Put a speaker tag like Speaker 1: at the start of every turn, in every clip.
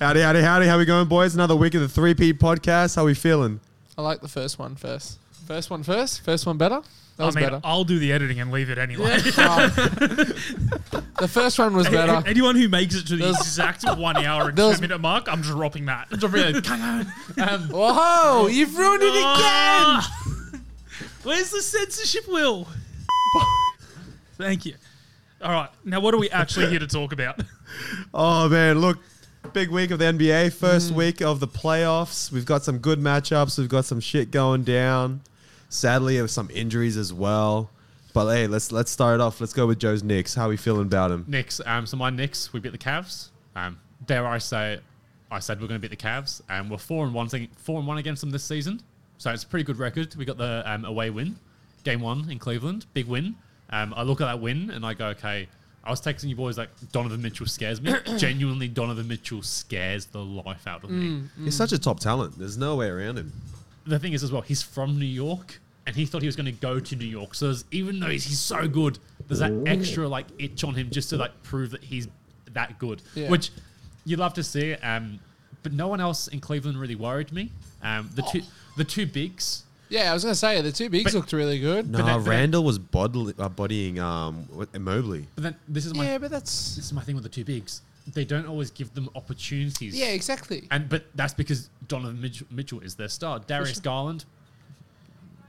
Speaker 1: Howdy, howdy, howdy. How we going, boys? Another week of the Three P podcast. How we feeling?
Speaker 2: I like the first one first. First one first. First one better. That
Speaker 3: I
Speaker 2: was
Speaker 3: mean,
Speaker 2: better.
Speaker 3: I'll do the editing and leave it anyway.
Speaker 2: Um, the first one was better.
Speaker 3: Anyone who makes it to the
Speaker 2: There's-
Speaker 3: exact one hour and
Speaker 2: There's-
Speaker 3: ten minute mark, I'm dropping that.
Speaker 4: Um,
Speaker 2: Whoa! You've ruined it again.
Speaker 3: Ah!
Speaker 4: where's the censorship wheel? Thank you.
Speaker 3: All right, now what are we actually here to talk about?
Speaker 1: Oh man, look, big week of the NBA.
Speaker 4: Mm.
Speaker 1: First week of the playoffs. We've got some good matchups. We've got some shit going down. Sadly, there was some injuries as well. But hey, let's let's start it off. Let's go with Joe's Knicks. How we feeling about him?
Speaker 4: Knicks. Um, so my Knicks, we beat the Cavs. Um, dare I say, it, I said we're going to beat the Cavs, and we're four and one, thing- four and one against them this season. So it's a pretty good record. We got the um, away win, game one in Cleveland, big win. Um, I look at that win and I go, okay. I was texting you boys like Donovan Mitchell scares me. Genuinely, Donovan Mitchell scares the life out of me.
Speaker 1: He's such a top talent. There's no way around him.
Speaker 4: the thing is as well, he's from New York and he thought he was going to go to New York. So there's- even though he's, he's so good, there's that extra like itch on him just to like prove that he's that good,
Speaker 2: Yeah.
Speaker 4: which you love to see. Um, but no one else in Cleveland really worried me. Um, the
Speaker 2: Oh.
Speaker 4: two the two bigs.
Speaker 2: Yeah, I was gonna say the two bigs
Speaker 4: But-
Speaker 2: looked really good.
Speaker 1: Nah,
Speaker 4: that- but that-
Speaker 1: Randall was bodily, uh, bodying um what- Mobley.
Speaker 4: But then this is my
Speaker 2: Yeah, but that's
Speaker 4: this is my thing with the two bigs. They don't always give them opportunities.
Speaker 2: yeah, exactly.
Speaker 4: And but that's because Donovan Mitch- Mitchell is their star. Darius Garland,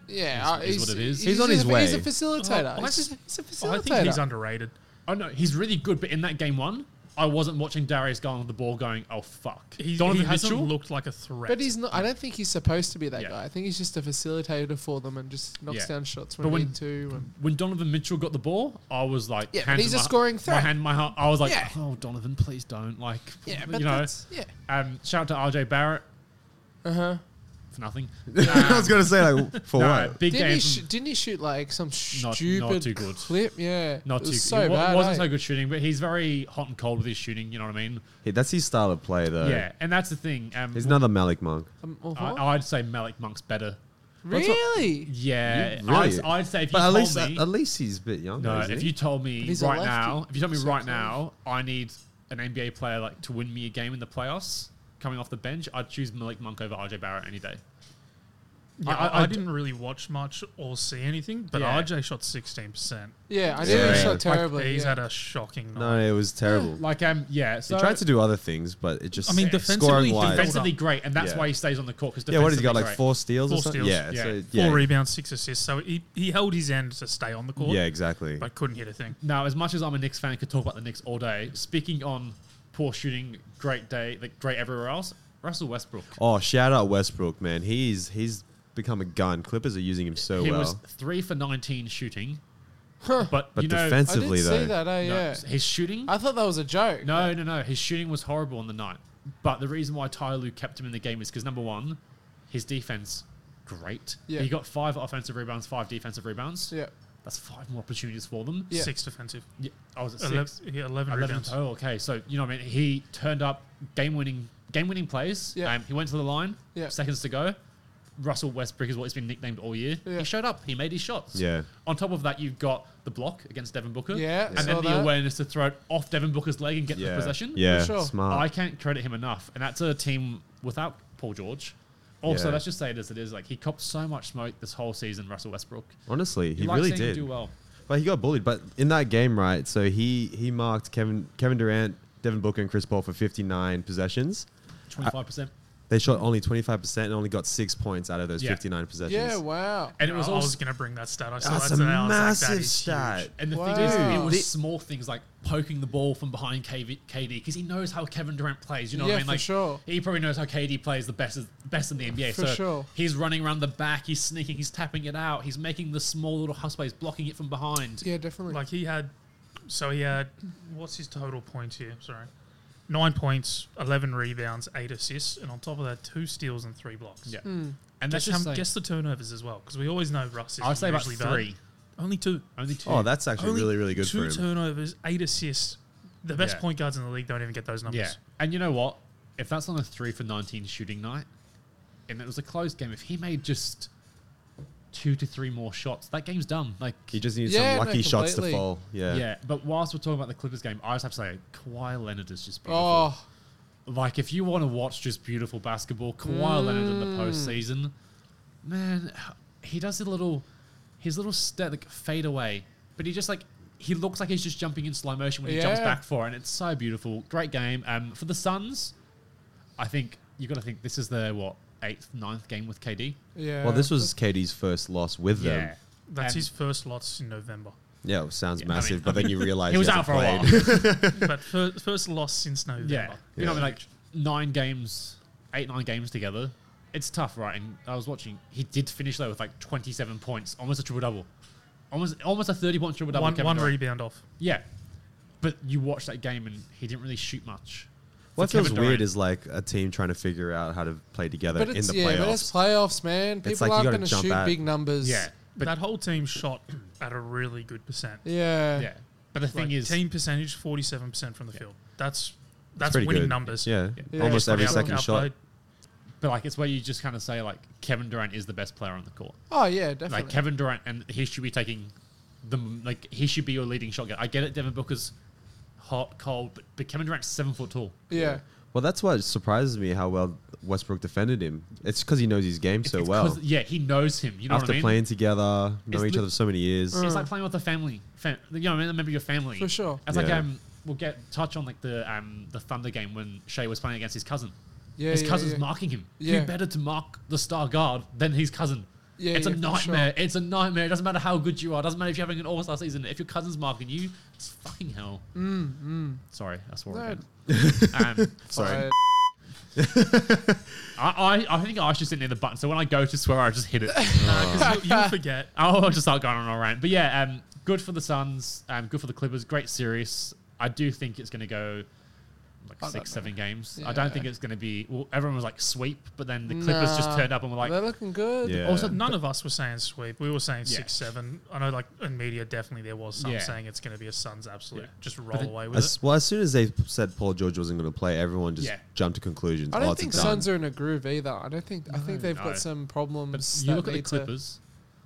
Speaker 2: Yeah,
Speaker 4: is- is what it is.
Speaker 1: He's on his
Speaker 2: a, He's a
Speaker 1: way.
Speaker 2: facilitator.
Speaker 3: Oh, I
Speaker 2: he's, just,
Speaker 3: s-
Speaker 2: he's a facilitator.
Speaker 3: I think he's underrated.
Speaker 4: Oh no, he's really good, but in that game one, I wasn't watching Darius Garland with the ball going, "Oh fuck."
Speaker 3: He,
Speaker 4: Donovan
Speaker 3: he hasn't
Speaker 4: Mitchell.
Speaker 3: looked like a threat.
Speaker 2: but he's not. I don't think he's supposed to be that
Speaker 4: Yeah.
Speaker 2: guy. I think he's just a facilitator for them and just knocks
Speaker 4: Yeah.
Speaker 2: down shots
Speaker 4: But
Speaker 2: when we
Speaker 4: when-
Speaker 2: need to. And
Speaker 4: when Donovan Mitchell got the ball, I was like,
Speaker 2: Yeah, but
Speaker 4: hand
Speaker 2: he's
Speaker 4: in
Speaker 2: a
Speaker 4: my-
Speaker 2: scoring
Speaker 4: My
Speaker 2: threat.
Speaker 4: hand, in my heart. I was like,
Speaker 2: Yeah.
Speaker 4: "Oh, Donovan, please don't." Like,
Speaker 2: yeah,
Speaker 4: you
Speaker 2: but
Speaker 4: know.
Speaker 2: that's yeah.
Speaker 4: Um, shout out to RJ Barrett
Speaker 2: Uh huh.
Speaker 4: for nothing.
Speaker 1: I was gonna say like for
Speaker 4: No,
Speaker 1: what?
Speaker 4: big
Speaker 2: Didn't
Speaker 4: game.
Speaker 2: he,
Speaker 4: from-
Speaker 2: sh- didn't he shoot like some
Speaker 4: not
Speaker 2: stupid
Speaker 4: too good.
Speaker 2: clip? Yeah,
Speaker 4: not
Speaker 2: it
Speaker 4: too
Speaker 2: was
Speaker 4: good.
Speaker 2: so
Speaker 4: it wa-
Speaker 2: bad.
Speaker 4: wasn't
Speaker 2: eh?
Speaker 4: so good shooting, but he's very hot and cold with his shooting. You know what I mean?
Speaker 1: Yeah, that's his style of play though.
Speaker 4: Yeah, and that's the thing. Um,
Speaker 1: He's another Malik Monk.
Speaker 2: Um, oh,
Speaker 4: I,
Speaker 2: what?
Speaker 4: I'd say Malik Monk's better.
Speaker 2: really?
Speaker 4: Yeah,
Speaker 1: You- really?
Speaker 4: I'd, I'd say if you
Speaker 1: But at
Speaker 4: told
Speaker 1: least
Speaker 4: me,
Speaker 1: at, at least he's a bit younger.
Speaker 4: No,
Speaker 1: isn't
Speaker 4: if
Speaker 1: he?
Speaker 4: you told me
Speaker 2: he's a
Speaker 4: right
Speaker 2: lefty.
Speaker 4: now, if you told me
Speaker 2: So
Speaker 4: right
Speaker 2: close.
Speaker 4: now, I need an NBA player like to win me a game in the playoffs, coming off the bench, I'd choose Malik Monk over RJ Barrett any day.
Speaker 3: Yeah,
Speaker 4: I-
Speaker 3: I,
Speaker 4: I-
Speaker 3: I didn't really watch much or see anything, but
Speaker 4: Yeah.
Speaker 3: RJ shot 16%.
Speaker 2: Yeah, I did.
Speaker 1: Yeah.
Speaker 2: He shot
Speaker 1: Like,
Speaker 2: terribly.
Speaker 3: He's
Speaker 2: yeah.
Speaker 3: had a shocking night.
Speaker 1: no, it was terrible.
Speaker 4: Like, um, yeah, so
Speaker 1: he tried to do other things, but it just
Speaker 3: I mean,
Speaker 1: yeah.
Speaker 3: defensively,
Speaker 1: scoring wise.
Speaker 3: defensive-
Speaker 4: defensively great, and that's
Speaker 1: Yeah.
Speaker 4: why he stays on the court because
Speaker 1: yeah, what has he got?
Speaker 4: Great.
Speaker 1: Like four steals or
Speaker 3: Four
Speaker 1: something?
Speaker 3: steals,
Speaker 1: Yeah,
Speaker 4: yeah.
Speaker 1: So,
Speaker 4: Four
Speaker 1: yeah.
Speaker 3: Four rebounds, six assists. So he, he held his end to stay on the court,
Speaker 1: Yeah, exactly.
Speaker 3: but couldn't hit a thing.
Speaker 4: Now, as much as I'm a Knicks fan, I could talk about the Knicks all day. Speaking on poor shooting, great day, like great everywhere else. Russell Westbrook.
Speaker 1: Oh, shout out Westbrook, man. He's he's become a gun. Clippers are using him so
Speaker 4: he
Speaker 1: Oh, well.
Speaker 4: was three for 19 shooting,
Speaker 2: Huh.
Speaker 4: but,
Speaker 1: but
Speaker 4: you know,
Speaker 2: I did
Speaker 1: defensively
Speaker 2: see
Speaker 1: though,
Speaker 2: that. Eh?
Speaker 4: no,
Speaker 2: yeah.
Speaker 4: his shooting.
Speaker 2: I thought that was a joke.
Speaker 4: No, no, no. His shooting was horrible on the night. But the reason why Ty Lue kept him in the game is because number one, his defense, great.
Speaker 2: Yeah.
Speaker 4: He got five offensive rebounds, five defensive rebounds.
Speaker 2: Yeah.
Speaker 4: That's five more opportunities for them.
Speaker 2: Yeah.
Speaker 3: Six defensive.
Speaker 4: Yeah, I was at
Speaker 3: Ele-
Speaker 4: six.
Speaker 3: yeah, 11
Speaker 4: Eleven
Speaker 3: rebounds.
Speaker 4: total. Okay, so you know what I mean. He turned up game winning, game winning plays.
Speaker 2: Yeah.
Speaker 4: Um, he went to the line.
Speaker 2: Yeah.
Speaker 4: Seconds to go. Russell Westbrook is what he's been nicknamed all year.
Speaker 2: Yeah.
Speaker 4: He showed up. He made his shots.
Speaker 1: Yeah.
Speaker 4: On top of that, you've got the block against Devin Booker.
Speaker 2: Yeah,
Speaker 4: And
Speaker 2: I
Speaker 4: then
Speaker 2: saw
Speaker 4: the
Speaker 2: that.
Speaker 4: awareness to throw it off Devin Booker's leg and get
Speaker 1: yeah,
Speaker 4: the possession.
Speaker 1: yeah,
Speaker 2: For sure.
Speaker 1: smart.
Speaker 4: I can't credit him enough. And that's a team without Paul George. Also,
Speaker 1: Yeah.
Speaker 4: let's just say it as it is. Like he copped so much smoke this whole season, Russell Westbrook.
Speaker 1: Honestly, he
Speaker 4: You like
Speaker 1: really
Speaker 4: seeing him
Speaker 1: did. Uh,
Speaker 4: do well.
Speaker 1: But he got bullied. But in that game, right? So he he marked Kevin Kevin Durant, Devin Booker, and Chris Paul for 59 possessions.
Speaker 4: Twenty five percent.
Speaker 1: They shot only 25 percent and only got six points out of those
Speaker 4: Yeah.
Speaker 1: 59 possessions.
Speaker 2: Yeah. Wow.
Speaker 4: And it was
Speaker 3: I
Speaker 4: all
Speaker 3: was going to bring that stat. I saw
Speaker 1: that's
Speaker 3: that
Speaker 1: a
Speaker 3: today. I was like, that
Speaker 1: massive
Speaker 3: is huge.
Speaker 1: stat.
Speaker 4: And the thing is,
Speaker 2: Wow.
Speaker 4: it was
Speaker 1: Dude.
Speaker 4: small things like poking the ball from behind KV KD because he knows how Kevin Durant plays. You know what
Speaker 2: Yeah,
Speaker 4: I mean?
Speaker 2: for
Speaker 4: Like
Speaker 2: sure.
Speaker 4: he probably knows how KD plays the best best in the NBA.
Speaker 2: For
Speaker 4: so
Speaker 2: sure.
Speaker 4: he's running around the back, he's sneaking, he's tapping it out, he's making the small little hustle plays, blocking it from behind.
Speaker 2: Yeah, definitely.
Speaker 3: Like he had, so he had, what's his total points here? Sorry. Nine points, 11 rebounds, eight assists, and on top of that, two steals and three blocks.
Speaker 4: Yeah.
Speaker 2: Mm.
Speaker 4: And
Speaker 3: Guess,
Speaker 4: that's just
Speaker 3: how,
Speaker 4: like-
Speaker 3: guess the turnovers as well, because we always know Russ is
Speaker 4: I'd say about
Speaker 3: usually bad.
Speaker 4: three.
Speaker 3: Only two.
Speaker 4: Only two.
Speaker 1: Oh, that's actually really really good for
Speaker 3: two
Speaker 1: him.
Speaker 3: turnovers, eight assists. The best
Speaker 4: Yeah.
Speaker 3: point guards in the league don't even get those numbers.
Speaker 4: Yeah. And you know what? If that's on a three for 19 shooting night and it was a close game, if he made just two to three more shots, that game's done. Like,
Speaker 1: He just needs
Speaker 2: Yeah,
Speaker 1: some
Speaker 2: no,
Speaker 1: lucky shots to
Speaker 2: completely.
Speaker 1: fall. Yeah.
Speaker 4: yeah. But whilst we're talking about the Clippers game, I just have to say, Kawhi Leonard is just beautiful.
Speaker 2: oh,
Speaker 4: Like, if you want to watch just beautiful basketball, Kawhi Leonard in the postseason, man, he does a little, his little step, like fade away, but he just like he looks like he's just jumping in slow motion when he jumps
Speaker 2: Yeah.
Speaker 4: back for it, and it's so beautiful. Great game. Um, for the Suns, I think you got to think this is their what eighth, ninth game with KD.
Speaker 2: Yeah.
Speaker 1: Well, this was KD's first loss with them. Yeah,
Speaker 3: That's
Speaker 4: And-
Speaker 3: his first loss in November.
Speaker 1: it sounds
Speaker 4: Yeah, I mean-
Speaker 1: massive, but then you realize
Speaker 4: He was out for a while.
Speaker 3: but fir- first loss since November.
Speaker 4: Yeah. You know,
Speaker 1: Yeah.
Speaker 4: like nine games, eight, nine games together. It's tough, right? And I was watching, he did finish though with like 27 points, almost a triple double. Almost almost a 30 point triple double.
Speaker 3: One,
Speaker 4: Kevin
Speaker 3: one
Speaker 4: Durant.
Speaker 3: rebound off.
Speaker 4: Yeah. But you watch that game and he didn't really shoot much. For
Speaker 1: What feels
Speaker 4: Kevin
Speaker 1: weird
Speaker 4: Durant.
Speaker 1: is like a team trying to figure out how to play together
Speaker 2: but
Speaker 1: in
Speaker 2: it's,
Speaker 1: the
Speaker 2: yeah,
Speaker 1: playoffs.
Speaker 2: but it's playoffs, man. People
Speaker 1: like you
Speaker 2: aren't
Speaker 1: gotta
Speaker 2: going to
Speaker 1: jump
Speaker 2: shoot
Speaker 1: out.
Speaker 2: big numbers.
Speaker 4: Yeah.
Speaker 3: But that whole team shot at a really good percent.
Speaker 2: Yeah.
Speaker 4: Yeah. But the
Speaker 3: Like,
Speaker 4: thing is,
Speaker 3: team percentage forty seven percent from the field. That's that's
Speaker 1: pretty
Speaker 3: winning
Speaker 1: good.
Speaker 3: numbers.
Speaker 1: yeah.
Speaker 2: Yeah.
Speaker 1: almost every
Speaker 3: Out-
Speaker 1: second shot.
Speaker 3: outplayed.
Speaker 4: but like, it's where you just kind of say, like, Kevin Durant is the best player on the court.
Speaker 2: Oh yeah, definitely.
Speaker 4: Like, Kevin Durant, and he should be taking the, m- like, he should be your leading shot guy. I get it, Devin Booker's hot, cold, but, but Kevin Durant's seven foot tall.
Speaker 2: yeah.
Speaker 1: Well, that's what surprises me how well Westbrook defended him. It's because he knows his game so
Speaker 4: It's 'cause-
Speaker 1: well.
Speaker 4: Yeah, he knows him. You know what
Speaker 1: After
Speaker 4: I mean? Uh,
Speaker 1: playing together, knowing each
Speaker 4: lit-
Speaker 1: other for so many years.
Speaker 4: it's like playing with a family. Fam- you know, what I mean, a member of your family.
Speaker 2: For sure.
Speaker 4: It's like
Speaker 1: Yeah.
Speaker 4: um, we'll get touch on like the um the Thunder game when Shea was playing against his cousin.
Speaker 2: Yeah.
Speaker 4: his
Speaker 2: yeah,
Speaker 4: cousin's
Speaker 2: yeah.
Speaker 4: marking him.
Speaker 2: Yeah.
Speaker 4: Who better to mark the star guard than his cousin?
Speaker 2: Yeah,
Speaker 4: it's a
Speaker 2: yeah, for
Speaker 4: nightmare. It's a nightmare. It doesn't matter how good you are. It doesn't matter if you're having an all star season. If your cousin's marking you, it's fucking hell. Mm, Sorry, I swore
Speaker 2: No.
Speaker 4: again. um,
Speaker 1: Sorry.
Speaker 4: I, I, I think I should sit near the button. So when I go to swear, I just hit it.
Speaker 3: You will forget.
Speaker 4: I'll Oh, just start going on a rant. But yeah, um, good for the Suns. Um, good for the Clippers. Great series. I do think it's going to go like
Speaker 2: I
Speaker 4: six,
Speaker 2: don't know.
Speaker 4: seven games. I don't
Speaker 2: Yeah.
Speaker 4: think it's going to be. Well, everyone was like sweep, but then the Clippers just
Speaker 2: Nah.
Speaker 4: turned up and were like,
Speaker 2: they're looking good.
Speaker 1: Yeah.
Speaker 4: also
Speaker 3: None of us were saying sweep. We were saying
Speaker 4: Yeah.
Speaker 3: six seven. I know, like in media, definitely there was some
Speaker 4: Yeah.
Speaker 3: saying it's going to be a Suns absolute
Speaker 4: Yeah.
Speaker 3: just roll
Speaker 4: But the-
Speaker 3: away with it.
Speaker 1: As, well, as soon as they said Paul George wasn't going to play, everyone just
Speaker 4: Yeah.
Speaker 1: jumped to conclusions.
Speaker 2: I don't
Speaker 1: oh,
Speaker 2: think
Speaker 1: it's a done.
Speaker 2: Suns are in a groove either. I don't think. I think they've
Speaker 4: No.
Speaker 2: got some
Speaker 4: But
Speaker 2: problems.
Speaker 4: you
Speaker 2: that
Speaker 4: look at the
Speaker 2: need to-
Speaker 4: Clippers.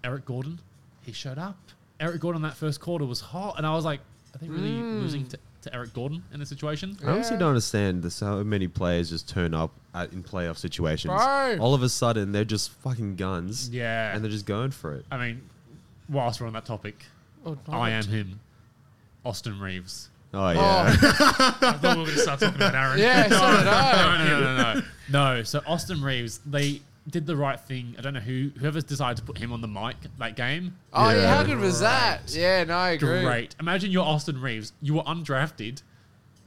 Speaker 4: Eric Gordon, he showed up. Eric Gordon that first quarter was hot, and I was like, are they really
Speaker 2: Hmm.
Speaker 4: losing to, to Eric Gordon in this situation?
Speaker 1: I honestly
Speaker 2: Yeah.
Speaker 1: don't understand this, how many players just turn up at, in playoff situations.
Speaker 2: Bro.
Speaker 1: All of a sudden, they're just fucking guns.
Speaker 4: Yeah.
Speaker 1: And they're just going for it.
Speaker 4: I mean, whilst we're on that topic,
Speaker 2: Oh,
Speaker 4: I am him, Austin Reeves.
Speaker 1: Oh,
Speaker 2: Oh,
Speaker 1: yeah.
Speaker 3: I thought we were going to start talking about Aaron.
Speaker 2: yeah, so did I.
Speaker 4: no, no, no, no, no. No, so Austin Reeves, they did the right thing. I don't know who whoever's decided to put him on the mic that game.
Speaker 2: Oh, yeah.
Speaker 1: Yeah.
Speaker 2: how good was that? Yeah, no, I agree.
Speaker 4: Great. Imagine you're Austin Reeves. You were undrafted,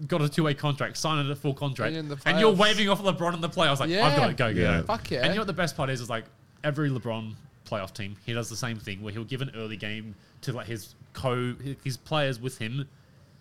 Speaker 4: got a two-way contract, signed a full contract,
Speaker 2: And in
Speaker 4: and,
Speaker 2: the
Speaker 4: you're
Speaker 2: playoffs.
Speaker 4: waving off LeBron in the playoffs. Like I've
Speaker 2: Yeah.
Speaker 4: got to go get
Speaker 1: Yeah.
Speaker 4: it.
Speaker 2: Fuck yeah.
Speaker 4: And you know what the best part is? Is like every LeBron playoff team, he does the same thing where he'll give an early game to like his co his players with him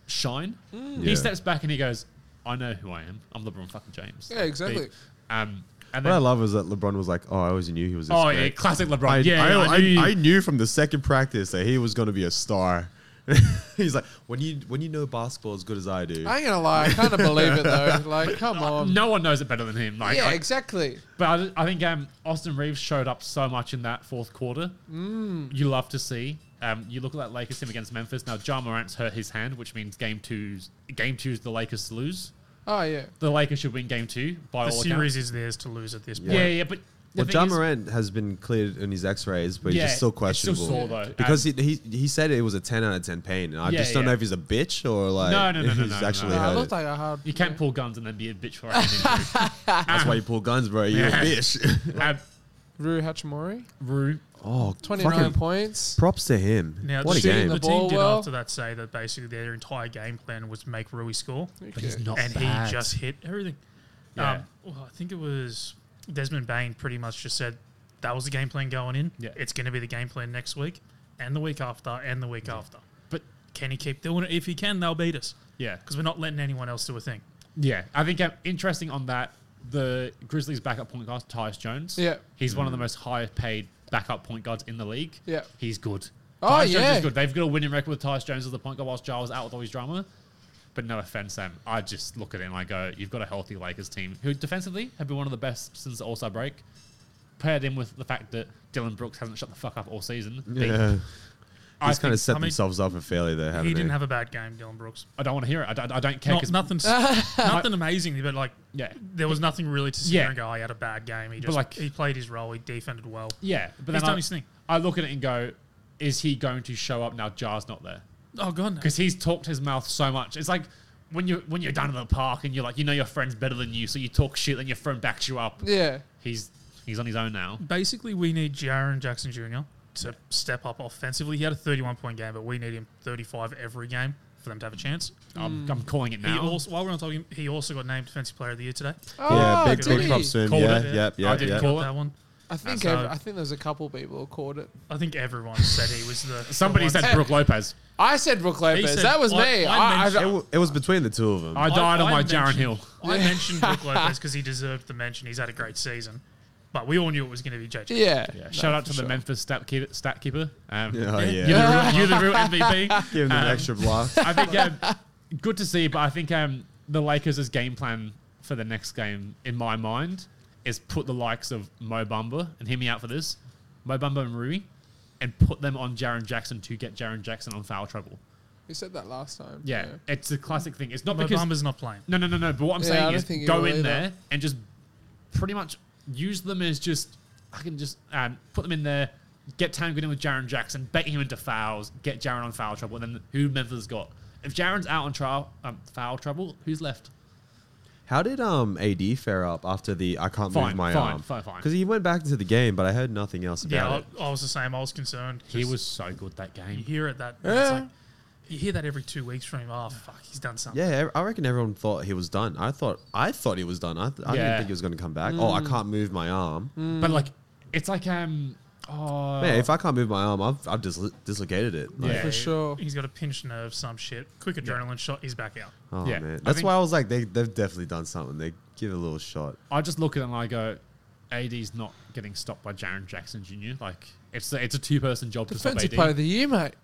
Speaker 4: shine.
Speaker 2: Hmm.
Speaker 4: He
Speaker 1: Yeah.
Speaker 4: steps back and he goes, "I know who I am. I'm LeBron fucking James."
Speaker 2: Yeah, exactly.
Speaker 4: Um,
Speaker 1: What
Speaker 4: and then,
Speaker 1: I love is that LeBron was like, oh, I always knew he was this
Speaker 4: oh
Speaker 1: great.
Speaker 4: yeah, classic LeBron.
Speaker 1: I,
Speaker 4: yeah,
Speaker 1: I,
Speaker 4: I knew-
Speaker 1: I, I knew from the second practice that he was going to be a star. He's like, when you when you know basketball as good as I do,
Speaker 2: I ain't gonna lie, I kind of believe it though. Like, come on.
Speaker 4: no one knows it better than him. Like,
Speaker 2: yeah,
Speaker 4: I-
Speaker 2: exactly.
Speaker 4: But I, I think um, Austin Reeves showed up so much in that fourth quarter. Mm. You love to see. Um, you look at that Lakers team against Memphis. Now, John Morant's hurt his hand, which means game two's game two's the Lakers to lose.
Speaker 2: Oh yeah.
Speaker 4: The Lakers should win game two by
Speaker 3: The
Speaker 4: all
Speaker 3: series
Speaker 4: accounts.
Speaker 3: is theirs to lose at this point.
Speaker 4: Yeah, yeah, but the
Speaker 1: well,
Speaker 4: thing
Speaker 1: John
Speaker 4: is-
Speaker 1: Morant has been cleared in his X-rays, but he's
Speaker 4: Yeah,
Speaker 1: just still
Speaker 4: it's still
Speaker 1: questionable.
Speaker 4: sore, though.
Speaker 1: because he, he he said it was a ten out of ten pain, and I
Speaker 4: Yeah,
Speaker 1: just don't
Speaker 4: yeah.
Speaker 1: know if he's a bitch or like
Speaker 4: No, no, no,
Speaker 1: if
Speaker 4: no,
Speaker 1: he's
Speaker 4: no, no,
Speaker 1: actually
Speaker 4: no.
Speaker 2: No, it
Speaker 1: hurt.
Speaker 2: looked like a hard.
Speaker 4: you can't pull guns and then be a bitch for it.
Speaker 1: That's why you pull guns, bro. You're
Speaker 4: Ah. Yeah.
Speaker 1: a bitch.
Speaker 4: um,
Speaker 2: Rue Hachimori,
Speaker 4: Rue,
Speaker 1: oh,
Speaker 2: twenty nine
Speaker 1: fucking
Speaker 2: points.
Speaker 1: props to him.
Speaker 3: Now,
Speaker 1: what a
Speaker 3: the,
Speaker 1: game!
Speaker 3: the
Speaker 2: the
Speaker 3: team
Speaker 2: ball
Speaker 3: did
Speaker 2: well.
Speaker 3: after that say that basically their entire game plan was make Rui score,
Speaker 4: but he's not
Speaker 3: and
Speaker 4: bad.
Speaker 3: he just hit everything.
Speaker 4: Yeah.
Speaker 3: Um, well, I think it was Desmond Bain pretty much just said that was the game plan going in.
Speaker 4: Yeah.
Speaker 3: It's going to be the game plan next week, and the week after, and the week after.
Speaker 4: But
Speaker 3: Can he keep doing it? If he can, they'll beat us
Speaker 4: yeah,
Speaker 3: because we're not letting anyone else do a thing.
Speaker 4: Yeah, I think um, interesting on that. The Grizzlies' backup point guard, Tyus Jones.
Speaker 2: Yeah.
Speaker 4: he's one of
Speaker 3: Mm.
Speaker 4: the most high-paid backup point guards in the league.
Speaker 2: Yeah.
Speaker 4: he's good.
Speaker 2: Oh,
Speaker 4: Tyus Jones
Speaker 2: yeah.
Speaker 4: is good. They've got a winning record with Tyus Jones as the point guard, whilst Giles out with all his drama. But no offense, Sam. I just look at it and I go, you've got a healthy Lakers team who defensively have been one of the best since the All-Star break. Paired in with the fact that Dylan Brooks hasn't shut the fuck up all season.
Speaker 1: Yeah.
Speaker 4: I I
Speaker 1: He's kind
Speaker 4: think-
Speaker 1: of set
Speaker 3: I mean,
Speaker 1: themselves up for failure there, haven't
Speaker 3: he
Speaker 1: they?
Speaker 3: didn't have a bad game, Dylan Brooks.
Speaker 4: I don't want to hear it. I don't, I don't care.
Speaker 3: Not,
Speaker 4: 'cause-
Speaker 3: nothing, s- nothing amazing, but like
Speaker 4: yeah,
Speaker 3: there was nothing really to sit
Speaker 4: Yeah.
Speaker 3: there and go. I had a bad game. He just
Speaker 4: like-
Speaker 3: he played his role. He defended well.
Speaker 4: yeah. But
Speaker 3: He's
Speaker 4: then I,
Speaker 3: done his thing.
Speaker 4: I look at it and go, is he going to show up now? Jar's not there.
Speaker 3: Oh god, no.
Speaker 4: because he's talked his mouth so much. It's like when you when you're down in the park and you're like you know your friend's better than you, so you talk shit, then your friend backs you up.
Speaker 2: Yeah.
Speaker 4: He's he's on his own now.
Speaker 3: basically we need Jaron Jackson Jr. to step up offensively. He had a 31 point game, but we need him 35 every game for them to have a chance.
Speaker 4: I'm, I'm calling it
Speaker 3: He
Speaker 4: now.
Speaker 3: also, while we're on talking, he also got named Defensive Player of the Year today.
Speaker 1: yeah,
Speaker 2: Oh,
Speaker 1: big,
Speaker 2: did
Speaker 1: big
Speaker 2: he?
Speaker 1: props to him.
Speaker 4: Called
Speaker 1: Yeah,
Speaker 3: it.
Speaker 1: yeah, yeah.
Speaker 4: I didn't
Speaker 1: yeah.
Speaker 4: call
Speaker 3: Got
Speaker 4: it.
Speaker 3: that one.
Speaker 2: I think
Speaker 3: So-
Speaker 2: ev- I think there was a couple people who caught it.
Speaker 3: I think everyone said he was the.
Speaker 4: Somebody
Speaker 3: the one-
Speaker 4: said Brooke Lopez.
Speaker 2: I said Brook Lopez.
Speaker 3: said-
Speaker 2: that was
Speaker 3: I-
Speaker 2: me.
Speaker 3: I
Speaker 2: I, I,
Speaker 1: It, w- it was between the two of them.
Speaker 4: I died on my Jaron
Speaker 3: mentioned-
Speaker 4: Hill.
Speaker 3: I mentioned Brook Lopez because he deserved the mention. He's had a great season, but we all knew it was going to be JJ.
Speaker 2: yeah.
Speaker 4: Yeah,
Speaker 2: No,
Speaker 4: shout out
Speaker 2: for
Speaker 4: to
Speaker 2: sure.
Speaker 4: the Memphis stat keeper. Stat keeper. Um,
Speaker 1: oh, yeah.
Speaker 4: You're, the real, you're the real MVP.
Speaker 1: Give him an
Speaker 4: Um,
Speaker 1: extra block.
Speaker 4: I think um, good to see, but I think um, the Lakers' game plan for the next game, in my mind, is put the likes of Mo Bamba and hear me out for this, Mo Bamba and Rui, and put them on Jaron Jackson to get Jaron Jackson on foul trouble.
Speaker 2: We said that last time.
Speaker 4: Yeah, it's a classic thing. It's not
Speaker 3: But
Speaker 4: because
Speaker 3: Bamba's not playing.
Speaker 4: no, no, no, no. But what I'm
Speaker 2: Yeah, I
Speaker 4: saying
Speaker 2: don't
Speaker 4: is
Speaker 2: think he
Speaker 4: go
Speaker 2: will
Speaker 4: in
Speaker 2: either.
Speaker 4: there and just pretty much use them as just I can just um, put them in there, get Tangled in with Jaron Jackson, bait him into fouls, get Jaron on foul trouble, and then who Memphis got. If Jaron's out on trial, um, foul trouble, who's left?
Speaker 1: How did um AD fare up after the I can't move
Speaker 4: Fine,
Speaker 1: my
Speaker 4: fine,
Speaker 1: arm?
Speaker 4: fine, fine.
Speaker 1: Because he went back into the game, but I heard nothing else
Speaker 3: Yeah,
Speaker 1: about it.
Speaker 3: I, I was the same. I was concerned.
Speaker 4: He
Speaker 3: Just-
Speaker 4: was so good that
Speaker 3: You
Speaker 4: game.
Speaker 3: hear it that.
Speaker 2: Yeah.
Speaker 3: It's like, you hear that every two weeks from him. Oh fuck, he's done something.
Speaker 1: Yeah, e, I reckon everyone thought he was done. I thought I thought he was done. I, th- I didn't
Speaker 4: Yeah. Mm.
Speaker 1: think he was going to come back. Oh, I can't move my arm.
Speaker 4: But like, it's like um, oh,
Speaker 1: Man, if I can't move my arm, I've, I've dis- dislocated it. Like,
Speaker 4: Yeah.
Speaker 2: For sure.
Speaker 3: He's got a pinched nerve, some shit. Quick adrenaline shot. He's back out.
Speaker 1: Oh
Speaker 4: Yeah.
Speaker 1: man,
Speaker 4: I
Speaker 1: that's
Speaker 4: think-
Speaker 1: why I was like, they they've definitely done something. They give it a little shot.
Speaker 4: I just look at it and I go, AD's not getting stopped by Jaron Jackson Jr. Like it's a, it's eh? a two person job to stop AD.
Speaker 2: Defensive player of the year, mate.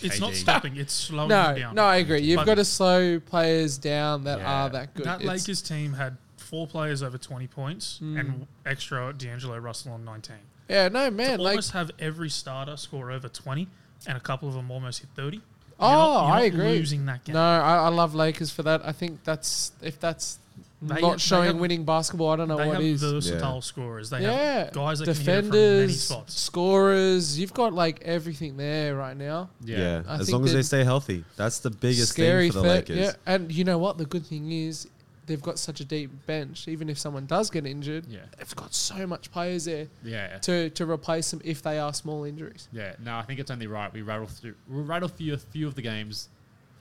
Speaker 3: It's not
Speaker 4: AD.
Speaker 3: stopping. It's slowing him
Speaker 2: No,
Speaker 3: down.
Speaker 2: no, I agree. You've
Speaker 3: But-
Speaker 2: got to slow players down that
Speaker 4: Yeah.
Speaker 2: are that good.
Speaker 3: that
Speaker 2: It's- Mm.
Speaker 3: Lakers team had four players over twenty points and extra D'Angelo Russell on nineteen.
Speaker 2: yeah, no, man.
Speaker 3: to
Speaker 2: Like,
Speaker 3: almost have every starter score over twenty, and a couple of them almost hit thirty.
Speaker 2: oh,
Speaker 3: You're not- you're
Speaker 2: I
Speaker 3: not
Speaker 2: agree.
Speaker 3: Losing that game.
Speaker 2: No, I, I love Lakers for that. I think that's if that's
Speaker 3: They-
Speaker 2: not
Speaker 3: they
Speaker 2: showing
Speaker 3: have-
Speaker 2: winning basketball, I don't know
Speaker 3: they
Speaker 2: what
Speaker 3: have
Speaker 2: is.
Speaker 3: versatile scorers. They
Speaker 2: yeah,
Speaker 3: have guys that can hit it from many
Speaker 2: defenders,
Speaker 3: spots.
Speaker 2: scorers. You've got like everything there right now.
Speaker 1: Yeah,
Speaker 2: I
Speaker 1: as
Speaker 2: think
Speaker 1: long as they
Speaker 2: they'd-
Speaker 1: stay healthy, that's the biggest
Speaker 2: Scary
Speaker 1: thing for the
Speaker 2: threat,
Speaker 1: Lakers.
Speaker 2: Yeah, and you know what? The good thing is they've got such a deep bench. Even if someone does get injured,
Speaker 4: Yeah.
Speaker 2: they've got so much players there
Speaker 4: yeah.
Speaker 2: to to replace them if they are small injuries.
Speaker 4: Yeah, no, I think it's only right we rattle through, we'll rattle through a few of the games,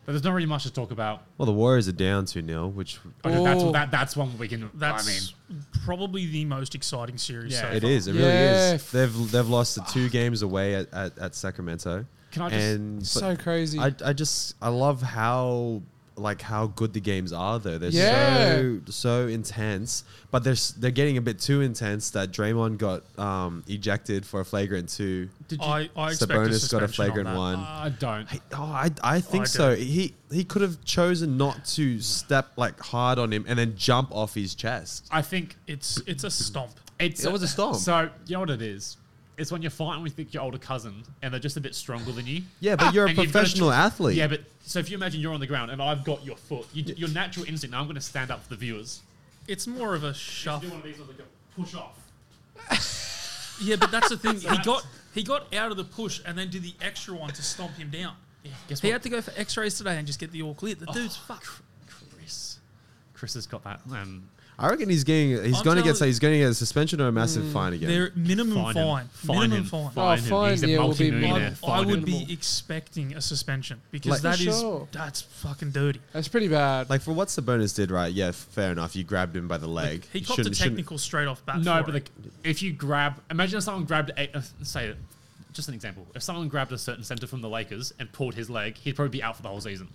Speaker 4: but there's not really much to talk about.
Speaker 1: Well, the Warriors are down two 0 which
Speaker 4: I think that's
Speaker 2: Oh.
Speaker 4: that, that's one we can. I mean,
Speaker 3: That's probably the most exciting series.
Speaker 4: Yeah.
Speaker 3: so
Speaker 1: it
Speaker 3: far.
Speaker 1: is. It
Speaker 2: Yeah,
Speaker 1: really is. They've they've lost the two games away at, at, at Sacramento.
Speaker 4: Can I just-
Speaker 1: and, but-
Speaker 2: so crazy.
Speaker 1: I, I just I love how like how good the games are though. They're so so intense, but they're s- they're getting a bit too intense that Draymond got um, ejected for a flagrant two.
Speaker 4: did you? I,
Speaker 3: I, I expect a
Speaker 1: Sabonis got a
Speaker 3: suspension on
Speaker 1: flagrant
Speaker 3: that.
Speaker 1: one.
Speaker 4: don't.
Speaker 1: I- Oh, I, I think
Speaker 3: I
Speaker 1: so.
Speaker 3: don't.
Speaker 1: He he could have chosen not to step like hard on him and then jump off his chest.
Speaker 4: I think
Speaker 3: It's it's a stomp.
Speaker 4: it's
Speaker 1: That was a storm.
Speaker 4: So you know what it is? It's when you're fighting with like, your older cousin and they're just a bit stronger than you.
Speaker 1: Yeah, but you're a
Speaker 4: And you've got to
Speaker 1: professional
Speaker 4: tr-
Speaker 1: athlete.
Speaker 4: Yeah, but so if you imagine you're on the ground and I've got your foot, you, your natural instinct. Now I'm going to stand up for the viewers.
Speaker 3: It's more of a
Speaker 4: You
Speaker 3: shove.
Speaker 4: do one of these, like a push off.
Speaker 3: Yeah, but that's the thing. he got he got out of the push and then did the extra one to stomp him down.
Speaker 4: Guess
Speaker 3: He
Speaker 4: what? Oh,
Speaker 3: had to go for X-rays today and just get the all clear. The dude's fucked.
Speaker 4: Chris, Chris has got that. Um,
Speaker 1: I reckon he's getting he's
Speaker 3: I'm
Speaker 1: going to
Speaker 3: telling-
Speaker 1: get so he's going to get a suspension or a massive fine again.
Speaker 3: Their minimum
Speaker 4: Fine
Speaker 3: fine,
Speaker 4: him. Fine
Speaker 3: minimum
Speaker 4: him.
Speaker 3: fine.
Speaker 2: Oh, fine,
Speaker 4: He's a
Speaker 2: yeah, will be
Speaker 4: multi-millionaire.
Speaker 2: mine.
Speaker 3: I
Speaker 4: Fine him.
Speaker 3: would be
Speaker 2: Minimal.
Speaker 3: expecting a suspension because
Speaker 1: Like-
Speaker 3: that is
Speaker 2: Sure.
Speaker 3: that's fucking dirty.
Speaker 2: That's pretty bad.
Speaker 1: like for what Sabonis did, right? Yeah, fair enough. You grabbed him by the leg.
Speaker 3: He
Speaker 1: You
Speaker 3: copped a
Speaker 1: shouldn't- shouldn't-
Speaker 3: technical straight off bat.
Speaker 4: No,
Speaker 3: for
Speaker 4: but
Speaker 3: it.
Speaker 4: like, if you grab, imagine if someone grabbed a, uh, say, just an example. If someone grabbed a certain center from the Lakers and pulled his leg, he'd probably be out for the whole season.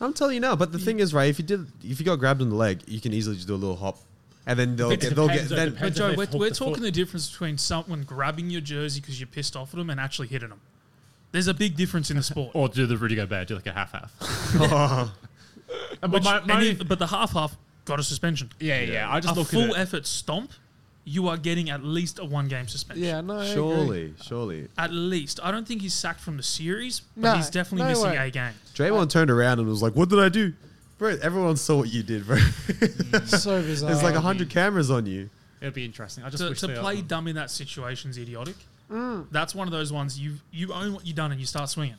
Speaker 1: I'm telling you now. But the thing is, right? If you did, if you got grabbed on the leg, you can easily just do a little hop, and then they'll
Speaker 4: It
Speaker 1: get, they'll get
Speaker 4: depends, it
Speaker 1: then.
Speaker 4: depends.
Speaker 3: But Joe,
Speaker 4: they've
Speaker 3: we're,
Speaker 4: hooked
Speaker 3: we're
Speaker 4: the
Speaker 3: talking
Speaker 4: foot.
Speaker 3: the difference between someone grabbing your jersey because you're pissed off at them and actually hitting them. There's a big difference in the sport.
Speaker 4: Or do the Rudy Gobert, do like a half half. but
Speaker 3: Which-
Speaker 4: my,
Speaker 3: and
Speaker 4: Uh, my,
Speaker 3: if- but the half half got a suspension.
Speaker 4: yeah, e- yeah, I just
Speaker 3: a
Speaker 4: look
Speaker 3: full
Speaker 4: at it.
Speaker 3: effort stomp you are getting at least a one game suspension.
Speaker 2: Yeah, no. I agree.
Speaker 1: Surely, surely.
Speaker 3: At least. I don't think he's sacked from the series, but
Speaker 2: No,
Speaker 3: he's definitely
Speaker 2: no
Speaker 3: missing
Speaker 2: way.
Speaker 3: a game.
Speaker 1: Draymond turned around and was like, "What did I do, bro? Everyone saw what you did, bro.
Speaker 2: so bizarre.
Speaker 1: There's like a
Speaker 4: Um,
Speaker 1: hundred cameras on you."
Speaker 4: It'll be interesting. I just
Speaker 3: To,
Speaker 4: wish
Speaker 3: to
Speaker 4: they-
Speaker 3: play dumb in that situation is idiotic.
Speaker 2: Mm.
Speaker 3: That's one of those ones you you own what you've done and you start swinging.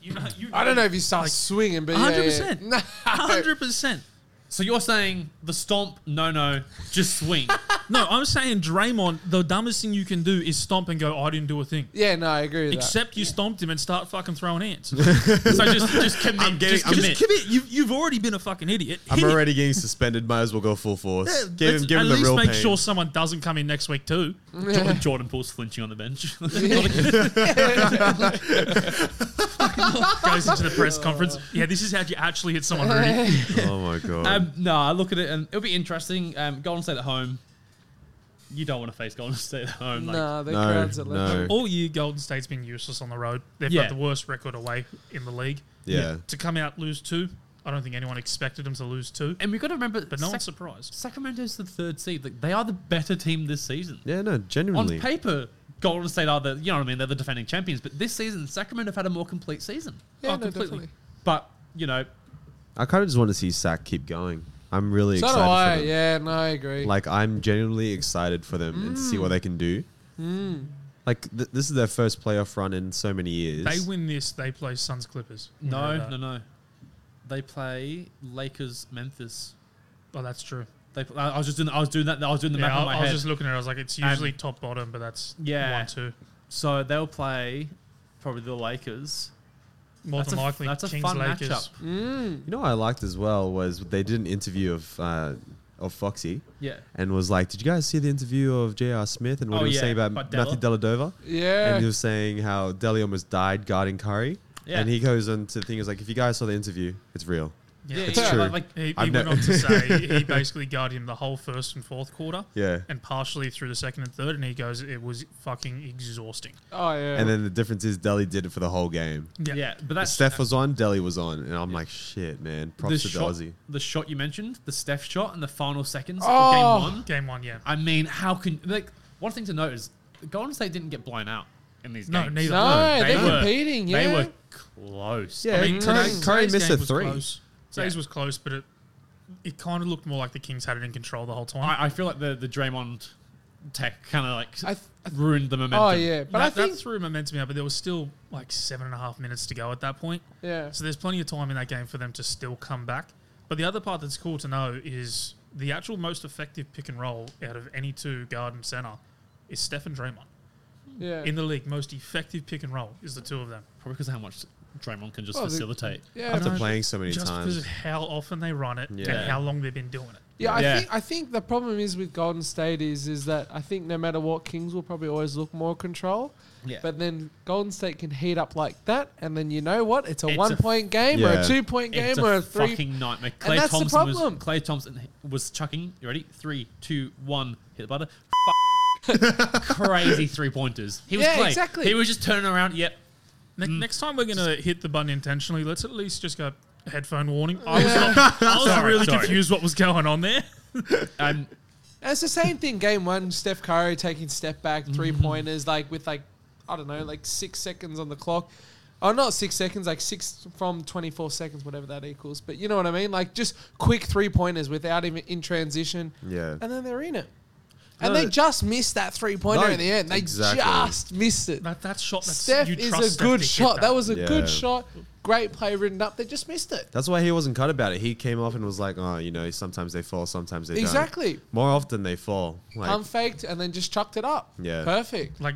Speaker 3: You know, you
Speaker 2: I don't know if you start swinging, but yeah, yeah,
Speaker 3: 100%.
Speaker 2: yeah. No.
Speaker 3: Hundred percent.
Speaker 4: So you're saying the stomp? No, no, just swing.
Speaker 3: No, I'm saying Draymond. The dumbest thing you can do is stomp and go. "Oh, I didn't do a thing.
Speaker 2: Yeah, no, I agree with that.
Speaker 3: Except you stomped him and start fucking throwing hands.
Speaker 4: so just just commit.
Speaker 1: I'm getting-
Speaker 4: just
Speaker 1: I'm
Speaker 4: commit.
Speaker 3: Just commit. You've, you've already been a fucking idiot.
Speaker 1: I'm
Speaker 3: Hit it.
Speaker 1: already getting suspended. Might as well go full force.
Speaker 3: Yeah,
Speaker 1: give
Speaker 3: let's
Speaker 1: him, give
Speaker 3: at
Speaker 1: him the
Speaker 3: least
Speaker 1: real
Speaker 3: make
Speaker 1: pain.
Speaker 3: sure someone doesn't come in next week too.
Speaker 4: Jordan, Jordan Poole's flinching on the bench.
Speaker 3: Goes into the press conference. Yeah, this is how you actually hit someone. Rudy.
Speaker 1: Oh my god.
Speaker 4: um, no, I look at it and it'll be interesting. Um, Golden State at home. You don't want to face Golden State at home. Like, Oh,
Speaker 2: Nah, the
Speaker 1: No,
Speaker 2: crowd's at
Speaker 1: no.
Speaker 2: level.
Speaker 3: All year, Golden State's been useless on the road. They've
Speaker 4: Yeah.
Speaker 3: got the worst record away in the league.
Speaker 1: yeah.
Speaker 3: To come out lose two, I don't think anyone expected them to lose two.
Speaker 4: And we've got to remember,
Speaker 3: But no
Speaker 4: Sac-
Speaker 3: one's surprised.
Speaker 4: Sacramento's the third seed. Like, they are the better team this season.
Speaker 1: yeah, No,
Speaker 4: On
Speaker 1: genuinely.
Speaker 4: paper, Golden State are the you know what I mean. They're the defending champions. But this season, Sacramento have had a more complete season.
Speaker 2: Yeah,
Speaker 4: Oh,
Speaker 2: no, definitely.
Speaker 4: But you know,
Speaker 1: I kind of just want to see Sack keep going. I'm really
Speaker 2: So do
Speaker 1: excited
Speaker 2: I.
Speaker 1: for them.
Speaker 2: Yeah, no, I agree.
Speaker 1: Like I'm genuinely excited for them and
Speaker 3: Mm.
Speaker 1: see what they can do. Like th- this is their first playoff run in so many years.
Speaker 3: They win this, they play Suns Clippers. You know
Speaker 4: no,
Speaker 3: that.
Speaker 4: no, no. They play Lakers, Memphis.
Speaker 3: Oh, that's true.
Speaker 4: They. pl- I I was just doing. I was doing that. I was doing the map
Speaker 3: yeah,
Speaker 4: in
Speaker 3: I,
Speaker 4: my
Speaker 3: I was
Speaker 4: head.
Speaker 3: just looking at it. I was like, it's
Speaker 4: Um,
Speaker 3: usually top bottom, but that's
Speaker 4: Yeah.
Speaker 3: one two.
Speaker 4: So they'll play probably the Lakers.
Speaker 3: More
Speaker 4: that's
Speaker 3: than
Speaker 4: a,
Speaker 3: likely,
Speaker 4: that's a
Speaker 3: Kings
Speaker 4: fun
Speaker 3: Lakers.
Speaker 4: matchup.
Speaker 2: Mm.
Speaker 1: You know what I liked as well was they did an interview of uh, of Foxy
Speaker 4: Yeah.
Speaker 1: and was like, "Did you guys see the interview of J.R. Smith and what
Speaker 4: Oh,
Speaker 1: he was
Speaker 4: yeah,
Speaker 1: saying about,
Speaker 4: about
Speaker 1: Matthew Dellavedova?" And he
Speaker 2: Yeah.
Speaker 1: was saying how Deli almost died guarding Curry.
Speaker 4: Yeah.
Speaker 1: And he goes on to the thing, he's like, if you guys saw the interview, it's real.
Speaker 4: Yeah,
Speaker 3: Yeah,
Speaker 4: it's
Speaker 2: yeah.
Speaker 4: true.
Speaker 1: Like-
Speaker 4: Like,
Speaker 3: He, he
Speaker 1: I've
Speaker 3: went
Speaker 1: ne-
Speaker 3: on to say he basically guarded him the whole first and fourth quarter
Speaker 1: Yeah.
Speaker 3: and partially through the second and third, and he goes, it was fucking exhausting.
Speaker 2: Oh yeah.
Speaker 1: And then the difference is Deli did it for the whole game.
Speaker 4: yeah. but that's
Speaker 1: Steph was on, Deli was on. And I'm like, shit, man.
Speaker 4: the
Speaker 1: Props to
Speaker 4: shot.
Speaker 1: Dozzy.
Speaker 4: The shot you mentioned, the Steph shot, in the final seconds
Speaker 2: Oh.
Speaker 4: of game one.
Speaker 3: Game one, yeah.
Speaker 4: I mean, how can like one thing to note is Golden State didn't get blown out in these
Speaker 3: No,
Speaker 4: games.
Speaker 3: neither.
Speaker 2: no,
Speaker 4: They
Speaker 2: they're
Speaker 4: were-
Speaker 2: competing. Yeah.
Speaker 4: They were close.
Speaker 1: Yeah,
Speaker 4: I mean,
Speaker 1: Mm.
Speaker 3: today-
Speaker 1: Curry-
Speaker 3: today's
Speaker 1: Curry missed
Speaker 3: game
Speaker 1: a
Speaker 3: was
Speaker 1: three.
Speaker 3: Close. Today's
Speaker 4: Yeah.
Speaker 3: was close, but it it kind of looked more like the Kings had it in control the whole time.
Speaker 4: I, I feel like the the Draymond tech kind of like
Speaker 2: I th- I th-
Speaker 4: ruined the momentum.
Speaker 2: oh yeah, but
Speaker 3: that,
Speaker 2: I think
Speaker 3: that threw momentum out, but there was still like seven and a half minutes to go at that point.
Speaker 2: yeah.
Speaker 3: So there's plenty of time in that game for them to still come back. But the other part that's cool to know is the actual most effective pick and roll out of any two guard and center is Steph and Draymond.
Speaker 2: Yeah.
Speaker 3: In the league, most effective pick and roll is the two of them.
Speaker 4: Probably because of how much Draymond can just
Speaker 2: Well, the-
Speaker 4: facilitate.
Speaker 2: yeah.
Speaker 1: After
Speaker 2: no.
Speaker 1: playing so many
Speaker 3: Just because
Speaker 1: times.
Speaker 3: of how often they run it
Speaker 1: Yeah.
Speaker 3: and how long they've been doing it.
Speaker 2: Yeah, I
Speaker 4: Yeah.
Speaker 2: think I think the problem is with Golden State is is that I think no matter what, Kings will probably always look more control.
Speaker 4: Yeah.
Speaker 2: But then Golden State can heat up like that, and then you know what? It's a
Speaker 4: It's a
Speaker 2: one point game or
Speaker 1: Yeah.
Speaker 2: a two point game
Speaker 4: it's
Speaker 2: or
Speaker 4: a
Speaker 2: a three.
Speaker 4: fucking nightmare. Clay
Speaker 2: that's the
Speaker 4: Thompson
Speaker 2: problem.
Speaker 4: was Clay Thompson was chucking. You ready? Three, two, one. Hit the button. F- crazy three pointers. He was
Speaker 2: Yeah,
Speaker 4: Clay.
Speaker 2: exactly.
Speaker 4: He was just turning around. Yep.
Speaker 3: Ne- Next time we're gonna hit the button intentionally, let's at least just go headphone warning. I was, not, I was
Speaker 4: Sorry,
Speaker 3: really
Speaker 4: sorry.
Speaker 3: confused what was going on there.
Speaker 4: Um,
Speaker 2: And It's the same thing. Game one, Steph Curry taking step back
Speaker 3: Mm-hmm.
Speaker 2: three pointers, like with like I don't know, like six seconds on the clock. Oh, not six seconds, like six from twenty four seconds, whatever that equals. But you know what I mean? Like just quick three pointers without even in transition.
Speaker 1: Yeah.
Speaker 2: and then they're in it. And
Speaker 1: No,
Speaker 2: they
Speaker 1: that-
Speaker 2: just missed that three pointer
Speaker 1: No,
Speaker 2: in the end. They
Speaker 1: exactly.
Speaker 2: just missed it.
Speaker 3: That, that shot, that's,
Speaker 2: Steph
Speaker 3: you
Speaker 2: is
Speaker 3: trust
Speaker 2: a
Speaker 3: Steph
Speaker 2: good
Speaker 3: to hit
Speaker 2: shot. That was a
Speaker 1: Yeah.
Speaker 2: good shot. Great play written up. They just missed it.
Speaker 1: That's why he wasn't cut about it. He came off and was like, oh, you know, sometimes they fall, sometimes they don't.
Speaker 2: Exactly.
Speaker 1: More often they fall. Like,
Speaker 2: Unfaked and then just chucked it up.
Speaker 1: Yeah.
Speaker 2: Perfect.
Speaker 3: like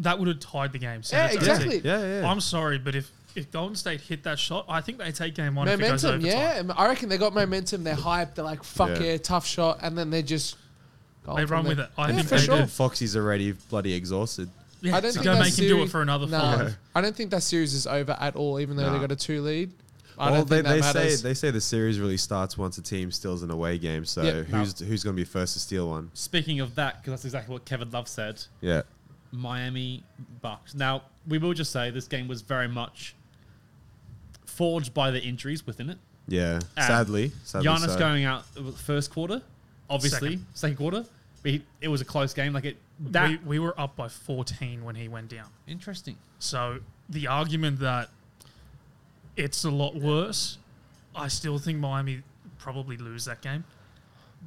Speaker 3: that would have tied the game.
Speaker 2: Yeah,
Speaker 3: 7-13.
Speaker 2: exactly.
Speaker 1: yeah, yeah.
Speaker 3: I'm sorry, but if if Golden State hit that shot, I think they take game one. if it goes
Speaker 2: Momentum,
Speaker 3: overtime.
Speaker 2: yeah. I reckon they got momentum. They're hyped. They're like, fuck
Speaker 1: Yeah.
Speaker 2: yeah, tough shot. And then they just. go
Speaker 3: They
Speaker 2: from
Speaker 3: run
Speaker 2: there.
Speaker 3: with it. I
Speaker 2: Yeah,
Speaker 3: think
Speaker 2: for
Speaker 3: they
Speaker 1: and
Speaker 3: sure.
Speaker 1: then Foxy's already bloody exhausted.
Speaker 3: Yeah,
Speaker 2: I don't
Speaker 3: to
Speaker 2: think
Speaker 3: go
Speaker 2: that
Speaker 3: make him do it
Speaker 2: series-
Speaker 3: for another
Speaker 2: no.
Speaker 3: five.
Speaker 2: I don't think that series is over at all, even though
Speaker 1: Nah.
Speaker 2: they got a two lead. I
Speaker 1: Well,
Speaker 2: don't
Speaker 1: they,
Speaker 2: think
Speaker 1: they
Speaker 2: that
Speaker 1: say
Speaker 2: matters.
Speaker 1: they say the series really starts once a team steals an away game. So
Speaker 2: Yeah.
Speaker 1: who's who's going to be first to steal one?
Speaker 4: speaking of that, because that's exactly what Kevin Love said.
Speaker 1: Yeah,
Speaker 4: Miami Bucks. Now, we will just say this game was very much forged by the injuries within it.
Speaker 1: yeah.
Speaker 4: Um,
Speaker 1: sadly, sadly,
Speaker 4: Giannis
Speaker 1: so.
Speaker 4: going out the first quarter, obviously, second,
Speaker 3: Second.
Speaker 4: quarter. But he, it was a close game. Like it that
Speaker 3: we, we were up by 14 when he went down.
Speaker 4: interesting.
Speaker 3: So the argument that it's a lot worse, I still think Miami probably lose that game.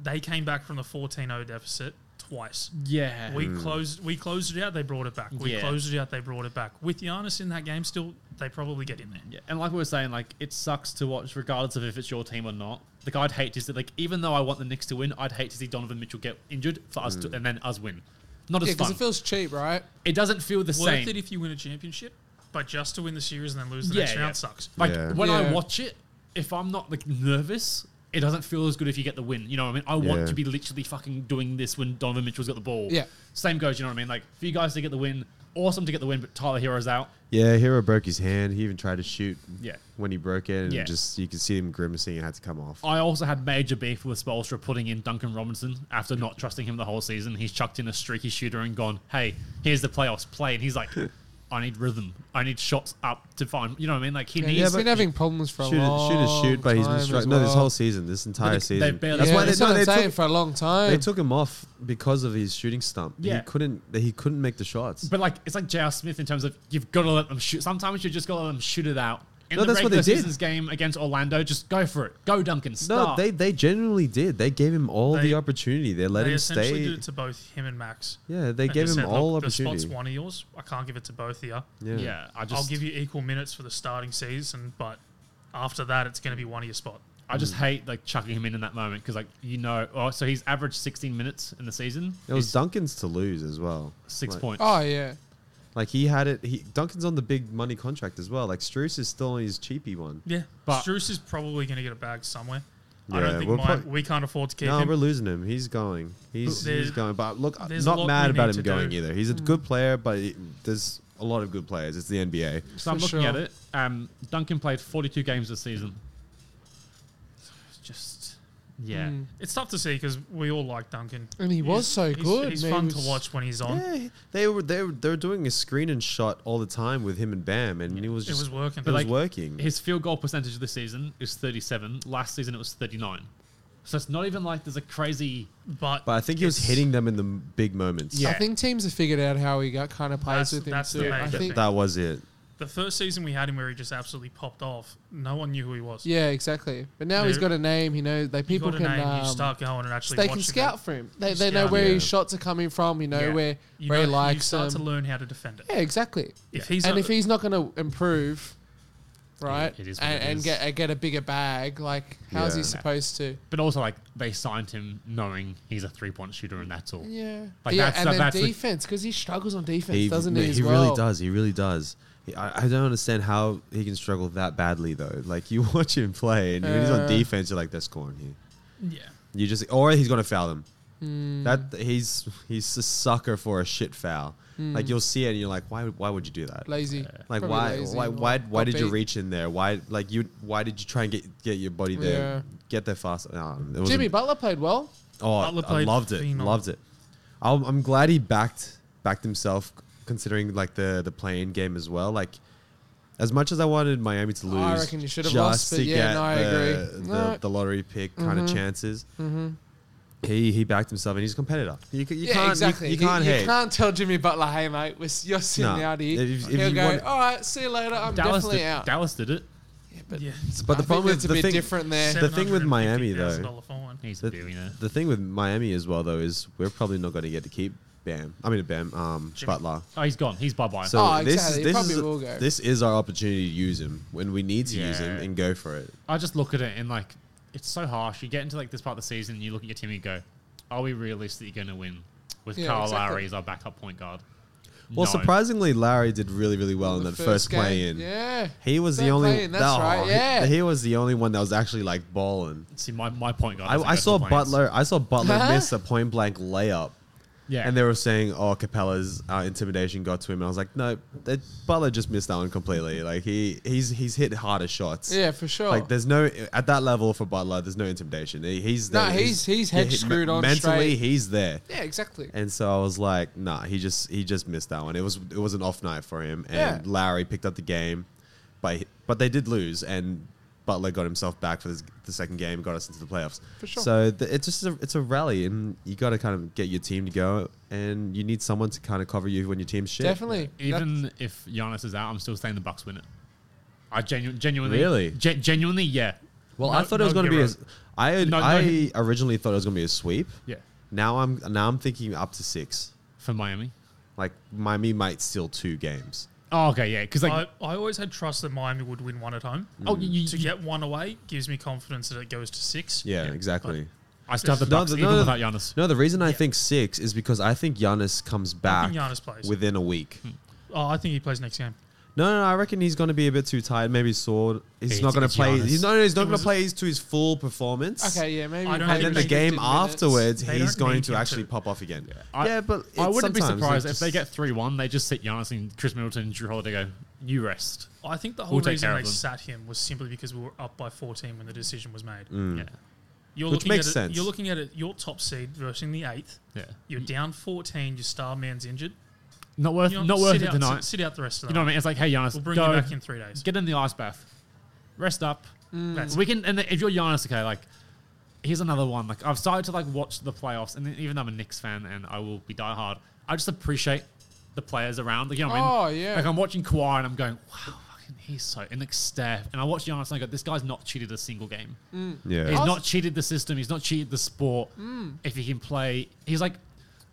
Speaker 3: They came back from the 14-0 deficit twice.
Speaker 4: Yeah.
Speaker 1: Mm.
Speaker 3: We closed we closed it out, they brought it back. We
Speaker 4: Yeah.
Speaker 3: closed it out, they brought it back. With Giannis in that game still, they probably get in there.
Speaker 4: Yeah, and like we were saying, like it sucks to watch, regardless of if it's your team or not. Like I'd hate to see, like even though I want the Knicks to win, I'd hate to see Donovan Mitchell get injured for us
Speaker 1: Mm.
Speaker 4: to, and then us win. Not as
Speaker 2: Yeah, because
Speaker 4: fun.
Speaker 2: it feels cheap, right?
Speaker 4: it doesn't feel the
Speaker 3: Worth
Speaker 4: same.
Speaker 3: it if you win a championship, but just to win the series and then lose the
Speaker 4: Yeah,
Speaker 3: next
Speaker 4: yeah.
Speaker 3: round sucks.
Speaker 4: Like
Speaker 1: Yeah.
Speaker 4: when
Speaker 2: Yeah.
Speaker 4: I watch it, if I'm not like nervous, it doesn't feel as good if you get the win. You know what I mean? I want
Speaker 1: Yeah.
Speaker 4: to be literally fucking doing this when Donovan Mitchell's got the ball.
Speaker 2: Yeah.
Speaker 4: Same goes. You know what I mean? Like for you guys to get the win, awesome to get the win, but Tyler Hero's out.
Speaker 1: Yeah, Hero broke his hand. He even tried to shoot
Speaker 4: Yeah.
Speaker 1: when he broke it, and
Speaker 4: Yeah.
Speaker 1: just you could see him grimacing. It had to come off.
Speaker 4: I also had major beef with Spolstra putting in Duncan Robinson after not trusting him the whole season. He's chucked in a streaky shooter and gone, hey, here's the playoffs, play. And he's like, I need rhythm. I need shots up to find, you know what I mean? Like, he
Speaker 2: Yeah,
Speaker 4: needs.
Speaker 2: he's
Speaker 1: but-
Speaker 2: been having problems for a
Speaker 1: Shoot,
Speaker 2: long
Speaker 1: shoot is shoot, but he's
Speaker 2: time
Speaker 1: been
Speaker 2: as
Speaker 1: struggling. No, this
Speaker 2: well.
Speaker 1: whole season, this entire
Speaker 4: they
Speaker 1: season.
Speaker 4: barely-
Speaker 1: That's
Speaker 2: yeah,
Speaker 1: why they,
Speaker 2: that's
Speaker 1: no,
Speaker 2: what I'm
Speaker 1: they
Speaker 2: saying
Speaker 1: took,
Speaker 2: for a long time.
Speaker 1: they took him off because of his shooting stump.
Speaker 4: Yeah.
Speaker 1: He couldn't. He couldn't make the shots.
Speaker 4: But like, it's like J.R. Smith in terms of you've got to let them shoot. Sometimes you just got to let them shoot it out. In
Speaker 1: No,
Speaker 4: the
Speaker 1: that's what
Speaker 4: regular
Speaker 1: they did.
Speaker 4: season's game against Orlando, just go for it. Go, Duncan.
Speaker 1: no,
Speaker 4: Start.
Speaker 1: they they genuinely did. They gave him all
Speaker 3: They-
Speaker 1: the opportunity. They let
Speaker 3: They
Speaker 1: him
Speaker 3: essentially
Speaker 1: stay.
Speaker 3: did it to both him and Max.
Speaker 1: yeah, they
Speaker 3: and
Speaker 1: gave
Speaker 3: just
Speaker 1: him
Speaker 3: said,
Speaker 1: all
Speaker 3: "Look, The
Speaker 1: opportunity.
Speaker 3: spot's one of yours. I can't give it to both of you.
Speaker 1: Yeah.
Speaker 4: yeah, I just,
Speaker 3: I'll give you equal minutes for the starting season, but after that, it's going to be one of your spot.
Speaker 4: I just hate like chucking him in in that moment because like you know, oh, so he's averaged 16 minutes in the season.
Speaker 1: It was
Speaker 4: He's
Speaker 1: Duncan's to lose as well.
Speaker 4: six
Speaker 1: like,
Speaker 4: points.
Speaker 2: oh yeah,
Speaker 1: Like he had it. He Duncan's on the big money contract as well. Like Struce is still on his cheapy one.
Speaker 3: Yeah,
Speaker 4: But-
Speaker 3: Struce is probably going to get a bag somewhere. I
Speaker 1: Yeah,
Speaker 3: don't think
Speaker 1: we'll
Speaker 3: my,
Speaker 1: prob-
Speaker 3: we can't afford to keep
Speaker 1: No,
Speaker 3: him.
Speaker 1: we're losing him. He's going. He's
Speaker 3: There's-
Speaker 1: he's going. But look, I'm
Speaker 3: there's a lot
Speaker 1: not mad
Speaker 3: we
Speaker 1: about
Speaker 3: need
Speaker 1: him
Speaker 3: to
Speaker 1: going
Speaker 3: do. Mm.
Speaker 1: either. He's a good player, but he- there's a lot of good players. It's the NBA.
Speaker 4: So I'm
Speaker 2: For
Speaker 4: looking
Speaker 2: sure.
Speaker 4: at it. Um, Duncan played 42 games this season.
Speaker 3: It's just
Speaker 4: Yeah.
Speaker 2: Mm.
Speaker 3: it's tough to see because we all like Duncan.
Speaker 2: and he was so
Speaker 3: He's-
Speaker 2: good.
Speaker 3: He's,
Speaker 2: man.
Speaker 3: fun
Speaker 2: He
Speaker 3: to
Speaker 2: was-
Speaker 3: watch when he's on.
Speaker 1: Yeah, they were they were, they were doing a screen and shot all the time with him and Bam, and it was
Speaker 3: It
Speaker 1: just
Speaker 3: was working.
Speaker 1: it was
Speaker 4: like-
Speaker 1: working.
Speaker 4: His field goal percentage this season is 37. Last season it was 39. So it's not even like there's a crazy.
Speaker 3: but
Speaker 1: but I think he was
Speaker 3: it's-
Speaker 1: hitting them in the m- big moments.
Speaker 4: Yeah.
Speaker 2: I think teams have figured out how he got kind of plays
Speaker 3: That's-
Speaker 2: with him
Speaker 3: that's the
Speaker 2: too.
Speaker 3: main
Speaker 2: I
Speaker 3: thing.
Speaker 2: think.
Speaker 1: that was it.
Speaker 3: the first season we had him where he just absolutely popped off. No one knew who he was.
Speaker 2: Yeah, exactly. But now he's
Speaker 3: They're-
Speaker 2: got a name. He knows they
Speaker 3: you
Speaker 2: people
Speaker 3: got a
Speaker 2: can
Speaker 3: name, you
Speaker 2: um,
Speaker 3: start going and actually
Speaker 2: they
Speaker 3: watch
Speaker 2: can
Speaker 3: the
Speaker 2: scout
Speaker 3: game.
Speaker 2: for him. They,
Speaker 3: You
Speaker 2: they know
Speaker 3: scout
Speaker 2: where
Speaker 1: him.
Speaker 2: his
Speaker 1: Yeah.
Speaker 2: shots are coming from. You know
Speaker 4: Yeah.
Speaker 2: where
Speaker 3: You,
Speaker 2: where he
Speaker 3: know- you
Speaker 2: likes
Speaker 3: start
Speaker 2: them.
Speaker 3: to learn how to defend it.
Speaker 2: yeah, exactly.
Speaker 3: If he's
Speaker 2: and
Speaker 3: a-
Speaker 2: if he's not going to improve, right,
Speaker 4: Yeah, it is what
Speaker 2: and,
Speaker 4: it
Speaker 2: and
Speaker 4: is.
Speaker 2: get get a bigger bag, like how is
Speaker 1: Yeah.
Speaker 2: he supposed to?
Speaker 4: But also like they signed him knowing he's a three point shooter and that's all.
Speaker 2: Yeah,
Speaker 4: Like,
Speaker 2: yeah,
Speaker 4: that's-
Speaker 2: and
Speaker 4: that-
Speaker 2: then
Speaker 4: that's the-
Speaker 2: defense because he struggles on defense,
Speaker 1: He,
Speaker 2: doesn't
Speaker 1: no,
Speaker 2: he? as
Speaker 1: he
Speaker 2: well?
Speaker 1: really does. He really does. He- I, I don't understand how he can struggle that badly though. Like you watch him play, and when he's
Speaker 2: Uh.
Speaker 1: on defense, you're like, "That's scoring here."
Speaker 3: yeah.
Speaker 1: You just or he's gonna foul them.
Speaker 2: Hmm.
Speaker 1: That he's he's a sucker for a shit foul. Like you'll see it and you're like, why why would you do that? Like,
Speaker 2: Lazy. Hmm. Probably
Speaker 1: why,
Speaker 2: lazy
Speaker 1: why
Speaker 2: or
Speaker 1: why why
Speaker 2: got
Speaker 1: did you
Speaker 2: beat.
Speaker 1: reach in there? Why like you why did you try and get get your body there?
Speaker 2: Yeah.
Speaker 1: Get there faster. No, it wasn't-
Speaker 2: Jimmy Butler played well.
Speaker 1: Oh, I-
Speaker 3: Butler
Speaker 1: I
Speaker 3: played
Speaker 1: loved it.
Speaker 3: phenomenal.
Speaker 1: Loved it. I'm, I'm glad he backed backed himself considering like the the playing game as well. Like as much as I wanted Miami to lose,
Speaker 2: I reckon you should have
Speaker 1: just
Speaker 2: lost, but
Speaker 1: to
Speaker 2: yeah,
Speaker 1: get
Speaker 2: no, I
Speaker 1: the,
Speaker 2: agree.
Speaker 1: The,
Speaker 2: No. Mm-hmm.
Speaker 1: the lottery pick kind of chances. He he backed himself and he's a competitor. You, c- you
Speaker 2: yeah,
Speaker 1: can't you-
Speaker 2: exactly.
Speaker 1: you, can't
Speaker 2: you,
Speaker 1: hate.
Speaker 2: can't tell Jimmy Butler, hey mate, we're, you're sitting
Speaker 1: No.
Speaker 2: out here.
Speaker 1: If- if
Speaker 2: He'll
Speaker 1: you
Speaker 2: go,
Speaker 1: want-
Speaker 2: all right, see you later. I'm
Speaker 4: Dallas
Speaker 2: definitely
Speaker 4: did,
Speaker 2: out.
Speaker 4: Dallas did it.
Speaker 2: but
Speaker 3: Yeah.
Speaker 1: But the
Speaker 2: I
Speaker 1: problem is
Speaker 2: think that's a
Speaker 1: the
Speaker 2: bit
Speaker 1: thing,
Speaker 2: different there.
Speaker 1: The thing with Miami, though-
Speaker 3: $750,000 fine.
Speaker 4: He's a
Speaker 1: The-
Speaker 4: billionaire.
Speaker 1: the thing with Miami as well though is we're probably not going to get to keep Bam. I mean Bam um,
Speaker 3: Jimmy.
Speaker 1: Butler.
Speaker 4: Oh, he's gone. He's bye bye.
Speaker 1: So
Speaker 2: Oh,
Speaker 1: this
Speaker 2: exactly. He
Speaker 1: is this
Speaker 2: probably
Speaker 1: is
Speaker 2: will go.
Speaker 1: this is our opportunity to use him when we need to use him
Speaker 4: Yeah.
Speaker 1: and go for it.
Speaker 4: I just look at it and like it's so harsh. You get into like this part of the season, and you look at your team, and you go, "Are we realistically going to win with
Speaker 2: Yeah,
Speaker 4: Carl
Speaker 2: exactly.
Speaker 4: Lowry as our backup point guard?"
Speaker 1: Well,
Speaker 4: No.
Speaker 1: surprisingly, Larry did really, really well in
Speaker 2: the
Speaker 1: that first,
Speaker 2: game.
Speaker 1: play in.
Speaker 2: Yeah.
Speaker 1: He was the
Speaker 2: Third
Speaker 1: only.
Speaker 2: play-in, that's
Speaker 1: oh,
Speaker 2: right,
Speaker 1: he-
Speaker 2: yeah.
Speaker 1: He, was the only one that was actually like balling.
Speaker 4: See, my, my point guard.
Speaker 1: I,
Speaker 4: doesn't
Speaker 1: I
Speaker 4: go to
Speaker 1: saw
Speaker 4: the playoffs.
Speaker 1: Butler. I saw Butler
Speaker 2: Huh?
Speaker 1: miss a point blank layup,
Speaker 4: Yeah,
Speaker 1: and they were saying, "Oh, Capella's uh, intimidation got to him." And I was like, "No, that Butler just missed that one completely. Like he he's he's hit harder shots.
Speaker 2: Yeah, for sure.
Speaker 1: Like there's no at that level for Butler. There's no intimidation. He, he's
Speaker 2: No,
Speaker 1: there.
Speaker 2: he's- he's head
Speaker 1: he-
Speaker 2: screwed on
Speaker 1: Mentally,
Speaker 2: straight.
Speaker 1: he's there.
Speaker 2: yeah, exactly.
Speaker 1: And so I was like, nah, he just he just missed that one. It was it was an off night for him. And
Speaker 2: Yeah.
Speaker 1: Lowry picked up the game, but but they did lose, and Butler got himself back for this, the second game, got us into the playoffs.
Speaker 2: For sure.
Speaker 1: So the, it's just a, it's a rally, and you got to kind of get your team to go, and you need someone to kind of cover you when your team's shit.
Speaker 2: Definitely.
Speaker 4: Even if Giannis is out, I'm still saying the Bucks win it. I genu- genuinely,
Speaker 1: Really?
Speaker 4: ge- genuinely, yeah,
Speaker 1: Well,
Speaker 3: No-
Speaker 1: I thought it was
Speaker 3: no
Speaker 1: going to be. A,
Speaker 3: hero.
Speaker 1: s- I
Speaker 4: No- no
Speaker 1: I
Speaker 4: he-
Speaker 1: originally thought it was going to be a sweep.
Speaker 4: yeah,
Speaker 1: Now I'm now I'm thinking up to six.
Speaker 4: for Miami.
Speaker 1: Like Miami might steal two games.
Speaker 4: Oh, okay, yeah, because like,
Speaker 3: I, I always had trust that Miami would win one at home.
Speaker 4: oh, you, you,
Speaker 3: To get one away gives me confidence that it goes to six.
Speaker 1: Yeah,
Speaker 4: Yeah.
Speaker 1: exactly.
Speaker 4: I still have the
Speaker 1: No,
Speaker 4: Bucks
Speaker 1: the-
Speaker 4: even
Speaker 1: no,
Speaker 4: without Giannis.
Speaker 1: No, the reason I think six is because I think Giannis comes
Speaker 3: I
Speaker 1: back
Speaker 3: think Giannis plays.
Speaker 1: within a week.
Speaker 3: oh, I think he plays next game.
Speaker 1: No, no, I reckon he's going to be a bit too tired. Maybe sore. He's
Speaker 4: It's-
Speaker 1: not going to
Speaker 4: it's
Speaker 1: play.
Speaker 4: Giannis.
Speaker 1: He's not. He's not
Speaker 3: It
Speaker 1: going
Speaker 3: was-
Speaker 1: to play to his full performance.
Speaker 2: Okay, yeah, maybe.
Speaker 3: I don't
Speaker 1: And then the
Speaker 3: Maybe
Speaker 1: game
Speaker 2: 15 minutes.
Speaker 1: afterwards,
Speaker 3: They
Speaker 1: he's
Speaker 3: don't
Speaker 1: going
Speaker 3: need
Speaker 1: to
Speaker 3: him
Speaker 1: actually
Speaker 3: to.
Speaker 1: pop off again. Yeah,
Speaker 4: I-
Speaker 1: but
Speaker 4: I
Speaker 1: it's
Speaker 4: wouldn't be
Speaker 1: sometimes,
Speaker 4: surprised
Speaker 1: like,
Speaker 4: if they
Speaker 1: just-
Speaker 4: get three one. They just sit Giannis and Chris Middleton and Drew Holiday. Go, you rest.
Speaker 3: I think the whole
Speaker 4: We'll take
Speaker 3: reason
Speaker 4: care
Speaker 3: they
Speaker 4: of them.
Speaker 3: sat him was simply because we were up by 14 when the decision was made.
Speaker 1: Hmm.
Speaker 4: Yeah,
Speaker 3: You're
Speaker 1: Which
Speaker 3: looking
Speaker 1: makes
Speaker 3: at it,
Speaker 1: sense.
Speaker 3: You're looking at it. Your top seed versus the eighth.
Speaker 4: yeah.
Speaker 3: You're down 14. Your star man's injured.
Speaker 4: Not worth,
Speaker 3: You know,
Speaker 4: not worth
Speaker 3: sit
Speaker 4: it
Speaker 3: out,
Speaker 4: tonight.
Speaker 3: Sit, sit out the rest of
Speaker 4: You
Speaker 3: the
Speaker 4: know
Speaker 3: night.
Speaker 4: what I mean? It's like, hey, Giannis,
Speaker 3: We'll bring
Speaker 4: go
Speaker 3: you back in three days.
Speaker 4: get in the ice bath, rest up.
Speaker 2: Mm.
Speaker 3: That's
Speaker 4: We can, and then if you're Giannis, okay, like here's another one. Like I've started to like watch the playoffs, and then even though I'm a Knicks fan and I will be diehard, I just appreciate the players around. Like, you know what I
Speaker 2: Oh,
Speaker 4: mean?
Speaker 2: yeah.
Speaker 4: Like I'm watching Kawhi and I'm going, wow, fucking, he's so and like Steph, and I watch Giannis and I go, this guy's not cheated a single game.
Speaker 1: Yeah.
Speaker 4: He's
Speaker 2: Also- Hmm.
Speaker 4: not cheated the system. He's not cheated the sport. If he can play, he's like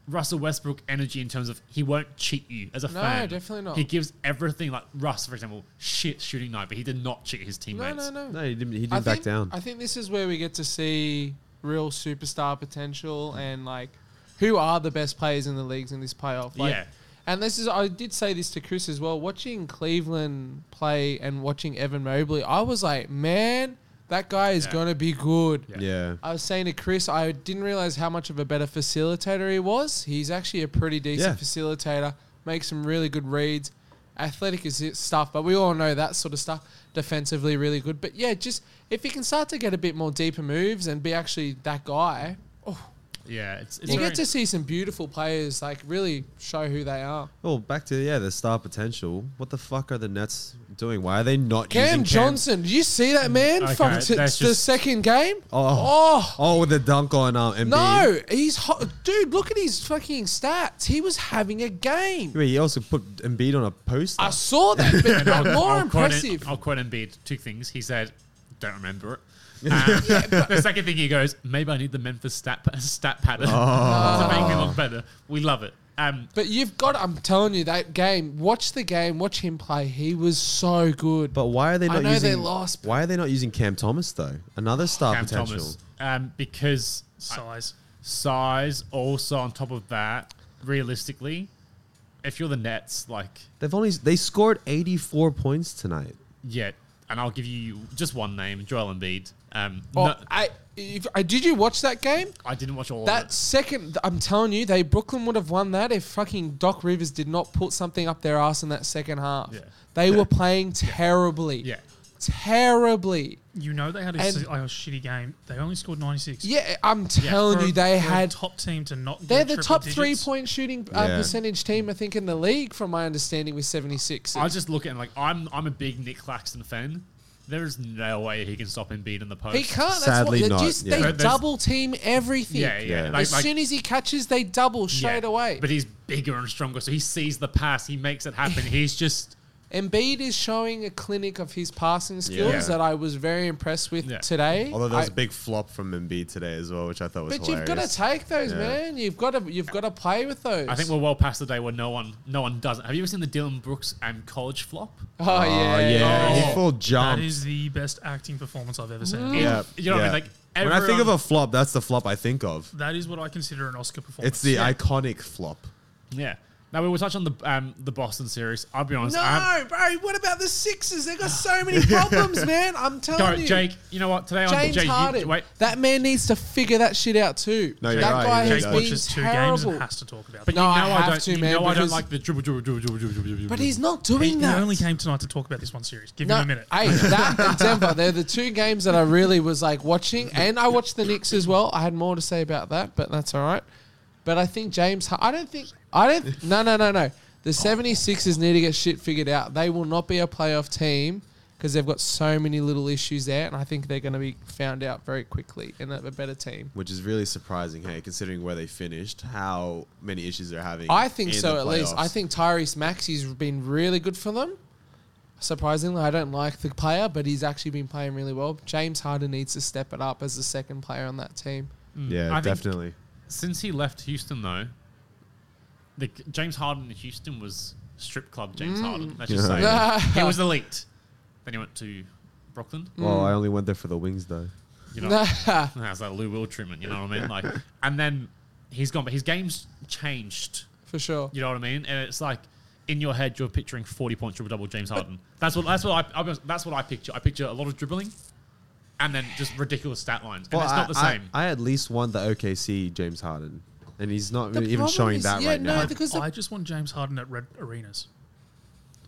Speaker 4: Russell Westbrook energy in terms of he won't cheat you as a
Speaker 2: No,
Speaker 4: fan.
Speaker 2: definitely not.
Speaker 4: He gives everything. Like Russ, for example, shit shooting night, but he did not cheat his
Speaker 2: No, no,
Speaker 4: teammates.
Speaker 2: no.
Speaker 1: No, he didn't. He didn't
Speaker 2: I
Speaker 1: back
Speaker 2: think,
Speaker 1: down.
Speaker 2: I think this is where we get to see real superstar potential and like who are the best players in the leagues in this playoff. Like,
Speaker 4: Yeah.
Speaker 2: And this is I did say this to Chris as well. Watching Cleveland play and watching Evan Mobley, I was like, man, that guy is
Speaker 4: Yeah.
Speaker 2: gonna be good.
Speaker 4: Yeah.
Speaker 1: yeah.
Speaker 2: I was saying to Chris, I didn't realize how much of a better facilitator he was. He's actually a pretty decent
Speaker 1: Yeah.
Speaker 2: facilitator, makes some really good reads, athletic is it- stuff, but we all know that sort of stuff. Defensively, really good. But yeah, just if he can start to get a bit more deeper moves and be actually that guy, oh,
Speaker 4: Yeah, it's, it's
Speaker 2: you
Speaker 4: very-
Speaker 2: get to see some beautiful players like really show who they are.
Speaker 1: Well, Oh, back to yeah, the star potential. What the fuck are the Nets doing? Why are they not
Speaker 2: Cam
Speaker 1: using
Speaker 2: Johnson, did you see that man
Speaker 4: Okay,
Speaker 2: from t-
Speaker 4: that's
Speaker 2: the
Speaker 4: just-
Speaker 2: second game?
Speaker 1: Oh.
Speaker 2: oh.
Speaker 1: Oh, with the dunk on um, Embiid.
Speaker 2: No, he's hot. Dude, look at his fucking stats. He was having a game.
Speaker 1: Wait, he also put Embiid on a poster.
Speaker 2: I saw that, but
Speaker 4: And I'll,
Speaker 2: more
Speaker 4: I'll
Speaker 2: impressive.
Speaker 4: Quote, I'll quote Embiid two things. He said, "Don't remember it." Uh, the second thing he goes, "Maybe I need the Memphis stat pa- stat pattern
Speaker 1: Oh.
Speaker 4: to make me look better." We love it. Um,
Speaker 2: but you've got, I'm telling you, that game. Watch the game. Watch him play. He was so good.
Speaker 1: but why are they
Speaker 2: I
Speaker 1: not
Speaker 2: know
Speaker 1: using?
Speaker 2: they lost, but-
Speaker 1: Why are they not using Cam Thomas though? Another star
Speaker 4: Cam
Speaker 1: potential.
Speaker 4: Thomas, um, because
Speaker 3: size.
Speaker 4: size. Also, on top of that, realistically, if you're the Nets, like
Speaker 1: They've only they scored 84 points tonight.
Speaker 4: yeah, and I'll give you just one name, Joel Embiid. Um,
Speaker 2: oh,
Speaker 4: no,
Speaker 2: I, if, I, did you watch that game?
Speaker 4: I didn't watch all
Speaker 2: That
Speaker 4: of
Speaker 2: second, I'm telling you, they Brooklyn would have won that if fucking Doc Rivers did not put something up their ass in that second half.
Speaker 4: Yeah.
Speaker 2: They were playing terribly.
Speaker 4: it. Yeah,
Speaker 2: Terribly.
Speaker 3: You know they had a,
Speaker 2: And-
Speaker 3: si- like a shitty game. They only scored 96.
Speaker 2: Yeah, I'm
Speaker 4: Yeah.
Speaker 2: telling
Speaker 3: For a-
Speaker 2: you, they
Speaker 3: for a
Speaker 2: had
Speaker 3: top team to not.
Speaker 2: They're
Speaker 3: get
Speaker 2: the
Speaker 3: triple
Speaker 2: top
Speaker 3: digits.
Speaker 2: three point shooting uh,
Speaker 1: Yeah.
Speaker 2: percentage team, I think, in the league, from my understanding, with 76.
Speaker 4: I just look at him like I'm. I'm a big Nick Claxton fan. There is no way he can stop Embiid in the post.
Speaker 2: he can't. That's
Speaker 1: Sadly
Speaker 2: what, they
Speaker 1: not,
Speaker 2: Just,
Speaker 1: yeah.
Speaker 2: They
Speaker 4: But there's-
Speaker 2: double team everything.
Speaker 4: Yeah, yeah.
Speaker 1: Yeah.
Speaker 4: Like,
Speaker 2: as
Speaker 4: like-
Speaker 2: soon as he catches, they double
Speaker 4: yeah.
Speaker 2: straight away.
Speaker 4: But he's bigger and stronger, so he sees the pass. He makes it happen. He's just
Speaker 2: Embiid is showing a clinic of his passing skills
Speaker 4: Yeah.
Speaker 2: that I was very impressed with
Speaker 4: Yeah.
Speaker 2: today.
Speaker 1: Although there was
Speaker 2: I-
Speaker 1: a big flop from Embiid today as well, which I thought was
Speaker 2: but you've
Speaker 1: hilarious.
Speaker 2: got to take those,
Speaker 1: Yeah.
Speaker 2: man. You've got to you've got to play with those.
Speaker 4: I think we're well past the day where no one, no one doesn't. Have you ever seen the Dylan Brooks and college flop?
Speaker 2: oh yeah, yeah.
Speaker 1: he full jump.
Speaker 3: That is the best acting performance I've ever seen.
Speaker 2: Mm.
Speaker 1: yeah,
Speaker 4: You know what I
Speaker 1: yeah.
Speaker 4: mean? Like
Speaker 1: when I think of
Speaker 4: everyone-
Speaker 1: a flop, that's the flop I think of.
Speaker 3: That is what I consider an Oscar performance.
Speaker 1: It's the iconic flop.
Speaker 4: yeah. Now we will touch on the um, the Boston series. I'll be honest.
Speaker 2: No,
Speaker 4: I'm-
Speaker 2: bro. What about the Sixers? They've got so many problems, man. I'm telling
Speaker 4: Go,
Speaker 2: you.
Speaker 4: Jake. You know what? Today on
Speaker 2: James
Speaker 4: Jake, you-
Speaker 2: Harden.
Speaker 4: wait.
Speaker 2: that man needs to figure that shit out too.
Speaker 1: No,
Speaker 2: that
Speaker 1: you're right,
Speaker 2: guy
Speaker 1: he
Speaker 2: has
Speaker 3: Jake
Speaker 1: does.
Speaker 2: been
Speaker 3: watches two games
Speaker 2: terrible.
Speaker 3: and has to talk about
Speaker 4: But
Speaker 3: it.
Speaker 2: No,
Speaker 4: you
Speaker 2: I
Speaker 4: know I,
Speaker 2: have
Speaker 4: don't.
Speaker 2: to,
Speaker 4: you
Speaker 2: man,
Speaker 4: know I don't
Speaker 2: because-
Speaker 4: like the dribble, dribble, dribble, dribble, dribble, dribble.
Speaker 2: but
Speaker 4: dribble.
Speaker 2: he's not
Speaker 3: He,
Speaker 2: doing
Speaker 3: he
Speaker 2: that.
Speaker 3: only came tonight to talk about this one series. Give
Speaker 2: no,
Speaker 3: him a minute.
Speaker 2: hey, that and Denver, they're the two games that I really was like watching, and I watched the Knicks as well. I had more to say about that, but that's all right. But I think James, Har- I don't think, I don't, no, no, no, no. The 76ers need to get shit figured out. They will not be a playoff team because they've got so many little issues there, and I think they're going to be found out very quickly and have a better team.
Speaker 1: Which is really surprising, hey, considering where they finished, how many issues they're having.
Speaker 2: I think
Speaker 1: in
Speaker 2: so,
Speaker 1: the
Speaker 2: at least. I
Speaker 1: playoffs.
Speaker 2: think Tyrese Maxey's been really good for them. Surprisingly, I don't like the player, but he's actually been playing really well. James Harden needs to step it up as the second player on that team.
Speaker 1: Yeah,
Speaker 4: I think-
Speaker 1: definitely.
Speaker 4: Since he left Houston, though, the James Harden in Houston was strip club
Speaker 2: Mm.
Speaker 4: James Harden. Let's just say
Speaker 2: Yeah.
Speaker 4: he was elite. Then he went to Brooklyn.
Speaker 2: Mm.
Speaker 1: Well, I only went there for the wings, though.
Speaker 4: You know, how's that Lou Will treatment? You know what I mean? Like, and then he's gone, but his game's changed.
Speaker 2: for sure.
Speaker 4: You know what I mean? And it's like in your head, you're picturing forty point triple double James Harden. That's what that's what I I'll be honest, that's what I picture. I picture a lot of dribbling, and then just ridiculous stat lines. And it's
Speaker 1: I,
Speaker 4: not the
Speaker 1: I-
Speaker 4: same.
Speaker 1: I, at least want the OKC James Harden, and he's not
Speaker 2: The
Speaker 1: really even
Speaker 2: problem
Speaker 1: showing
Speaker 2: is-
Speaker 1: that
Speaker 2: yeah,
Speaker 1: right
Speaker 2: no,
Speaker 1: now.
Speaker 2: the- because
Speaker 3: I just want James Harden at red arenas.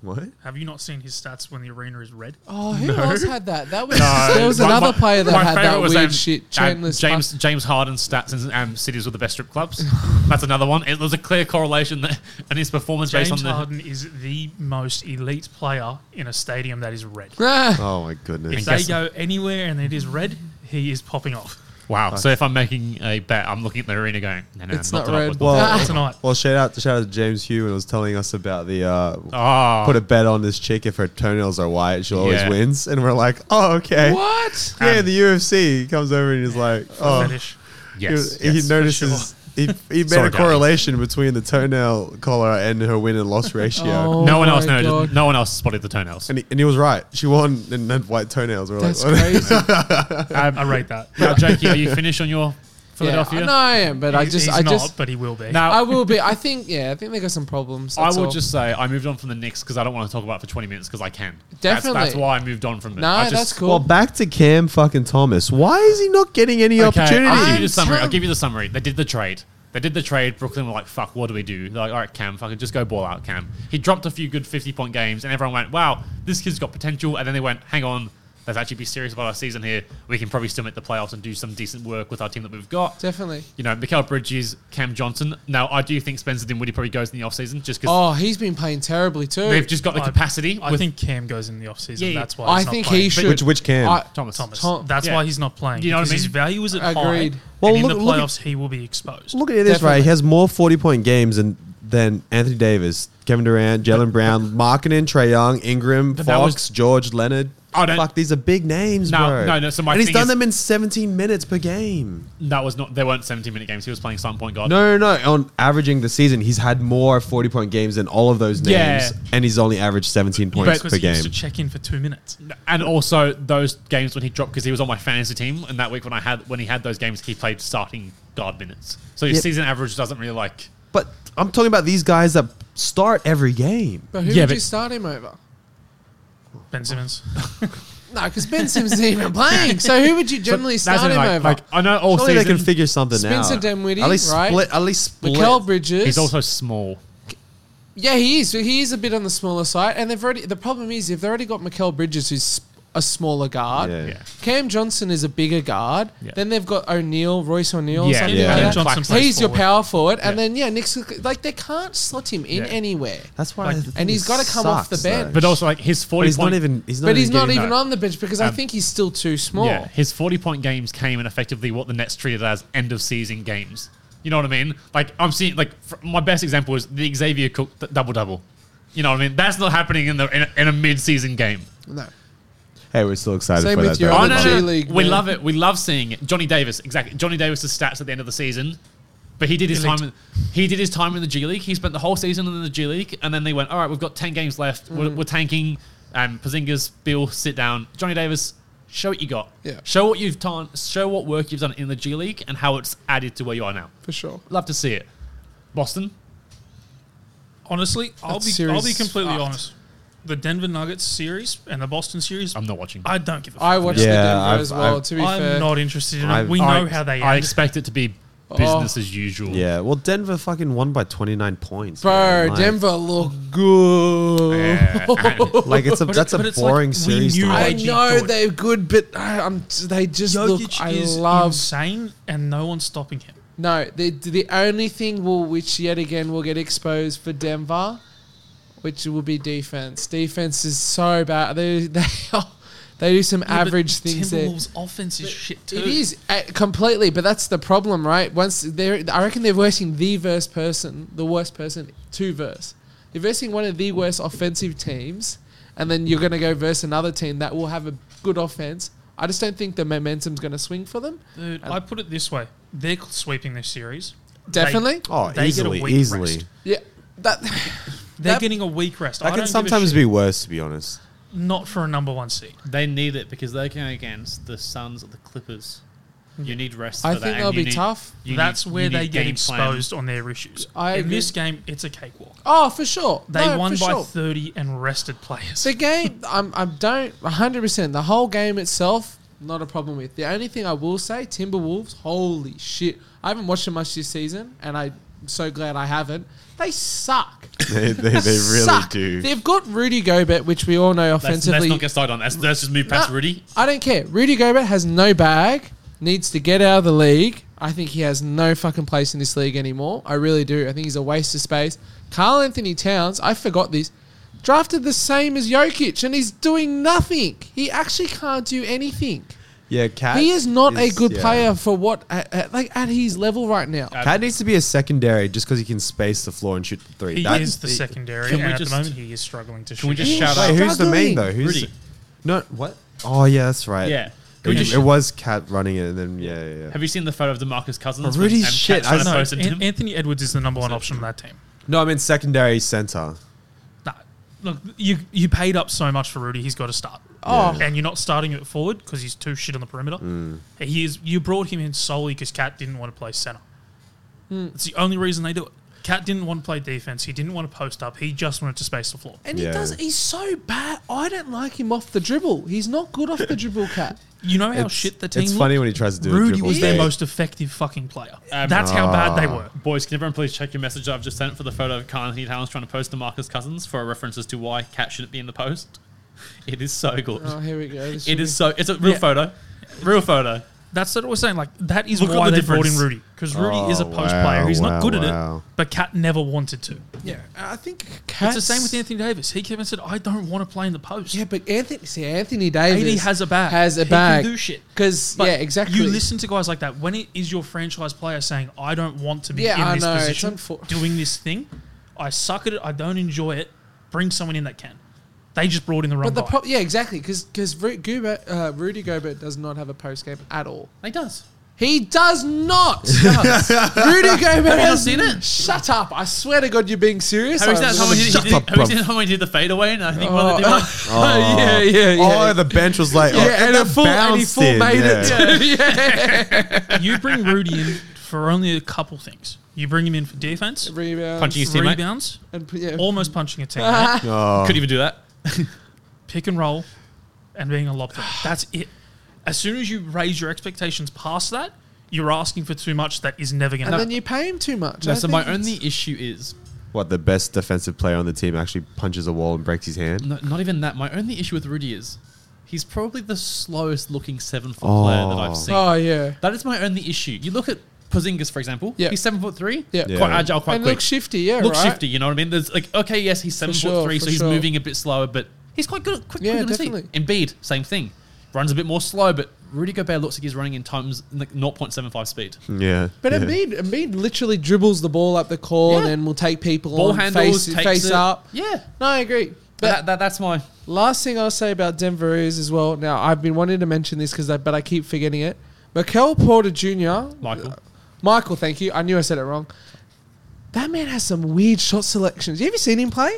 Speaker 1: What?
Speaker 3: Have you not seen his stats when the arena is red?
Speaker 2: Oh, who else had that? That was
Speaker 4: No.
Speaker 2: there was
Speaker 4: My-
Speaker 2: another
Speaker 4: my-
Speaker 2: player that
Speaker 4: my
Speaker 2: had that
Speaker 4: favourite was,
Speaker 2: weird
Speaker 4: um,
Speaker 2: shit.
Speaker 4: um,
Speaker 2: Chainless
Speaker 4: James James Harden stats in um, cities with the best strip clubs. That's another one. It, there's a clear correlation that, and his performance
Speaker 3: James
Speaker 4: based on the.
Speaker 3: Harden is the most elite player in a stadium that is red.
Speaker 2: Ah,
Speaker 1: Oh my
Speaker 3: If
Speaker 1: goodness!
Speaker 3: they
Speaker 4: guess-
Speaker 3: go anywhere and it is red, he is popping off.
Speaker 4: Wow. So if I'm making a bet, I'm looking at the arena going, no, no,
Speaker 2: It's not
Speaker 4: tonight,
Speaker 2: red.
Speaker 4: boys,
Speaker 1: Well-
Speaker 2: Oh.
Speaker 3: Not tonight.
Speaker 1: Well, shout out shout out to James Hugh, and was telling us about the uh,
Speaker 4: Ah.
Speaker 1: put a bet on this chick if her toenails are white, she always
Speaker 4: Yeah. Um,
Speaker 1: wins, and we're like, oh okay.
Speaker 2: what?
Speaker 1: Yeah, in the UFC, he comes over and he's like, oh,
Speaker 3: Fetish.
Speaker 1: he,
Speaker 4: yes,
Speaker 1: he
Speaker 4: yes, for
Speaker 1: notices. He, he made
Speaker 4: Sorry,
Speaker 1: a
Speaker 4: darling.
Speaker 1: correlation between the toenail color and her win and loss ratio.
Speaker 2: Oh.
Speaker 4: sure. No one else
Speaker 2: my
Speaker 4: noticed.
Speaker 2: God.
Speaker 4: No one else spotted the toenails.
Speaker 1: And he, and he was right. She won and had white toenails. We're
Speaker 2: That's
Speaker 1: like,
Speaker 2: crazy.
Speaker 3: Um, I rate that.
Speaker 4: Now, Jakey, are you finished on your
Speaker 2: yeah,
Speaker 4: Philadelphia?
Speaker 2: I know I am, but I
Speaker 3: He's-
Speaker 2: just,
Speaker 3: he's
Speaker 2: I
Speaker 3: not,
Speaker 2: just,
Speaker 3: but he will be.
Speaker 4: Now,
Speaker 2: I will be. I think, yeah, I think they got some problems.
Speaker 4: I
Speaker 2: that's
Speaker 4: will
Speaker 2: all.
Speaker 4: just say I moved on from the Knicks because I don't want to talk about it for 20 minutes because I can.
Speaker 2: Definitely.
Speaker 4: That's, that's why I moved on from it.
Speaker 2: no,
Speaker 4: I just-
Speaker 2: that's cool.
Speaker 1: Well, back to Cam fucking Thomas. Why is he not getting any
Speaker 4: Okay, I'll give you
Speaker 1: opportunities?
Speaker 4: the summary. I'll
Speaker 2: telling-
Speaker 4: give you the summary. They did the trade. They did the trade. Brooklyn were like, fuck, what do we do? They're like, all right, Cam, fucking just go ball out, Cam. He dropped a few good 50 point games, and everyone went, wow, this kid's got potential. And then they went, hang on, let's actually be serious about our season here. We can probably still make the playoffs and do some decent work with our team that we've got.
Speaker 2: Definitely.
Speaker 4: You know, Mikael Bridges, Cam Johnson. Now, I do think Spencer Dinwiddie probably goes in the offseason just because
Speaker 2: Oh, he's been playing terribly too.
Speaker 1: Oh,
Speaker 4: they've just got the
Speaker 3: I-
Speaker 4: capacity.
Speaker 3: I
Speaker 4: with-
Speaker 3: think Cam goes in the offseason.
Speaker 4: Yeah, yeah.
Speaker 3: That's why
Speaker 2: I
Speaker 3: he's not
Speaker 2: think
Speaker 3: playing.
Speaker 2: he should.
Speaker 1: Which which Cam?
Speaker 2: I-
Speaker 4: Thomas.
Speaker 3: Thomas.
Speaker 2: Tom-
Speaker 3: That's
Speaker 4: Yeah.
Speaker 3: why he's not playing.
Speaker 4: You know what I
Speaker 3: because His
Speaker 4: mean?
Speaker 3: value is at
Speaker 2: Agreed.
Speaker 3: high.
Speaker 1: Well,
Speaker 3: Well, and
Speaker 1: look-
Speaker 3: in the
Speaker 1: look at-
Speaker 3: playoffs, he will be exposed.
Speaker 1: Look at this, right?
Speaker 2: Definitely.
Speaker 1: He has more 40 point games than, than Anthony Davis, Kevin Durant, Jalen Brown, Markinen, Trey Young, Ingram,
Speaker 4: that
Speaker 1: Fox,
Speaker 4: was-
Speaker 1: George Leonard.
Speaker 4: I don't-
Speaker 1: Fuck, these are big names,
Speaker 4: No,
Speaker 1: bro.
Speaker 4: no, no, so my
Speaker 1: and he's
Speaker 4: thing
Speaker 1: done
Speaker 4: is-
Speaker 1: them in 17 minutes per game.
Speaker 4: that was not. They weren't 17 minute games. He was playing some point guard.
Speaker 1: No, no, no. On averaging the season, he's had more 40 point games than all of those names,
Speaker 4: Yeah.
Speaker 1: and he's only averaged 17 points
Speaker 3: because
Speaker 1: per
Speaker 3: he
Speaker 1: game.
Speaker 3: used to check in for two minutes.
Speaker 4: And also those games when he dropped because he was on my fantasy team, and that week when I had when he had those games, he played starting guard minutes. So his
Speaker 1: Yeah.
Speaker 4: season average doesn't really like.
Speaker 1: But I'm talking about these guys that start every game.
Speaker 2: But who
Speaker 4: Yeah,
Speaker 2: would
Speaker 4: but-
Speaker 2: you start him over?
Speaker 3: Ben Simmons.
Speaker 2: No, because Ben Simmons isn't even playing. So who would you generally
Speaker 4: That's
Speaker 2: start
Speaker 4: it,
Speaker 2: him
Speaker 4: like,
Speaker 2: over?
Speaker 4: like, I know all
Speaker 1: Surely they
Speaker 4: season
Speaker 1: can figure something
Speaker 2: Spencer
Speaker 1: out.
Speaker 2: Dinwiddie,
Speaker 1: at least
Speaker 2: right?
Speaker 1: split. At least split.
Speaker 2: Mikel Bridges.
Speaker 4: he's also small.
Speaker 2: Yeah, he is. He is a bit on the smaller side, and they've already. The problem is, if they've already got Mikel Bridges, who's a smaller guard.
Speaker 1: Yeah.
Speaker 4: Yeah.
Speaker 2: Cam Johnson is a bigger guard.
Speaker 4: Yeah.
Speaker 2: Then they've got O'Neal, Royce O'Neal,
Speaker 4: Yeah.
Speaker 2: something
Speaker 1: Yeah.
Speaker 2: like
Speaker 1: Cam
Speaker 2: that.
Speaker 3: Johnson plays
Speaker 2: He's your
Speaker 3: forward.
Speaker 2: power forward, and
Speaker 4: Yeah.
Speaker 2: then yeah, Nick's like they can't slot him in
Speaker 4: Yeah.
Speaker 2: anywhere.
Speaker 1: That's why.
Speaker 4: Like,
Speaker 1: I think
Speaker 2: and he's
Speaker 1: it
Speaker 2: gotta come off the
Speaker 1: sucks, though.
Speaker 2: bench.
Speaker 4: But also like his
Speaker 1: But
Speaker 4: forty.
Speaker 1: he's
Speaker 4: point,
Speaker 1: not even. He's not.
Speaker 2: but he's not
Speaker 1: getting-
Speaker 2: even
Speaker 4: no.
Speaker 2: on the bench because I
Speaker 4: Um,
Speaker 2: think he's still too small.
Speaker 4: Yeah, his forty point games came in effectively what the Nets treated as end of season games. You know what I mean? Like I'm seeing like fr- my best example is the Xavier Cook th- double double. You know what I mean? That's not happening in the in a, in a mid season game.
Speaker 2: No.
Speaker 1: Hey, we're still excited
Speaker 2: Same
Speaker 1: for
Speaker 2: with
Speaker 1: that.
Speaker 2: your
Speaker 1: though.
Speaker 4: Oh,
Speaker 2: other
Speaker 4: no,
Speaker 2: G
Speaker 4: no, no.
Speaker 2: League,
Speaker 4: we
Speaker 2: man.
Speaker 4: love it. We love seeing it. Johnny Davis. Exactly. Johnny Davis's stats at the end of the season. But he did his
Speaker 3: Elite.
Speaker 4: time. In, he did his time in the G League. He spent the whole season in the G League, and then they went, "All right, we've got ten games left. We're,
Speaker 2: Mm.
Speaker 4: we're tanking." Um, Porzingis, Bill, sit down. Johnny Davis, show what you got.
Speaker 2: Yeah.
Speaker 4: Show what you've done. Show what work you've done in the G League and how it's added to where you are now.
Speaker 2: for sure.
Speaker 4: Love to see it. Boston.
Speaker 3: Honestly, I'll
Speaker 2: That
Speaker 3: be
Speaker 2: series
Speaker 3: I'll be completely
Speaker 2: sucked.
Speaker 3: honest. The Denver Nuggets series and the Boston series,
Speaker 4: I'm not watching.
Speaker 3: I don't give a
Speaker 2: I watched
Speaker 1: Yeah,
Speaker 2: the Denver
Speaker 1: I've-
Speaker 2: as well.
Speaker 1: I've-
Speaker 2: to be
Speaker 3: I'm
Speaker 2: fair,
Speaker 3: not interested in
Speaker 1: I've-
Speaker 3: it. We
Speaker 4: I-
Speaker 3: know how they
Speaker 4: I
Speaker 3: end.
Speaker 4: expect it to be
Speaker 2: Oh.
Speaker 4: business as usual.
Speaker 1: Yeah. Well, Denver fucking won by 29 points.
Speaker 2: bro.
Speaker 1: man. Like-
Speaker 2: Denver look good.
Speaker 4: Yeah. And
Speaker 1: Like it's a
Speaker 3: But it-
Speaker 1: that's a
Speaker 3: but it's
Speaker 1: boring
Speaker 3: like we
Speaker 1: series.
Speaker 3: knew
Speaker 1: to
Speaker 2: I
Speaker 1: watch.
Speaker 3: Jokic
Speaker 2: know
Speaker 3: good.
Speaker 2: they're good, but I, I'm, they just look.
Speaker 3: Jokic
Speaker 2: I
Speaker 3: is
Speaker 2: love
Speaker 3: insane, and no one's stopping him.
Speaker 2: No, the the only thing will which yet again will get exposed for Denver which will be defense. Defense is so bad. They they, they do some average things there.
Speaker 3: Timberwolves offense is shit too.
Speaker 2: It is uh, completely, but that's the problem, right? Once they're, I reckon they're versing the verse person, the worst person to verse. They're versing one of the worst offensive teams, and then you're going to go verse another team that will have a good offense. I just don't think the momentum's going to swing for them.
Speaker 3: Dude, I put it this way: they're sweeping this series.
Speaker 2: Definitely,
Speaker 1: Oh,
Speaker 3: They get a
Speaker 1: easily,
Speaker 3: weak
Speaker 1: easily.
Speaker 3: rest.
Speaker 2: yeah. That
Speaker 3: They're
Speaker 2: That-
Speaker 3: getting a weak rest.
Speaker 1: That
Speaker 3: I
Speaker 1: can
Speaker 3: don't
Speaker 1: sometimes
Speaker 3: give a
Speaker 1: be worse, to be honest.
Speaker 3: shit. not for a number one seed.
Speaker 4: They need it because they're going against the Suns or the Clippers. You need rest.
Speaker 2: I
Speaker 4: for that,
Speaker 2: think
Speaker 4: and
Speaker 2: they'll
Speaker 4: you
Speaker 2: be
Speaker 4: need-
Speaker 2: tough.
Speaker 4: you
Speaker 3: That's
Speaker 4: need-
Speaker 3: where
Speaker 4: you
Speaker 3: they
Speaker 4: need
Speaker 3: get
Speaker 4: game plan.
Speaker 3: exposed on their issues.
Speaker 2: I
Speaker 3: In
Speaker 2: agree.
Speaker 3: this game, it's a cakewalk.
Speaker 2: Oh, for sure.
Speaker 3: They
Speaker 2: No,
Speaker 3: won
Speaker 2: for
Speaker 3: by
Speaker 2: sure.
Speaker 3: thirty and rested players.
Speaker 2: The game, I'm, I don't 100%. The whole game itself, not a problem with. The only thing I will say, Timberwolves, holy shit. I haven't watched them much this season, and I'm so glad I haven't. They suck.
Speaker 1: They, they, they really
Speaker 2: Suck.
Speaker 1: do.
Speaker 2: They've got Rudy Gobert, which we all know
Speaker 4: Let's, let's
Speaker 2: offensively.
Speaker 4: not get started on that. Let's, let's just move past
Speaker 2: No,
Speaker 4: Rudy.
Speaker 2: I don't care. Rudy Gobert has no bag, needs to get out of the league. I think he has no fucking place in this league anymore. I really do. I think he's a waste of space. Carl Anthony Towns, I forgot this, drafted the same as Jokic and he's doing nothing. He actually can't do anything.
Speaker 1: yeah, Cat.
Speaker 2: He is not a good
Speaker 1: yeah.
Speaker 2: player for what, at, at- like, at his level right now.
Speaker 1: Cat needs to be a secondary just because he can space the floor and shoot the three.
Speaker 3: He
Speaker 1: That-
Speaker 3: is the secondary,
Speaker 4: Can we
Speaker 3: and at
Speaker 4: just-
Speaker 3: the moment he is struggling to
Speaker 4: Can
Speaker 3: shoot.
Speaker 4: we just
Speaker 2: He
Speaker 4: shout
Speaker 2: is
Speaker 1: Wait,
Speaker 4: out?
Speaker 2: shit.
Speaker 1: who's the main
Speaker 2: Struggling.
Speaker 1: though? Who's
Speaker 4: Rudy.
Speaker 1: no what? Oh yeah, that's right.
Speaker 4: Yeah.
Speaker 1: It,
Speaker 4: Can we just-
Speaker 1: it was Cat running it, and then yeah, yeah. yeah.
Speaker 4: have you seen the photo of Demarcus Cousins?
Speaker 1: Rudy's
Speaker 4: when- and
Speaker 1: shit,
Speaker 4: Cat's trying
Speaker 1: I
Speaker 4: to
Speaker 1: know.
Speaker 4: post it to
Speaker 3: An-
Speaker 4: him?
Speaker 3: Anthony Edwards is the number one option on that team.
Speaker 1: No, I mean secondary center.
Speaker 3: Nah, look, you you paid up so much for Rudy. He's got to start.
Speaker 2: Oh.
Speaker 3: and you're not starting it forward because he's too shit on the perimeter.
Speaker 1: Mm.
Speaker 3: He is. You brought him in solely because Cat didn't want to play center.
Speaker 4: Mm.
Speaker 3: It's the only reason they do it. Cat didn't want to play defense. He didn't want to post up. He just wanted to space the floor.
Speaker 2: And
Speaker 1: Yeah.
Speaker 2: he does, he's so bad. I don't like him off the dribble. He's not good off the dribble, cat.
Speaker 3: You know how
Speaker 1: It's-
Speaker 3: shit the team.
Speaker 1: It's
Speaker 3: looked?
Speaker 1: funny when he tries to do a
Speaker 3: Rudy
Speaker 1: dribble Ah.
Speaker 3: was their
Speaker 1: fake.
Speaker 3: most effective fucking player.
Speaker 4: Um,
Speaker 3: That's how bad they were.
Speaker 4: Boys, can everyone please check your message I've just sent for the photo of Carl Anthony Towns trying to post Demarcus Cousins for a reference as to why Cat shouldn't be in the post? It is so good.
Speaker 2: Oh, here we go. This should
Speaker 4: it
Speaker 2: be-
Speaker 4: is so. It's a real
Speaker 3: Yeah.
Speaker 4: photo. Real photo.
Speaker 3: That's what I was saying. Like that is
Speaker 4: Look at
Speaker 3: why
Speaker 4: the
Speaker 3: they brought in
Speaker 4: difference.
Speaker 3: Rudy because Rudy
Speaker 1: Oh,
Speaker 3: is a post
Speaker 1: wow,
Speaker 3: player. He's
Speaker 1: Oh, wow,
Speaker 3: not good at
Speaker 1: wow.
Speaker 3: it, but Cat never wanted to.
Speaker 2: Yeah, I think Cat's,
Speaker 3: It's the same with Anthony Davis. He came and said, "I don't want to play in the post."
Speaker 2: Yeah, but Anthony, see, Anthony Davis
Speaker 3: AD has a bag.
Speaker 2: Has a
Speaker 3: He can
Speaker 2: bag.
Speaker 3: do shit.
Speaker 2: Because
Speaker 3: But
Speaker 2: yeah, exactly.
Speaker 3: You listen to guys like that. When it is your franchise player saying, "I don't want to be
Speaker 2: Yeah,
Speaker 3: in
Speaker 2: I
Speaker 3: this
Speaker 2: know, it's
Speaker 3: position,
Speaker 2: unfor-
Speaker 3: doing this thing, I suck at it. I don't enjoy it. Bring someone in that can." They just brought in the wrong
Speaker 2: but the
Speaker 3: guy.
Speaker 2: pro- yeah, exactly. Because because Gobert, uh, Rudy Gobert does not have a post game at all.
Speaker 4: He does.
Speaker 2: He does not. Rudy Gobert has
Speaker 4: seen it?
Speaker 2: Shut up! I swear to God, you're being serious.
Speaker 4: Have you seen
Speaker 2: I
Speaker 4: how
Speaker 2: was-
Speaker 4: he did- he
Speaker 1: Shut
Speaker 4: did-
Speaker 1: up,
Speaker 4: have you
Speaker 1: bruv.
Speaker 4: seen how he did the fadeaway? And I think one
Speaker 2: Oh,
Speaker 4: of the people.
Speaker 2: oh, yeah, yeah, yeah.
Speaker 1: Oh, the bench was like,
Speaker 2: yeah,
Speaker 1: oh,
Speaker 2: and, a
Speaker 1: it
Speaker 2: full, and he
Speaker 1: bounced
Speaker 2: full
Speaker 1: in,
Speaker 2: made
Speaker 1: yeah.
Speaker 2: it. Too. Yeah.
Speaker 3: you bring Rudy in for only a couple things. You bring him in for defense,
Speaker 2: Rebounds.
Speaker 4: Punching his teammate.
Speaker 3: rebounds,
Speaker 2: And, p- yeah.
Speaker 3: almost punching a teammate,
Speaker 1: Oh.
Speaker 4: Couldn't even do that.
Speaker 3: pick and roll, and being a lob threat. That's it. As soon as you raise your expectations past that, you're asking for too much that is never going
Speaker 2: and
Speaker 3: to
Speaker 2: then you pay him too much.
Speaker 4: No,
Speaker 2: I
Speaker 4: so my
Speaker 2: think
Speaker 4: only issue is
Speaker 1: What the best defensive player on the team actually punches a wall and breaks his hand?
Speaker 4: no, not even that. My only issue with Rudy is he's probably the slowest looking seven foot
Speaker 1: Oh.
Speaker 4: player that I've seen.
Speaker 2: Oh yeah.
Speaker 4: That is my only issue. You look at Porzingis, for example.
Speaker 2: Yeah.
Speaker 4: he's seven foot three.
Speaker 2: Yeah.
Speaker 1: Yeah.
Speaker 4: quite agile, quite
Speaker 2: and
Speaker 4: quick.
Speaker 2: look shifty, yeah,
Speaker 4: Looks
Speaker 2: right?
Speaker 4: shifty. You know what I mean? There's like okay, yes, he's seven foot
Speaker 2: sure,
Speaker 4: three,
Speaker 2: for
Speaker 4: so he's
Speaker 2: sure.
Speaker 4: moving a bit slower, but he's quite good. Quick,
Speaker 2: Yeah,
Speaker 4: quick on his feet.
Speaker 2: definitely.
Speaker 4: Embiid, same thing. Runs a bit more slow, but Rudy Gobert looks like he's running in times like 0.75 speed.
Speaker 1: Yeah.
Speaker 2: Mm. But
Speaker 1: yeah.
Speaker 2: Embiid, Embiid literally dribbles the ball up the court
Speaker 4: Yeah.
Speaker 2: and will take people
Speaker 4: Ball
Speaker 2: on
Speaker 4: handles,
Speaker 2: face,
Speaker 4: takes
Speaker 2: face
Speaker 4: it.
Speaker 2: up.
Speaker 4: Yeah,
Speaker 2: No, I agree.
Speaker 4: but
Speaker 2: But
Speaker 4: that, that, that's my
Speaker 2: last thing I'll say about Denver is as well. Now I've been wanting to mention this because I but I keep forgetting it. Mikel Porter Jr.
Speaker 4: Michael.
Speaker 2: Michael, thank you. I knew I said it wrong. That man has some weird shot selections. You ever seen him play?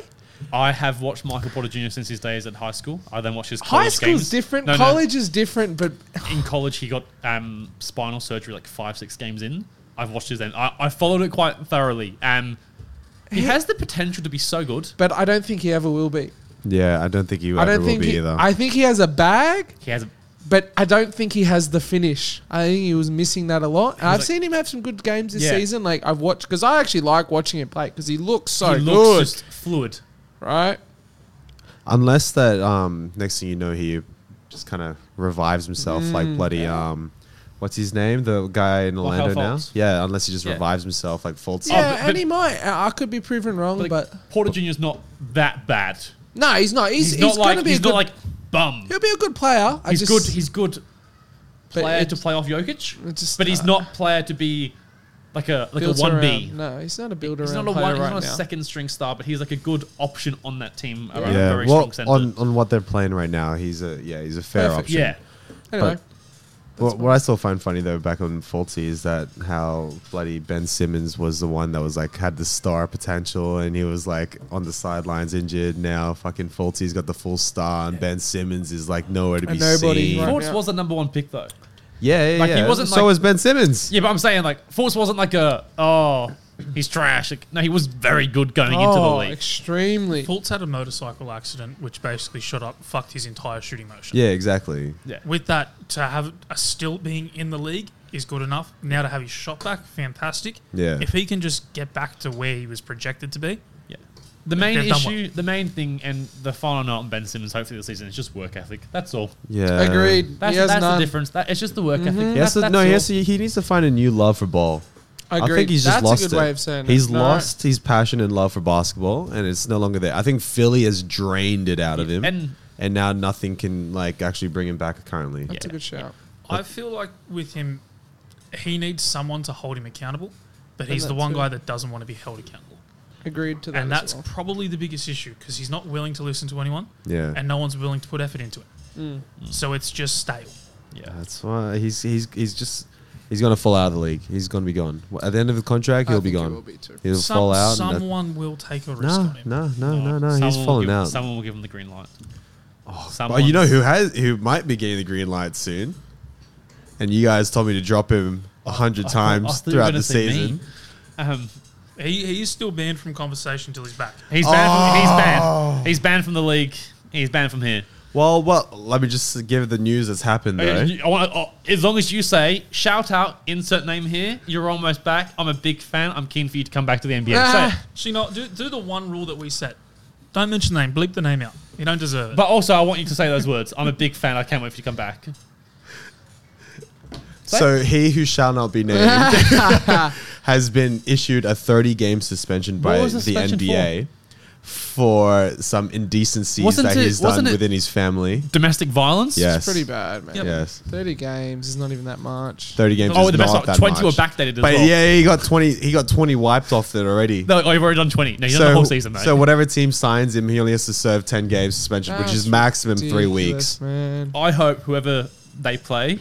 Speaker 4: I have watched Michael Porter Jr. since his days at high school. I then watched his college
Speaker 2: High school's
Speaker 4: games.
Speaker 2: different.
Speaker 4: No, no.
Speaker 2: College is different, but
Speaker 4: in college he got um, spinal surgery like five six games in i've watched his then I, I followed it quite thoroughly um, he has the potential to be so good
Speaker 2: but I don't think he ever will be.
Speaker 1: Yeah, I don't think you
Speaker 2: I
Speaker 1: ever
Speaker 2: don't
Speaker 1: will
Speaker 2: think
Speaker 1: be
Speaker 2: he,
Speaker 1: either.
Speaker 2: I think he has a bag.
Speaker 4: he has a
Speaker 2: but I don't think he has the finish. I think he was missing that a lot. And I've
Speaker 4: like-
Speaker 2: seen him have some good games this
Speaker 4: Yeah.
Speaker 2: season. Like I've watched because I actually like watching him play because he looks so
Speaker 4: he
Speaker 2: good,
Speaker 4: looks just Oh, fluid
Speaker 2: right?
Speaker 1: Unless
Speaker 2: Mm,
Speaker 1: that um, next thing you know, he just kind of revives himself like bloody um, what's his name? The guy in
Speaker 5: Markel
Speaker 1: Orlando now.
Speaker 5: Fultz.
Speaker 1: Yeah, unless he just
Speaker 2: Yeah.
Speaker 1: revives himself like Fultz.
Speaker 2: Yeah,
Speaker 4: but-
Speaker 2: and
Speaker 4: but-
Speaker 2: he might. I I could be proven wrong,
Speaker 4: Like,
Speaker 2: but
Speaker 4: Porter Junior's not that bad.
Speaker 2: no, he's not. He's,
Speaker 4: He's,
Speaker 2: he's,
Speaker 4: not
Speaker 2: gonna
Speaker 4: like
Speaker 2: be
Speaker 4: he's
Speaker 2: a good.
Speaker 4: not like bum.
Speaker 2: he'll be a good player. I
Speaker 4: He's
Speaker 2: just,
Speaker 4: good. He's good
Speaker 2: but
Speaker 4: player
Speaker 2: it-
Speaker 4: to play off Jokic,
Speaker 2: it just-
Speaker 4: but he's not player to be like a like a
Speaker 2: built
Speaker 4: one B.
Speaker 2: around- No, he's not a builder.
Speaker 4: He's
Speaker 2: around
Speaker 4: not a
Speaker 2: player
Speaker 4: one. He's
Speaker 2: right
Speaker 4: not a
Speaker 2: now.
Speaker 4: second string star, but he's like a good option on that team around
Speaker 1: yeah.
Speaker 4: a very
Speaker 1: well,
Speaker 4: strong center.
Speaker 1: on on what they're playing right now, he's a yeah, he's a fair
Speaker 2: Perfect.
Speaker 1: option.
Speaker 4: yeah,
Speaker 2: Anyway,
Speaker 1: But- What, what I still find funny though, back on Fultz, is that how bloody Ben Simmons was the one that was like had the star potential, and he was like on the sidelines injured. Now fucking Fultz got the full star, and Ben Simmons is like nowhere to
Speaker 2: And
Speaker 1: be
Speaker 2: nobody-
Speaker 1: seen.
Speaker 2: Right.
Speaker 4: Force was the number one pick though.
Speaker 1: Yeah, yeah,
Speaker 4: Like, he
Speaker 1: yeah.
Speaker 4: wasn't,
Speaker 1: so
Speaker 4: like-
Speaker 1: was Ben Simmons.
Speaker 4: Yeah, but I'm saying like Force wasn't like a oh he's trash. Like, no, he was very good going into the
Speaker 2: oh,
Speaker 4: league.
Speaker 2: extremely.
Speaker 3: Fultz had a motorcycle accident, which basically shot up, fucked his entire shooting motion.
Speaker 1: Yeah, exactly.
Speaker 3: With that, to have a still being in the league is good enough. Now to have his shot back, fantastic.
Speaker 1: Yeah.
Speaker 3: If he can just get back to where he was projected to be,
Speaker 4: Yeah. The main
Speaker 3: They've done
Speaker 4: issue, the main thing, and the final note on Ben Simmons, hopefully this season, is just work ethic. That's all.
Speaker 1: Yeah,
Speaker 2: Agreed.
Speaker 4: That's,
Speaker 2: he has
Speaker 4: that's the
Speaker 2: none.
Speaker 4: difference. That it's just the work ethic.
Speaker 1: He has to,
Speaker 4: That- that's
Speaker 1: no, he,
Speaker 4: all.
Speaker 1: has to, he needs to find a new love for ball.
Speaker 2: Agreed.
Speaker 1: I think he's just
Speaker 2: That's
Speaker 1: lost
Speaker 2: a good
Speaker 1: it.
Speaker 2: way of saying
Speaker 1: he's
Speaker 2: it. No,
Speaker 1: lost his passion and love for basketball, and it's no longer there. I think Philly has drained it out of him,
Speaker 4: And-
Speaker 1: and, now nothing can like actually bring him back currently.
Speaker 2: That's a good shout.
Speaker 3: I feel like with him, he needs someone to hold him accountable, but he's
Speaker 2: that
Speaker 3: the one
Speaker 2: too.
Speaker 3: guy that doesn't want to be held accountable.
Speaker 2: Agreed to that.
Speaker 3: And
Speaker 2: as
Speaker 3: that's
Speaker 2: well.
Speaker 3: probably the biggest issue because he's not willing to listen to anyone
Speaker 1: Yeah,
Speaker 3: and no one's willing to put effort into it.
Speaker 2: Mm.
Speaker 3: So it's just stale.
Speaker 4: Yeah.
Speaker 1: that's why he's he's he's just he's gonna fall out of the league. He's gonna be gone at the end of the contract.
Speaker 2: I
Speaker 1: He'll be
Speaker 2: think he
Speaker 1: gone.
Speaker 2: will be too.
Speaker 1: He'll
Speaker 3: Some-
Speaker 1: fall out. and that-
Speaker 3: someone will take a risk
Speaker 1: no,
Speaker 3: on him.
Speaker 1: no, no, no, no.
Speaker 4: Someone
Speaker 1: He's
Speaker 4: will
Speaker 1: falling
Speaker 4: give-
Speaker 1: out.
Speaker 4: Someone will give him the green light. Oh,
Speaker 1: But you know who has who might be getting the green light soon, and you guys told me to drop him a hundred
Speaker 4: Oh,
Speaker 1: times throughout the season.
Speaker 4: Um,
Speaker 3: He, he is still banned from conversation till he's back.
Speaker 4: he's banned. From, he's
Speaker 1: Oh.
Speaker 4: banned. He's banned from the league. He's banned from here.
Speaker 1: Well, well, let me just give the news that's happened though.
Speaker 4: Okay, I wanna- oh, as long as you say, shout out, insert name here. You're almost back. I'm a big fan. I'm keen for you to come back to the NBA. Say it.
Speaker 2: Ah.
Speaker 3: So, you know, do, do the one rule that we set. Don't mention the name. Bleep the name out. You don't deserve it.
Speaker 4: But also, I want you to say those words. I'm a big fan. I can't wait for you to come back.
Speaker 1: So he who shall not be named has been issued a 30 game suspension by
Speaker 4: was
Speaker 1: the
Speaker 4: the suspension
Speaker 1: NBA for? some indecencies
Speaker 4: Wasn't
Speaker 1: that
Speaker 4: it-
Speaker 1: he's done
Speaker 4: wasn't it-
Speaker 1: within his family.
Speaker 4: Domestic violence.
Speaker 1: Yes,
Speaker 2: It's pretty bad, man.
Speaker 1: Yes,
Speaker 2: 30 games is not even that much.
Speaker 1: 30 games.
Speaker 4: Oh,
Speaker 1: is
Speaker 4: the best.
Speaker 1: not
Speaker 4: Like,
Speaker 1: that
Speaker 4: Twenty
Speaker 1: much.
Speaker 4: were backdated as
Speaker 1: But
Speaker 4: well.
Speaker 1: yeah, he got 20. He got 20 wiped off it already.
Speaker 4: No, oh, you've already done twenty. No, you've done the whole season, mate.
Speaker 1: so whatever team signs him, he only has to serve 10 games suspension, which is
Speaker 2: That's
Speaker 1: maximum three
Speaker 2: Ridiculous,
Speaker 1: weeks.
Speaker 2: Man.
Speaker 4: I hope whoever they play,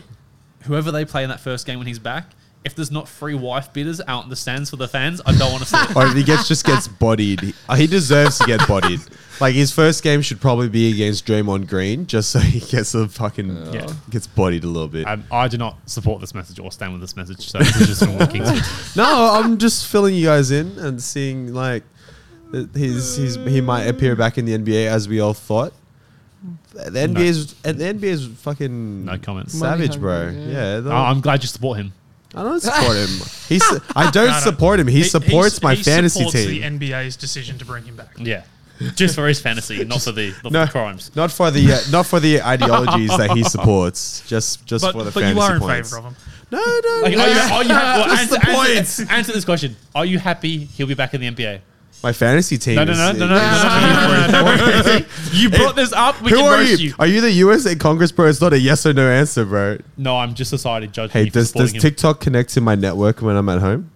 Speaker 4: whoever they play in that first game when he's back, if there's not free wife bidders out in the stands for the fans, I don't want to see it.
Speaker 1: or if he gets just gets bodied, he, uh, he deserves to get bodied. Like his first game should probably be against Draymond Green, just so he gets a fucking
Speaker 4: Yeah.
Speaker 1: gets bodied a little bit.
Speaker 4: Um, I do not support this message or stand with this message. So this is just from Kings.
Speaker 1: no, I'm just filling you guys in and seeing like that he's, he's he might appear back in the NBA as we all thought. The the NBA is and the NBA is fucking
Speaker 4: No comments.
Speaker 1: savage,
Speaker 2: Money
Speaker 1: bro.
Speaker 2: hungry, yeah.
Speaker 1: Yeah,
Speaker 4: Oh,
Speaker 1: they'll-
Speaker 4: I'm glad you support him.
Speaker 1: I don't support him. He's I don't
Speaker 3: No, no.
Speaker 1: support him. He, supports my
Speaker 3: he
Speaker 1: fantasy
Speaker 3: supports
Speaker 1: team.
Speaker 3: the NBA's decision to bring him back.
Speaker 4: Yeah, just for his fantasy, not for the, not
Speaker 1: No.
Speaker 4: for the crimes.
Speaker 1: Not for the uh, not for the ideologies that he supports. Just just
Speaker 3: But,
Speaker 1: for the
Speaker 3: but
Speaker 1: fantasy
Speaker 3: you are in
Speaker 1: points.
Speaker 3: favour of him.
Speaker 1: No, no,
Speaker 4: Like,
Speaker 1: no.
Speaker 4: are you, are you happy, well,
Speaker 1: That's
Speaker 4: answer,
Speaker 1: the
Speaker 4: answer- answer this question: Are you happy he'll be back in the NBA?
Speaker 1: My fantasy team.
Speaker 4: No, no, no,
Speaker 1: is-
Speaker 4: no, no, no, no, no, no, no, no, no. You brought this up. We
Speaker 1: Who
Speaker 4: can
Speaker 1: are
Speaker 4: roast
Speaker 1: you? Are you the USA Congress, bro? It's not a yes or no answer, bro.
Speaker 4: No, I'm just society judging
Speaker 1: Hey,
Speaker 4: you for
Speaker 1: does does
Speaker 4: supporting him.
Speaker 1: TikTok connect to my network when I'm at home?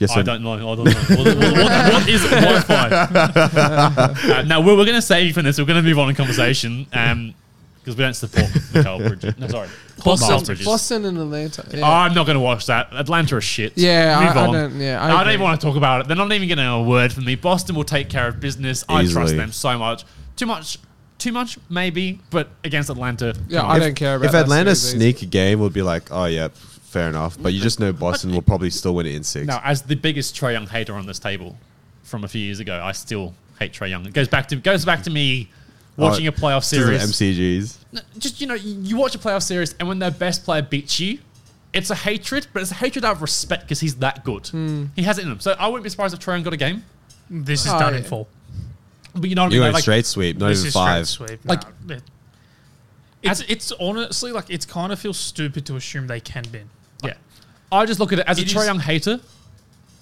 Speaker 1: Yes
Speaker 4: I
Speaker 1: or
Speaker 4: don't know. I don't know. What- what- what- what is Wi-Fi? uh, now we're, we're going to save you from this. We're going to move on in conversation because we don't support Mikhail Bridges. No, sorry, Miles
Speaker 2: Boston,
Speaker 4: Bridges.
Speaker 2: Boston and Atlanta. Yeah.
Speaker 4: I'm not going to watch that. Atlanta are shit.
Speaker 2: Yeah, I-
Speaker 4: move
Speaker 2: I
Speaker 4: on.
Speaker 2: don't- yeah, I
Speaker 4: No, don't
Speaker 2: agree.
Speaker 4: even want to talk about it. They're not even getting a word from me. Boston will take care of business. I trust
Speaker 1: Easily.
Speaker 4: them so much. Too much, too much, maybe, but against Atlanta,
Speaker 2: Yeah,
Speaker 4: no.
Speaker 2: I don't care about
Speaker 1: If
Speaker 2: that
Speaker 1: Atlanta
Speaker 2: series.
Speaker 1: sneak a game, we'll be like, oh yeah, fair enough. But you just know Boston will probably still win it in six.
Speaker 4: Now, as the biggest Trey Young hater on this table from a few years ago, I still hate Trey Young. It goes back to goes back to me watching
Speaker 1: Oh,
Speaker 4: a playoff
Speaker 1: This isn't
Speaker 4: series.
Speaker 1: MCGs.
Speaker 4: No, Just you know, you you watch a playoff series, and when their best player beats you, it's a hatred, but it's a hatred out of respect because he's that good.
Speaker 2: Hmm.
Speaker 4: He has it in him. So I wouldn't be surprised if Trey Young got a game.
Speaker 3: This is
Speaker 2: Oh,
Speaker 3: done in
Speaker 2: yeah.
Speaker 3: full.
Speaker 4: But you know what
Speaker 1: You
Speaker 4: I mean?
Speaker 1: went
Speaker 4: Like,
Speaker 1: straight sweep, not
Speaker 3: this
Speaker 1: even
Speaker 3: is straight
Speaker 1: five.
Speaker 3: Sweep.
Speaker 4: Like-
Speaker 3: Nah, it- it's, it's honestly like it's kind of feels stupid to assume they can win.
Speaker 4: I just look at it as
Speaker 3: It
Speaker 4: a Trae
Speaker 3: is-
Speaker 4: Young hater.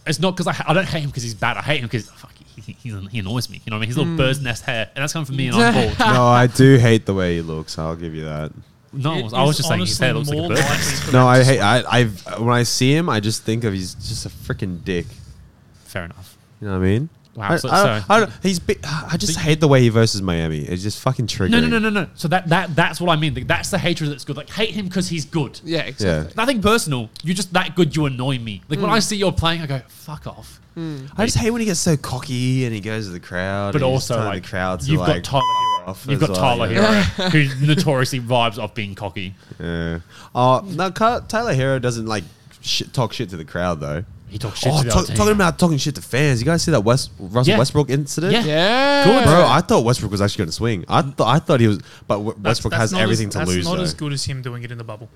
Speaker 4: It's not because I, ha- I don't hate him because he's bad. I hate him because fuck, he, he, he annoys me. You know what I mean? His little bird's nest hair, and that's coming from me, and I'm bald.
Speaker 1: No, I do hate the way he looks. I'll give you that.
Speaker 4: No,
Speaker 3: It
Speaker 4: I was
Speaker 3: is
Speaker 4: just saying his hair looks
Speaker 3: honestly
Speaker 4: like
Speaker 3: more
Speaker 4: a bird. nest.
Speaker 3: likely to
Speaker 1: No, I hate.
Speaker 3: represent-
Speaker 1: I, I've when I see him, I just think of he's just a freaking dick.
Speaker 4: Fair enough.
Speaker 1: You know what I mean?
Speaker 4: Wow,
Speaker 1: I,
Speaker 4: so-
Speaker 1: I don't,
Speaker 4: so-
Speaker 1: I don't- he's. Be, I just hate the way he versus Miami. It's just fucking triggering.
Speaker 4: No, no, no, no, no. So that, that that's what I mean. Like, That's the hatred that's good. Like hate him because he's good.
Speaker 2: Yeah,
Speaker 1: Yeah.
Speaker 2: exactly.
Speaker 4: Nothing personal. You're just that good. You annoy me. Like when I see you're playing, I go fuck off.
Speaker 1: I just hate when he gets so cocky and he goes to the crowd.
Speaker 4: But
Speaker 1: and he's
Speaker 4: also
Speaker 1: telling
Speaker 4: like
Speaker 1: the crowd to
Speaker 4: you've
Speaker 1: like,
Speaker 4: got Tyler Hero.
Speaker 1: off
Speaker 4: You've
Speaker 1: as
Speaker 4: got
Speaker 1: well,
Speaker 4: Tyler
Speaker 1: you know?
Speaker 4: Hero, who notoriously vibes off being cocky.
Speaker 1: Yeah. Oh no, Ky- Tyler Hero doesn't like shit, talk shit to the crowd though.
Speaker 4: He talks shit
Speaker 1: oh,
Speaker 4: to the
Speaker 1: ta-
Speaker 4: other team.
Speaker 1: talking about talking shit to fans. You guys see that West Russell
Speaker 4: Yeah.
Speaker 1: Westbrook incident?
Speaker 4: Yeah.
Speaker 2: Yeah.
Speaker 4: Good,
Speaker 1: Bro, I thought Westbrook was actually going to swing. I thought I thought he was, but W-
Speaker 3: That's-
Speaker 1: Westbrook
Speaker 3: that's
Speaker 1: has
Speaker 3: not as-
Speaker 1: everything to
Speaker 3: that's
Speaker 1: lose
Speaker 3: not
Speaker 1: though.
Speaker 3: as good as him doing it in the bubble.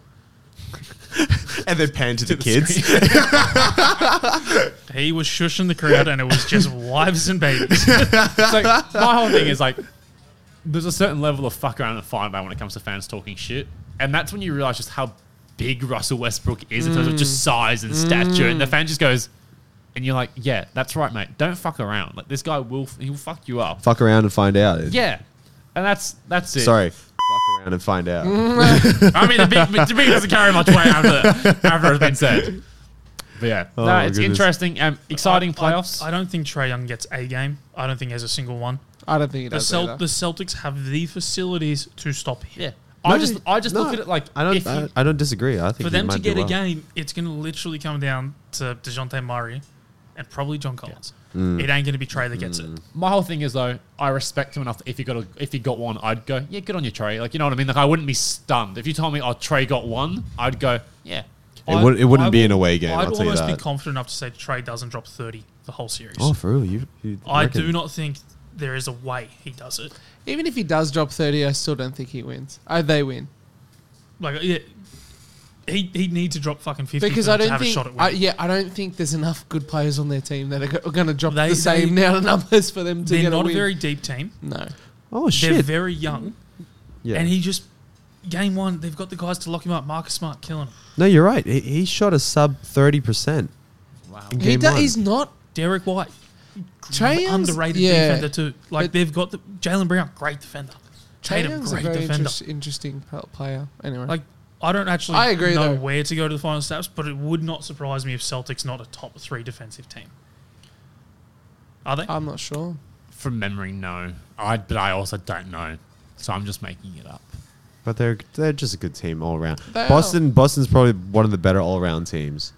Speaker 1: and then pan to the kids.
Speaker 3: He was shushing the crowd, and it was just wives and babies.
Speaker 4: so my whole thing is like, there's a certain level of fuck around and find out when it comes to fans talking shit, and that's when you realize just how big Russell Westbrook is in terms of just size and stature, and the fan just goes, and you're like, yeah, that's right, mate. Don't fuck around. Like this guy will, he will fuck you up.
Speaker 1: Fuck around and find out.
Speaker 4: Yeah, and that's that's it.
Speaker 1: Sorry. Fuck around and find out.
Speaker 3: Mm-hmm.
Speaker 4: I mean, the beat, the beat doesn't carry much weight after after it's been said. But yeah,
Speaker 1: Oh
Speaker 4: no,
Speaker 1: my
Speaker 4: it's
Speaker 1: goodness.
Speaker 4: interesting, um, exciting
Speaker 3: I-
Speaker 4: playoffs.
Speaker 3: I, don't think Trey Young gets a game. I don't think he has a single one.
Speaker 2: I don't think he
Speaker 3: The,
Speaker 2: does.
Speaker 3: Cel-
Speaker 2: Either.
Speaker 3: the Celtics have the facilities to stop him.
Speaker 4: yeah,
Speaker 1: No,
Speaker 4: I just I just
Speaker 1: no,
Speaker 4: look at it like
Speaker 1: I don't.
Speaker 4: if he-
Speaker 1: I, I don't disagree. I think
Speaker 3: For
Speaker 1: he
Speaker 3: them
Speaker 1: might
Speaker 3: to
Speaker 1: do
Speaker 3: get
Speaker 1: well.
Speaker 3: a game, it's going to literally come down to DeJounte Murray and probably John Collins.
Speaker 1: Mm.
Speaker 3: It ain't going to be Trey that gets it.
Speaker 4: My whole thing is though, I respect him enough. That if he got a, if he got one, I'd go, yeah, good on your Trey. Like you know what I mean. Like I wouldn't be stunned if you told me, oh, Trey got one. I'd go, yeah.
Speaker 1: It,
Speaker 3: I-
Speaker 1: would, it wouldn't
Speaker 3: I
Speaker 1: be
Speaker 3: will-
Speaker 1: an away game.
Speaker 3: I'd
Speaker 1: I'll tell you
Speaker 3: almost be
Speaker 1: that.
Speaker 3: confident enough to say Trey doesn't drop 30 the whole series.
Speaker 1: oh, for real? You, you
Speaker 3: I
Speaker 1: reckon?
Speaker 3: do not think there is a way he does it.
Speaker 2: Even if he does drop 30, I still don't think he wins. Oh, they win.
Speaker 3: Like, yeah, he he'd need to drop fucking 50
Speaker 2: Because
Speaker 3: for
Speaker 2: I
Speaker 3: them to
Speaker 2: don't
Speaker 3: have a
Speaker 2: think,
Speaker 3: shot at
Speaker 2: I,
Speaker 3: winning.
Speaker 2: yeah, I don't think there's enough good players on their team that are, go- are going to drop
Speaker 3: They-
Speaker 2: the same
Speaker 3: they-
Speaker 2: amount of numbers for them to
Speaker 3: They're
Speaker 2: get a
Speaker 3: not a
Speaker 2: win.
Speaker 3: very deep team.
Speaker 2: no,
Speaker 1: Oh
Speaker 3: They're
Speaker 1: shit!
Speaker 3: very young,
Speaker 1: yeah.
Speaker 3: and he just game one. They've got the guys to lock him up. Marcus Smart killing him.
Speaker 1: no, you're right. He, he shot a sub thirty percent.
Speaker 4: Wow.
Speaker 1: in
Speaker 2: he
Speaker 1: game
Speaker 2: do,
Speaker 1: one.
Speaker 2: he's not.
Speaker 3: Derek White,
Speaker 2: Trae Young's-
Speaker 3: underrated
Speaker 2: yeah,
Speaker 3: defender too. Like
Speaker 2: but-
Speaker 3: they've got the, Jalen Brown, great defender.
Speaker 2: Trae
Speaker 3: Tatum,
Speaker 2: Young's a
Speaker 3: great
Speaker 2: very
Speaker 3: defender.
Speaker 2: interest- interesting p- player. Anyway,
Speaker 3: Like I don't actually
Speaker 2: I agree,
Speaker 3: know
Speaker 2: though.
Speaker 3: where to go to the final steps, but it would not surprise me if Celtics not a top three defensive team. Are they?
Speaker 2: I'm not sure.
Speaker 4: From memory, no. I but I also don't know, so I'm just making it up.
Speaker 1: But they're they're just a good team all around.
Speaker 2: They are.
Speaker 1: Boston Boston's probably one of the better all round teams.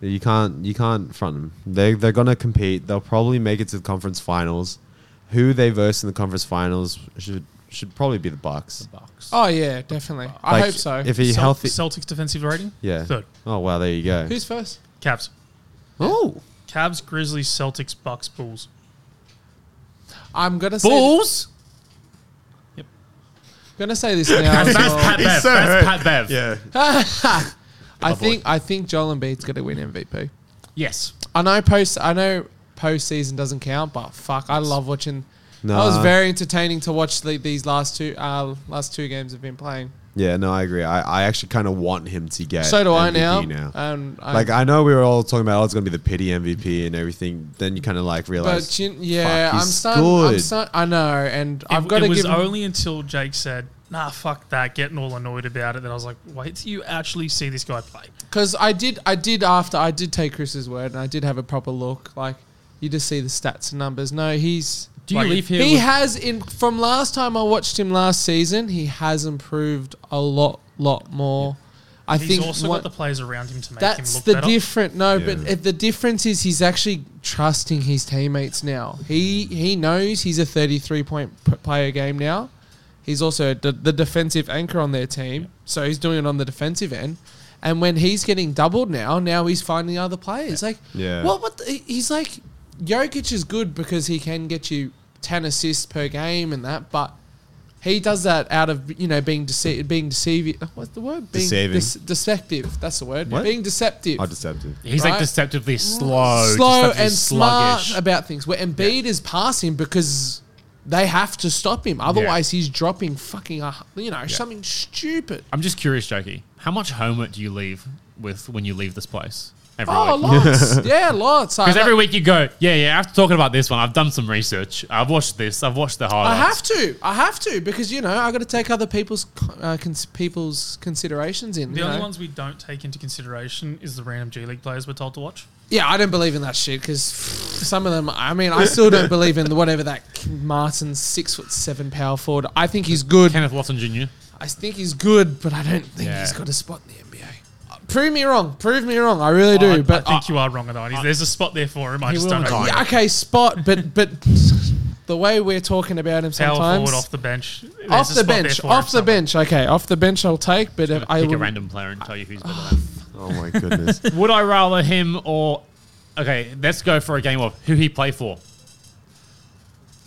Speaker 1: You can't you can't front them. They they're gonna compete. They'll probably make it to the conference finals. Who they verse in the conference finals should should probably be the Bucks.
Speaker 4: Bucks.
Speaker 2: Oh yeah, definitely. I
Speaker 1: Like,
Speaker 2: hope so.
Speaker 1: If he's
Speaker 3: Cel-
Speaker 1: healthy,
Speaker 3: Celtics defensive rating?
Speaker 1: yeah.
Speaker 3: Third.
Speaker 1: Oh wow, there you go.
Speaker 2: Who's first?
Speaker 3: Cavs.
Speaker 1: Oh,
Speaker 3: Cavs, Grizzlies, Celtics, Bucks, Bulls.
Speaker 2: I'm gonna say
Speaker 4: Bulls.
Speaker 2: gonna say this now. as well.
Speaker 4: Pat Bev.
Speaker 1: so
Speaker 4: That's
Speaker 1: hurt.
Speaker 4: Pat Bev.
Speaker 1: yeah.
Speaker 2: I
Speaker 4: My boy.
Speaker 2: think I think Joel Embiid's gonna win MVP.
Speaker 4: Yes.
Speaker 2: I know post I know postseason doesn't count, but fuck, I love watching. That was
Speaker 1: Nah.
Speaker 2: very entertaining to watch the, these last two uh, last two games have been playing.
Speaker 1: Yeah, no, I agree. I, I actually kind of want him to get.
Speaker 2: so do I
Speaker 1: MVP
Speaker 2: now. And I,
Speaker 1: like I know we were all talking about, oh, it's gonna be the pity MVP and everything. Then you kind of like realize,
Speaker 2: but you, yeah,
Speaker 1: fuck,
Speaker 2: I'm
Speaker 1: he's
Speaker 2: starting. I'm
Speaker 1: good.
Speaker 2: start, I know, and I've
Speaker 3: it,
Speaker 2: got
Speaker 3: it
Speaker 2: to
Speaker 3: was
Speaker 2: give.
Speaker 3: only until Jake said, "Nah, fuck that," getting all annoyed about it. That I was like, "Wait till you actually see this guy play."
Speaker 2: Because I did, I did after I did take Chris's word, and I did have a proper look. Like you just see the stats and numbers. No, he's
Speaker 4: Do you
Speaker 3: Like,
Speaker 4: leave here?
Speaker 2: he
Speaker 4: with-
Speaker 2: has in from last time I watched him last season. He has improved a lot, lot more. I
Speaker 3: He's
Speaker 2: think
Speaker 3: also
Speaker 2: one-
Speaker 3: got the players around him to make him
Speaker 2: that's
Speaker 3: look
Speaker 2: the
Speaker 3: better.
Speaker 2: different. No,
Speaker 1: Yeah.
Speaker 2: but if the difference is he's actually trusting his teammates now. He he knows he's a 33 point p- player game now. He's also the, the defensive anchor on their team, so he's doing it on the defensive end. And when he's getting doubled now, now he's finding other players. Like,
Speaker 1: Yeah.
Speaker 2: what? What? The, he's like, Jokic is good because he can get you ten assists per game and that, but he does that out of you know being dece- being deceiving. What's the word? Being
Speaker 1: Deceiving.
Speaker 2: deceptive. That's the word.
Speaker 1: What?
Speaker 2: Being deceptive.
Speaker 1: I just have to.
Speaker 4: He's
Speaker 2: right?
Speaker 4: like deceptively slow,
Speaker 2: slow
Speaker 4: deceptively
Speaker 2: and
Speaker 4: sluggish.
Speaker 2: smart about things. Where Embiid is passing because they have to stop him. Otherwise, he's dropping fucking, a, you know, something stupid.
Speaker 4: I'm just curious, Jokey. How much homework do you leave with when you leave this place. Every
Speaker 2: Oh,
Speaker 4: week.
Speaker 2: lots. yeah, lots. I,
Speaker 4: Because every week you go, yeah, yeah, after talking about this one, I've done some research. I've watched this. I've watched the
Speaker 2: I
Speaker 4: highlights.
Speaker 2: have to. I have to because you know I got to take other people's co- uh, cons- people's considerations in.
Speaker 3: The
Speaker 2: you
Speaker 3: only
Speaker 2: know?
Speaker 3: ones we don't take into consideration is the random G League players we're told to watch.
Speaker 2: Yeah, I don't believe in that shit because some of them. I mean, I still don't believe in whatever that Martin six foot seven power forward. I think he's good.
Speaker 4: Kenneth Lawson Jr.
Speaker 2: I think he's good, but I don't think
Speaker 4: Yeah.
Speaker 2: he's got a spot in the NBA. Uh, Prove me wrong. Prove me wrong. I really do.
Speaker 3: Oh, I,
Speaker 2: but
Speaker 3: I think you are wrong on that. There's a spot there for him. I
Speaker 4: He
Speaker 3: just
Speaker 4: will
Speaker 3: don't know.
Speaker 4: retire.
Speaker 2: yeah, okay, spot. But but the way we're talking about him
Speaker 3: Power
Speaker 2: sometimes
Speaker 3: forward off the bench. There's a
Speaker 2: off the
Speaker 3: spot there
Speaker 2: bench,
Speaker 3: for him
Speaker 2: off the
Speaker 3: somewhere.
Speaker 2: bench. Okay, off the bench I'll take, but if I
Speaker 4: Pick a
Speaker 2: will,
Speaker 4: random player and tell you who's better than
Speaker 1: Oh my goodness.
Speaker 4: him. Would I rather him or. Okay, let's go for a game of who he play for.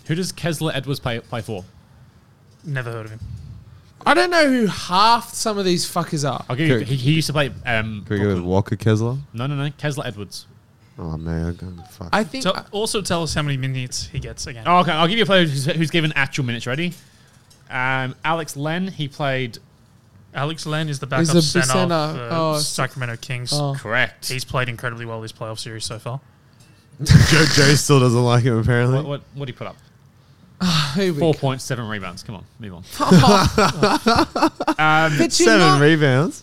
Speaker 4: Who does Kesler Edwards play, play for?
Speaker 3: Never heard of him.
Speaker 2: I don't know who half some of these fuckers are.
Speaker 4: I'll give you.
Speaker 1: Okay.
Speaker 4: He, he used to play.
Speaker 1: Can we
Speaker 4: Um,
Speaker 1: go with
Speaker 4: Brooklyn.
Speaker 1: Walker Kessler?
Speaker 4: No, no, no. Kesler Edwards.
Speaker 1: Oh man, I'm gonna fuck.
Speaker 2: I think uh,
Speaker 3: So also tell us how many minutes he gets again.
Speaker 4: Oh, okay, I'll give you a player who's, who's given actual minutes. Ready? Um, Alex Len. He played.
Speaker 3: Alex Len is the backup
Speaker 2: He's the
Speaker 3: center,
Speaker 2: center.
Speaker 3: for
Speaker 2: Oh, s-
Speaker 3: Sacramento Kings.
Speaker 2: Oh.
Speaker 4: Correct.
Speaker 3: He's played incredibly well this playoff series so far.
Speaker 1: Joe, Joe still doesn't like him apparently.
Speaker 4: What, what, what did he put up?
Speaker 2: Here we
Speaker 4: Four
Speaker 2: go.
Speaker 4: points, seven rebounds. Come on, move on. Um,
Speaker 2: But you
Speaker 1: Seven
Speaker 2: not-
Speaker 1: rebounds.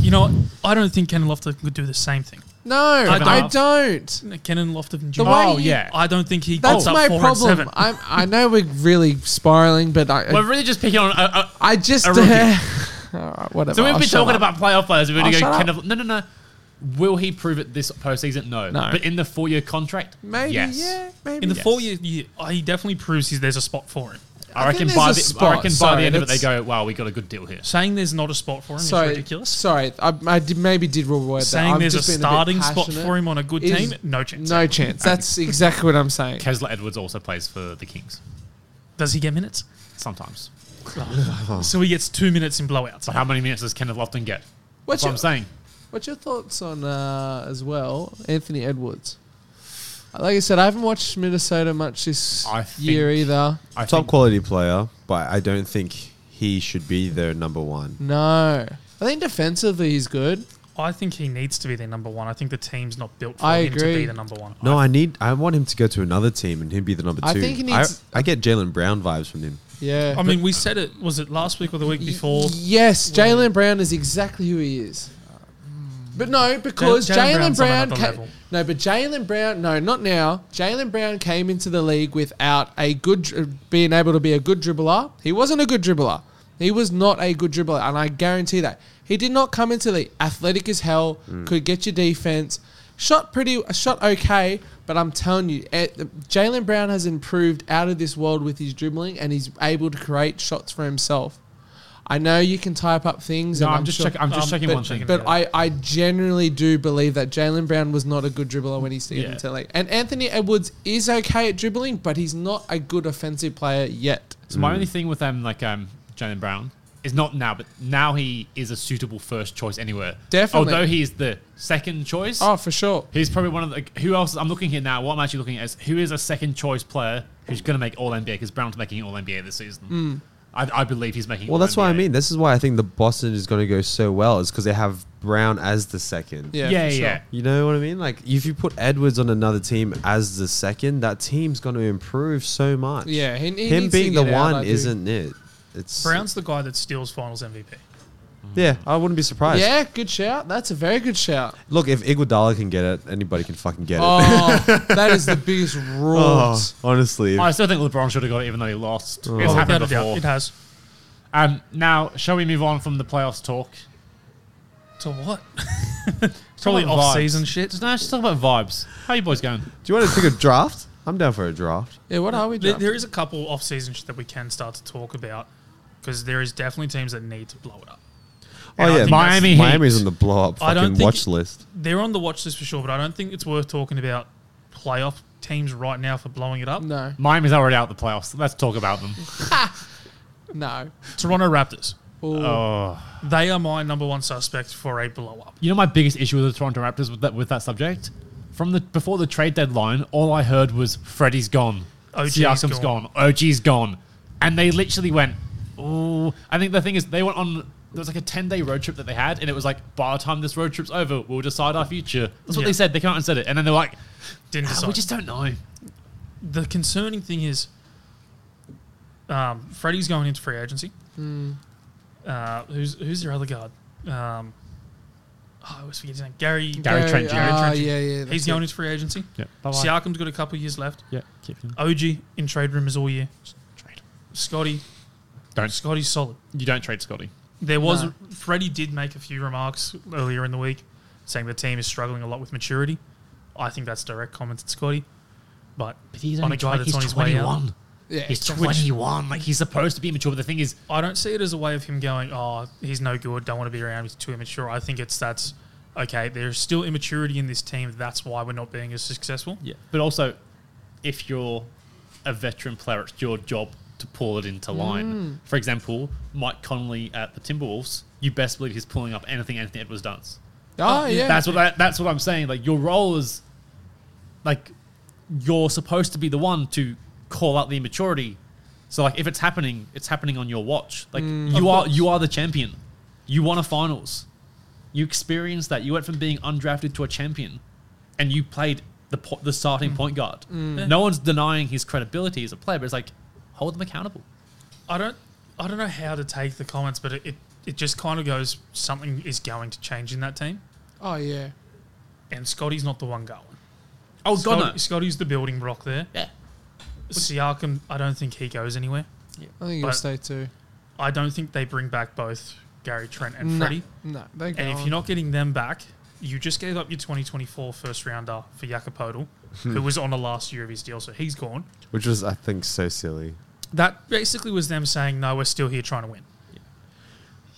Speaker 3: You know, what? I don't think Ken Lofton could do the same thing.
Speaker 2: No, I,
Speaker 3: don't.
Speaker 2: don't.
Speaker 3: Ken and Lofton Jr.
Speaker 2: The way
Speaker 4: Oh,
Speaker 2: you-
Speaker 4: yeah.
Speaker 3: I don't think he
Speaker 2: That's
Speaker 3: gets up
Speaker 2: my
Speaker 3: Oh, four and
Speaker 2: problem.
Speaker 3: seven.
Speaker 2: I'm, I know we're really spiraling, but I,
Speaker 4: We're really just picking on. Uh, uh,
Speaker 2: I just
Speaker 4: A rookie.
Speaker 2: All right, whatever.
Speaker 4: so we've
Speaker 2: I'll
Speaker 4: been
Speaker 2: shut
Speaker 4: talking
Speaker 2: up.
Speaker 4: about playoff players. We're going to
Speaker 2: I'll
Speaker 4: go
Speaker 2: shut
Speaker 4: kind of. No, no, no. Will he prove it this postseason? No.
Speaker 2: No.
Speaker 4: But in the four-year contract,
Speaker 2: maybe,
Speaker 4: Yes.
Speaker 2: yeah, maybe.
Speaker 3: In the
Speaker 4: Yes.
Speaker 3: four year, year uh, he definitely proves he's, there's a spot for him.
Speaker 4: I
Speaker 2: I think
Speaker 4: reckon
Speaker 2: there's
Speaker 4: by
Speaker 2: a
Speaker 4: the I
Speaker 2: spot.
Speaker 4: reckon by
Speaker 2: Sorry,
Speaker 4: the end of it they
Speaker 2: that's-
Speaker 4: go, wow, we got a good deal here.
Speaker 3: Saying there's not a spot for him
Speaker 2: sorry,
Speaker 3: is ridiculous.
Speaker 2: Sorry, I, I did, maybe did reword that.
Speaker 3: Saying
Speaker 2: I've
Speaker 3: there's a
Speaker 2: just been bit
Speaker 3: starting spot
Speaker 2: passionate.
Speaker 3: for him on a good
Speaker 2: is-
Speaker 3: team, no chance.
Speaker 2: No chance. That's exactly what I'm saying.
Speaker 4: Kesler Edwards also plays for the Kings
Speaker 3: Does he get minutes?
Speaker 4: sometimes.
Speaker 1: Oh.
Speaker 3: So he gets two minutes in blowouts.
Speaker 4: But how many minutes does Kenneth Lofton get?
Speaker 2: What's
Speaker 4: That's what
Speaker 2: your,
Speaker 4: I'm saying.
Speaker 2: what's your thoughts on uh, as well, Anthony Edwards? Like I said, I haven't watched Minnesota much this
Speaker 4: I think-
Speaker 2: year either.
Speaker 4: I
Speaker 1: Top
Speaker 4: think
Speaker 1: quality player, but I don't think he should be their number one.
Speaker 2: No, I think defensively he's good.
Speaker 3: I think he needs to be their number one. I think the team's not built for
Speaker 2: I
Speaker 3: him to
Speaker 2: agree.
Speaker 3: be the number one.
Speaker 1: No, I need. I want him to go to another team and him be the number two.
Speaker 2: I think he needs-
Speaker 1: I, I get Jalen Brown vibes from him.
Speaker 2: Yeah,
Speaker 3: I mean, we said it. Was it last week or the week before?
Speaker 2: Yes, Jalen Brown is exactly who he is. But no, because
Speaker 3: Jalen
Speaker 2: Jalen
Speaker 3: Brown's on
Speaker 2: Brown.
Speaker 3: another
Speaker 2: ca-
Speaker 3: level.
Speaker 2: no, but Jalen Brown. No, not now. Jalen Brown came into the league without a good dri- being able to be a good dribbler. He wasn't a good dribbler. He was not a good dribbler, and I guarantee that he did not come into the league athletic as hell. Could get your defense. Shot pretty, shot okay, but I'm telling you, eh, Jalen Brown has improved out of this world with his dribbling, and he's able to create shots for himself. I know you can type up things.
Speaker 4: No,
Speaker 2: and
Speaker 4: I'm just
Speaker 2: sure-
Speaker 4: checking. I'm just
Speaker 3: Um,
Speaker 4: checking
Speaker 2: but,
Speaker 4: one thing.
Speaker 2: But I, I generally do believe that Jalen Brown was not a good dribbler when he stayed
Speaker 4: Yeah.
Speaker 2: in the league. And Anthony Edwards is okay at dribbling, but he's not a good offensive player yet.
Speaker 4: So my only thing with them, like um, Jalen Brown, is not now, but now he is a suitable first choice anywhere.
Speaker 2: Definitely.
Speaker 4: Although he is the second choice,
Speaker 2: Oh, for sure.
Speaker 4: he's probably one of the. Who else? I'm looking here now. What I'm actually looking at is who is a second choice player who's going to make All NBA because Brown's making All NBA this season. I, I believe he's making.
Speaker 1: Hmm. Well, that's what I
Speaker 4: All-NBA.
Speaker 1: mean. This is why I think the Boston is going to go so well is because they have Brown as the second.
Speaker 2: Yeah,
Speaker 4: Yeah,
Speaker 2: for
Speaker 4: yeah.
Speaker 2: sure.
Speaker 4: yeah.
Speaker 1: You know what I mean? Like if you put Edwards on another team as the second, that team's going to improve so much.
Speaker 2: Yeah, he- he
Speaker 1: him
Speaker 2: needs to
Speaker 1: being the
Speaker 2: get out,
Speaker 1: one
Speaker 2: I do.
Speaker 1: isn't it? It's
Speaker 3: Brown's the guy that steals Finals MVP.
Speaker 1: Yeah, I wouldn't be surprised.
Speaker 2: Yeah, good shout. That's a very good shout.
Speaker 1: Look, if Iguodala can get it, anybody can fucking get it.
Speaker 2: Oh, that is the biggest rort.
Speaker 1: honestly,
Speaker 4: I still think LeBron should have got it, even though he lost. It's
Speaker 3: Oh,
Speaker 4: happened
Speaker 3: without a doubt,
Speaker 4: before.
Speaker 3: It has.
Speaker 4: Um, now, shall we move on from the playoffs talk?
Speaker 3: To what? Probably
Speaker 4: Talk about
Speaker 3: off season
Speaker 4: vibes.
Speaker 3: shit.
Speaker 4: Just, no, just talk about vibes. How you boys going?
Speaker 1: do you want to take a draft? I'm down for a draft.
Speaker 2: Yeah, what are we
Speaker 3: There,
Speaker 2: doing?
Speaker 3: there is a couple off season shit that we can start to talk about because there is definitely teams that need to blow it up. And I
Speaker 1: oh yeah,
Speaker 3: think that's-
Speaker 4: Miami Heat.
Speaker 1: Miami's on the blow up
Speaker 3: I don't
Speaker 1: fucking
Speaker 3: think-
Speaker 1: watch list.
Speaker 3: They're on the watch list for sure, but I don't think it's worth talking about playoff teams right now for blowing it up.
Speaker 2: No,
Speaker 4: Miami's already out of the playoffs. Let's talk about them.
Speaker 2: no.
Speaker 3: Toronto Raptors.
Speaker 2: Ooh.
Speaker 4: Oh.
Speaker 3: They are my number one suspect for a blow up.
Speaker 4: You know my biggest issue with the Toronto Raptors with that with that subject? From the before the trade deadline, all I heard was Freddie's gone.
Speaker 3: OG's
Speaker 4: Siakam's
Speaker 3: gone.
Speaker 4: gone. OG's gone. And they literally went, Oh I think the thing is they went on there was like a 10 day road trip that they had, and it was like, by the time this road trip's over, we'll decide our future. That's what
Speaker 3: Yeah.
Speaker 4: they said. They came out and said it. And then they're like,
Speaker 3: Didn't
Speaker 4: "Ah,
Speaker 3: decide.
Speaker 4: we just don't know.
Speaker 3: the concerning thing is, um, Freddie's going into free agency.
Speaker 2: Hmm.
Speaker 3: Uh, who's who's your other guard? Um, oh, I always forget his name. Gary.
Speaker 4: Gary Trent Jr.
Speaker 2: Ah,
Speaker 3: Trent Jr.
Speaker 2: yeah, yeah.
Speaker 3: He's
Speaker 2: that's
Speaker 3: going
Speaker 2: it.
Speaker 3: into free agency.
Speaker 4: Yeah.
Speaker 3: Siakam's got a couple years left.
Speaker 4: Yeah. Keep him.
Speaker 3: OG in trade rumors all year.
Speaker 4: Trade.
Speaker 3: Scotty.
Speaker 4: Don't-
Speaker 3: Scotty's solid.
Speaker 4: You don't trade Scotty.
Speaker 3: There was
Speaker 2: No.
Speaker 3: Freddie did make a few remarks earlier in the week saying the team is struggling a lot with maturity. I think that's direct comments at Scotty, but
Speaker 4: But he's
Speaker 3: On only a guy twen- that's he's on his way out. 21.
Speaker 2: Yeah,
Speaker 4: He's
Speaker 2: it's-
Speaker 4: 21. Like, he's supposed to be mature. But the thing is,
Speaker 3: I don't see it as a way of him going, "Oh, he's no good. Don't want to be around. He's too immature." I think it's that's okay. There's still immaturity in this team. That's why we're not being as successful.
Speaker 4: Yeah. But also, if you're a veteran player, it's your job to pull it into line. For example, Mike Connolly at the Timberwolves, you best believe he's pulling up anything Anthony Edwards does.
Speaker 2: Oh, yeah.
Speaker 4: That's what I, that's what I'm saying. Like your role is like you're supposed to be the one to call out the immaturity. So like if it's happening, it's happening on your watch. Like you are you are the champion. You won a finals. You experienced that. You went from being undrafted to a champion, and you played the po- the starting point guard. No one's denying his credibility as a player, but it's like hold them accountable.
Speaker 3: I don't, I don't know how to take the comments, but it, it, it just kind of goes something is going to change in that team,
Speaker 2: Oh, yeah.
Speaker 3: and Scotty's not the one going.
Speaker 4: Oh
Speaker 3: Scotty,
Speaker 4: God, no.
Speaker 3: Scotty's the building block there.
Speaker 4: Yeah.
Speaker 3: Siakam, I don't think he goes anywhere.
Speaker 2: I think he'll
Speaker 3: But-
Speaker 2: stay too.
Speaker 3: I don't think they bring back both Gary Trent and
Speaker 2: No.
Speaker 3: Freddie.
Speaker 2: No, they go.
Speaker 3: And if you're not getting them back, you just gave up your 2024 first rounder for Yakapodal,
Speaker 2: Hmm.
Speaker 3: who was on the last year of his deal, so he's gone.
Speaker 1: Which was, I think, so silly.
Speaker 3: That basically was them saying, no, we're still here trying to win.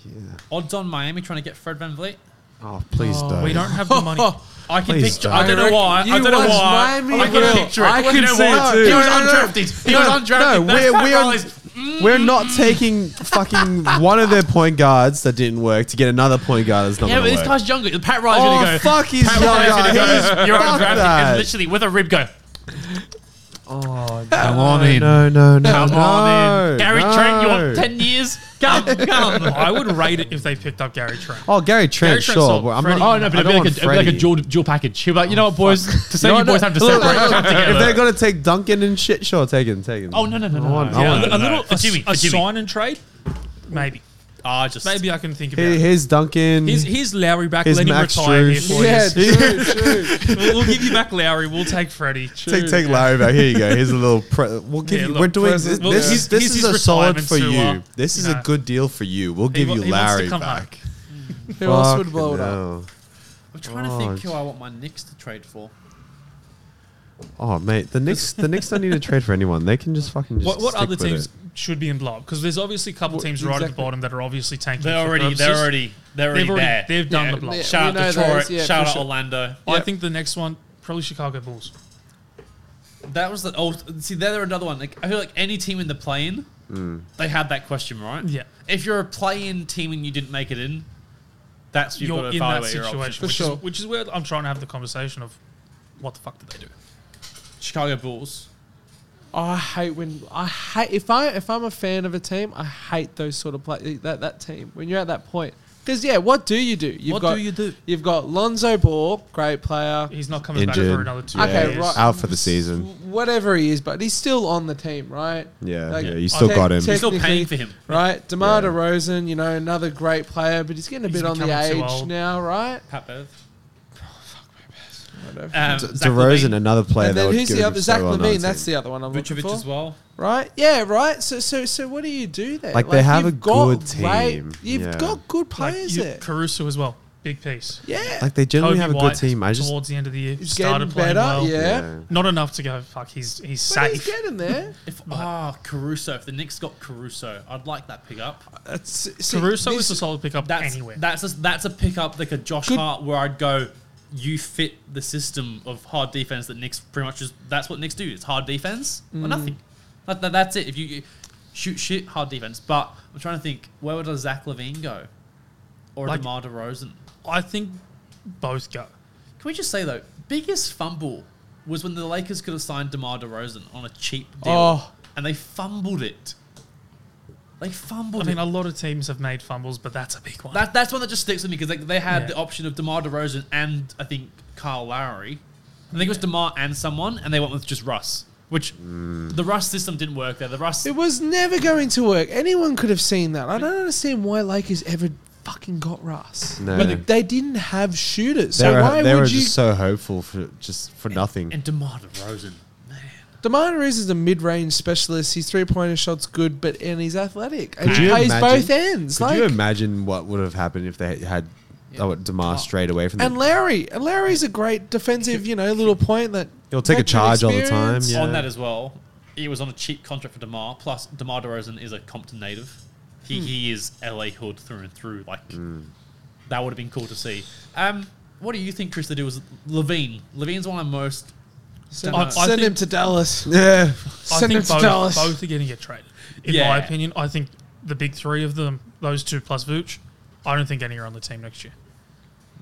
Speaker 1: Yeah.
Speaker 4: Odds on Miami trying to get Fred Van VanVleet.
Speaker 1: Oh, please
Speaker 2: Oh.
Speaker 1: don't.
Speaker 3: We don't have the money.
Speaker 4: I can
Speaker 1: Please
Speaker 4: picture.
Speaker 1: don't.
Speaker 4: I don't know why. I don't know why.
Speaker 2: Miami
Speaker 4: I
Speaker 2: Will.
Speaker 4: can picture it.
Speaker 2: I
Speaker 4: don't
Speaker 2: can
Speaker 4: know
Speaker 2: see
Speaker 4: why.
Speaker 2: it too.
Speaker 4: He was
Speaker 2: No, no, no.
Speaker 4: undrafted. He was
Speaker 1: No,
Speaker 4: undrafted.
Speaker 1: no,
Speaker 4: That's
Speaker 1: we're- we're-
Speaker 4: how it is.
Speaker 1: We're not taking fucking one of their point guards that didn't work to get another point guard that's not
Speaker 4: Yeah, but
Speaker 1: going to
Speaker 4: this
Speaker 1: work.
Speaker 4: guy's younger. Pat Ryan's
Speaker 1: oh,
Speaker 4: gonna go.
Speaker 1: fuck, he's
Speaker 4: Pat
Speaker 1: young.
Speaker 4: Ryan's gonna
Speaker 1: He's-
Speaker 4: go. You're
Speaker 1: fuck
Speaker 4: undrafted.
Speaker 1: that.
Speaker 4: And literally with a rib go.
Speaker 2: Oh,
Speaker 4: Come on in.
Speaker 1: No, no, no.
Speaker 4: Come
Speaker 1: no,
Speaker 4: on in. Gary
Speaker 1: no.
Speaker 4: Trent, you want ten years? Come, come.
Speaker 3: I would rate it if they picked up Gary Trent.
Speaker 1: Oh, Gary Trent,
Speaker 4: Gary Trent's
Speaker 1: sure.
Speaker 4: all
Speaker 1: but I'm
Speaker 4: Freddie.
Speaker 1: not,
Speaker 4: oh no, but
Speaker 1: I
Speaker 4: it'd be,
Speaker 1: don't
Speaker 4: like a,
Speaker 1: want
Speaker 4: it'd be like a
Speaker 1: Freddie.
Speaker 4: dual, dual package. He'd be like, you know what, boys? To say
Speaker 1: You know
Speaker 4: you,
Speaker 1: what,
Speaker 4: boys have to
Speaker 1: look,
Speaker 4: separate
Speaker 1: look,
Speaker 4: come
Speaker 1: If they're
Speaker 4: together.
Speaker 1: going to take Duncan and shit, sure, take him, take him.
Speaker 4: Oh no, no, no, no.
Speaker 1: want-
Speaker 4: no.
Speaker 1: I
Speaker 4: Yeah,
Speaker 1: want-
Speaker 4: a little
Speaker 3: for
Speaker 4: for Jimmy,
Speaker 3: a
Speaker 4: for Jimmy.
Speaker 3: sign and trade? Maybe.
Speaker 4: Ah, just
Speaker 3: Maybe I can think about
Speaker 1: Here-
Speaker 3: it.
Speaker 1: Here's Duncan.
Speaker 3: Here's, here's Lowry back.
Speaker 1: Here's
Speaker 3: Let him
Speaker 1: Max
Speaker 3: retire here
Speaker 1: Drews.
Speaker 3: for
Speaker 2: yeah,
Speaker 3: you.
Speaker 2: true, true.
Speaker 3: We'll, we'll give you back Lowry. We'll take Freddie.
Speaker 1: Take, take Larry back. Here you go. Here's a little. Pre- we'll give
Speaker 3: Yeah,
Speaker 1: you.
Speaker 3: look,
Speaker 1: We're doing this.
Speaker 3: present. Well,
Speaker 1: this
Speaker 3: he's-
Speaker 1: is, this
Speaker 3: he's
Speaker 1: is
Speaker 3: his
Speaker 1: a solid
Speaker 3: retirement
Speaker 1: for
Speaker 3: too, uh,
Speaker 1: you. This is
Speaker 3: nah.
Speaker 1: a good deal for you. We'll give
Speaker 3: wa-
Speaker 1: you
Speaker 3: he wants to
Speaker 1: Larry
Speaker 3: come home.
Speaker 1: back.
Speaker 2: Who else would
Speaker 1: Fucking
Speaker 2: blow it up?
Speaker 1: hell.
Speaker 4: I'm trying to think who I want my Knicks to trade for.
Speaker 1: Oh mate, the Knicks. The Knicks don't need to trade for anyone. They can just fucking. Just
Speaker 3: What, what
Speaker 1: stick
Speaker 3: other
Speaker 1: with
Speaker 3: teams
Speaker 1: it.
Speaker 3: should be in blow? Because there's obviously a couple
Speaker 2: Well,
Speaker 3: teams right at the
Speaker 2: exactly.
Speaker 3: bottom that are obviously tanking.
Speaker 4: They're
Speaker 3: for
Speaker 4: already, they're
Speaker 3: purposes.
Speaker 4: already, they're already,
Speaker 3: They've already-
Speaker 4: there.
Speaker 3: they've done the block. Yeah,
Speaker 4: Shout
Speaker 2: we
Speaker 4: out
Speaker 2: know
Speaker 4: Detroit.
Speaker 2: those, yeah,
Speaker 4: shout
Speaker 2: for
Speaker 4: out
Speaker 2: sure.
Speaker 4: Orlando.
Speaker 3: I think the next one probably Chicago Bulls.
Speaker 4: That was the old. See, they're another one. Like I feel like any team in the play-in,
Speaker 2: Hmm.
Speaker 4: they had that question, right?
Speaker 3: Yeah.
Speaker 4: If you're a play-in team and you didn't make it in, that's you've
Speaker 3: You're
Speaker 4: got to
Speaker 3: in that
Speaker 4: evaluate your
Speaker 3: situation,
Speaker 4: options.
Speaker 3: which,
Speaker 2: sure.
Speaker 3: is, which is where I'm trying to have the conversation of what the fuck did they do?
Speaker 4: Chicago Bulls.
Speaker 2: I hate when I hate if I if I'm a fan of a team, I hate those sort of play that that team when you're at that point. Because yeah, what do you do? You've
Speaker 3: What
Speaker 2: got
Speaker 3: do you do?
Speaker 2: you've got Lonzo Ball, great player.
Speaker 3: He's not coming back
Speaker 1: Injured.
Speaker 3: for another two
Speaker 1: Yeah,
Speaker 2: Okay,
Speaker 3: years.
Speaker 2: right.
Speaker 1: Out for the season.
Speaker 2: Whatever he is, but he's still on the team, right?
Speaker 1: Yeah,
Speaker 2: Like,
Speaker 1: yeah. You still
Speaker 2: te-
Speaker 1: got him.
Speaker 2: te-
Speaker 4: You're still
Speaker 2: Technically-
Speaker 4: paying for him.
Speaker 2: Right, Demar Derozan, you know, another great player, but he's getting a
Speaker 3: He's
Speaker 2: bit on the
Speaker 3: becoming too
Speaker 2: age
Speaker 3: old.
Speaker 2: now, right?
Speaker 4: Pat Bev.
Speaker 2: Whatever.
Speaker 4: Um,
Speaker 1: D-
Speaker 4: Zach
Speaker 1: DeRozan,
Speaker 4: Levine,
Speaker 1: another player
Speaker 2: and
Speaker 1: that
Speaker 2: then
Speaker 1: would
Speaker 2: who's
Speaker 1: give
Speaker 2: the
Speaker 1: him
Speaker 2: other?
Speaker 1: so
Speaker 2: Zach
Speaker 1: well on
Speaker 2: Levine.
Speaker 1: the
Speaker 2: That's
Speaker 1: team.
Speaker 2: the other one I'm looking
Speaker 4: Vucevic
Speaker 2: for.
Speaker 4: as well.
Speaker 2: Right? Yeah, right. So so so what do you do there?
Speaker 1: Like, they have
Speaker 2: you've
Speaker 1: a
Speaker 2: got
Speaker 1: good
Speaker 2: great-
Speaker 1: team.
Speaker 2: you've
Speaker 1: Yeah.
Speaker 2: got good
Speaker 3: Like,
Speaker 2: players
Speaker 3: you-
Speaker 2: there.
Speaker 3: Caruso as well, big piece.
Speaker 2: Yeah.
Speaker 1: Like they generally
Speaker 3: Kobe
Speaker 1: have a
Speaker 3: White
Speaker 1: good team. I just.
Speaker 3: towards the end of the year
Speaker 2: he's
Speaker 3: started
Speaker 2: getting
Speaker 3: playing
Speaker 2: better,
Speaker 3: well.
Speaker 2: yeah.
Speaker 1: Yeah.
Speaker 3: Not enough to go. Fuck, he's he's
Speaker 2: But
Speaker 3: safe.
Speaker 2: he's getting there.
Speaker 4: If ah Caruso, if the Knicks got Caruso, I'd like that pickup.
Speaker 2: That's, see,
Speaker 3: Caruso is
Speaker 2: this-
Speaker 3: a solid pickup
Speaker 4: That's
Speaker 3: anywhere.
Speaker 4: that's a, that's a pickup like a Josh
Speaker 2: Good-
Speaker 4: Hart where I'd go. You fit the system of hard defense that Knicks pretty much is. That's what Knicks do. It's hard defense
Speaker 3: Mm.
Speaker 4: or nothing. That, that- that's it. If you, you shoot shit, hard defense. But I'm trying to think, where would a Zach Levine go, or a
Speaker 3: Like-
Speaker 4: DeMar DeRozan?
Speaker 3: I think both go.
Speaker 4: Can we just say though, biggest fumble was when the Lakers could have signed DeMar DeRozan on a cheap deal,
Speaker 2: Oh.
Speaker 4: and they fumbled it. They
Speaker 3: I
Speaker 4: fumbled.
Speaker 3: mean,
Speaker 4: it.
Speaker 3: a lot of teams have made fumbles, but that's a big one.
Speaker 4: That, that's one that just sticks with me because like, they had
Speaker 3: Yeah.
Speaker 4: the option of DeMar DeRozan and I think Carl Lowry. I think it was DeMar and someone, and they went with just Russ, which the Russ system didn't work there. The Russ.
Speaker 2: It was never going to work. Anyone could have seen that. I don't understand why Lakers ever fucking got Russ.
Speaker 1: No.
Speaker 2: But they didn't have shooters.
Speaker 1: They
Speaker 2: So
Speaker 1: were,
Speaker 2: why
Speaker 1: they were
Speaker 2: would you?
Speaker 1: just so hopeful for just for nothing.
Speaker 4: and DeMar DeRozan.
Speaker 2: Demar Derozan is a mid-range specialist. His three-pointer shot's good, but and he's athletic. And
Speaker 1: Could
Speaker 2: he
Speaker 1: you
Speaker 2: plays
Speaker 1: imagine-
Speaker 2: both ends.
Speaker 1: Could
Speaker 2: like,
Speaker 1: you imagine what would have happened if they had oh, Demar straight away from
Speaker 2: and
Speaker 1: them?
Speaker 2: Larry, and Larry's a great defensive, you know, little point that
Speaker 1: He'll take a
Speaker 2: veteran
Speaker 1: charge all the time.
Speaker 2: experience.
Speaker 1: Yeah.
Speaker 4: On that as well, he was on a cheap contract for DeMar. Plus, DeMar DeRozan is a Compton native. He, he is LA hood through and through. Like, that would have been cool to see. Um, what do you think, Chris, to do with Levine? Levine's one I'm most.
Speaker 2: Send,
Speaker 3: I- I
Speaker 2: send him
Speaker 3: think-
Speaker 2: to Dallas.
Speaker 1: Yeah.
Speaker 3: I
Speaker 2: Send him
Speaker 3: think
Speaker 2: to
Speaker 3: both,
Speaker 2: Dallas.
Speaker 3: both are going to get traded. In
Speaker 4: Yeah.
Speaker 3: my opinion, I think the big three of them, those two plus Vooch, I don't think any are on the team next year.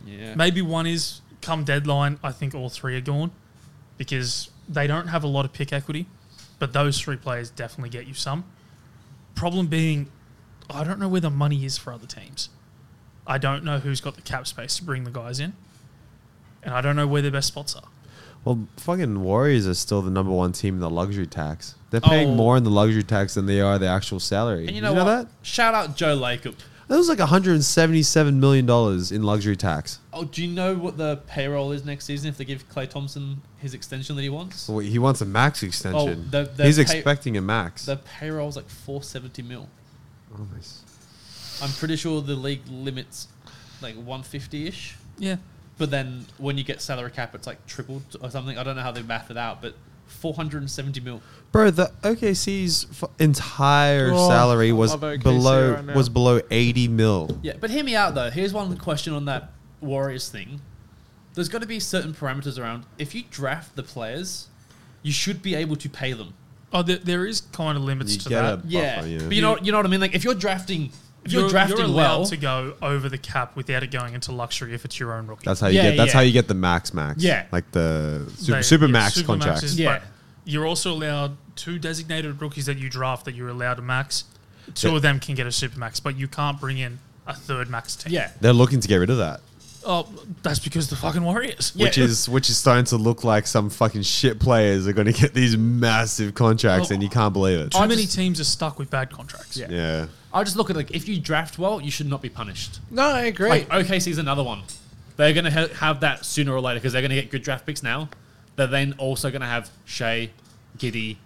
Speaker 4: Yeah.
Speaker 3: Maybe one is come deadline. I think all three are gone because they don't have a lot of pick equity, but those three players definitely get you some. Problem being, I don't know where the money is for other teams. I don't know who's got the cap space to bring the guys in, and I don't know where their best spots are.
Speaker 1: Well, fucking Warriors are still the number one team in the luxury tax. They're paying
Speaker 4: Oh.
Speaker 1: more in the luxury tax than they are the actual salary.
Speaker 4: And you know,
Speaker 1: you know
Speaker 4: what?
Speaker 1: that?
Speaker 4: Shout out Joe Lacob.
Speaker 1: That was like 177 million dollars in luxury tax.
Speaker 4: Oh, do you know what the payroll is next season if they give Clay Thompson his extension that he wants?
Speaker 1: So he wants a max extension.
Speaker 4: Oh, the- the
Speaker 1: He's
Speaker 4: pay-
Speaker 1: expecting a max.
Speaker 4: The payroll's like 470 mil.
Speaker 1: Oh, nice.
Speaker 4: I'm pretty sure the league limits like 150 ish,
Speaker 3: Yeah,
Speaker 4: but then when you get salary cap, it's like tripled or something. I don't know how they math it out, but 470 mil.
Speaker 1: Bro, the OKC's f- entire
Speaker 2: Oh,
Speaker 1: salary was
Speaker 2: love OKC
Speaker 1: below
Speaker 2: right now.
Speaker 1: was below 80 mil.
Speaker 4: Yeah, but hear me out though. Here's one question on that Warriors thing. There's got to be certain parameters around. If you draft the players, you should be able to pay them.
Speaker 3: oh, there, there is kind of limits
Speaker 1: You
Speaker 3: to
Speaker 1: get
Speaker 3: that.
Speaker 1: a
Speaker 4: Yeah,
Speaker 1: buffer, yeah.
Speaker 4: but you know, you know what I mean. Like if you're drafting, if you're, drafting
Speaker 3: allowed
Speaker 4: well,
Speaker 3: to go over the cap without it going into luxury if it's your own rookie.
Speaker 1: That's how you
Speaker 4: Yeah,
Speaker 1: get. That's
Speaker 4: yeah.
Speaker 1: how you get the max max.
Speaker 4: Yeah.
Speaker 1: like the super,
Speaker 3: They-
Speaker 1: super
Speaker 3: yeah,
Speaker 1: max
Speaker 3: supermaxes,
Speaker 1: contracts.
Speaker 3: but
Speaker 4: Yeah.
Speaker 3: You're also allowed two designated rookies that you draft that you're allowed to max. Two
Speaker 1: Yeah.
Speaker 3: of them can get a super max, but you can't bring in a third max team.
Speaker 4: yeah,
Speaker 1: They're looking to get rid of that,
Speaker 3: Oh, that's because the fucking Warriors.
Speaker 4: Yeah.
Speaker 1: which is which is starting to look like some fucking shit players are going to get these massive contracts,
Speaker 3: Oh.
Speaker 1: and you can't believe it.
Speaker 3: Too
Speaker 4: I
Speaker 3: many
Speaker 4: just-
Speaker 3: teams are stuck with bad contracts.
Speaker 4: Yeah.
Speaker 1: yeah,
Speaker 4: I just look at like if you draft well, you should not be punished.
Speaker 2: No, I agree.
Speaker 4: Like OKC's another one. They're going to ha- have that sooner or later because they're going to get good draft picks now. They're then also going to have Shea, Giddy,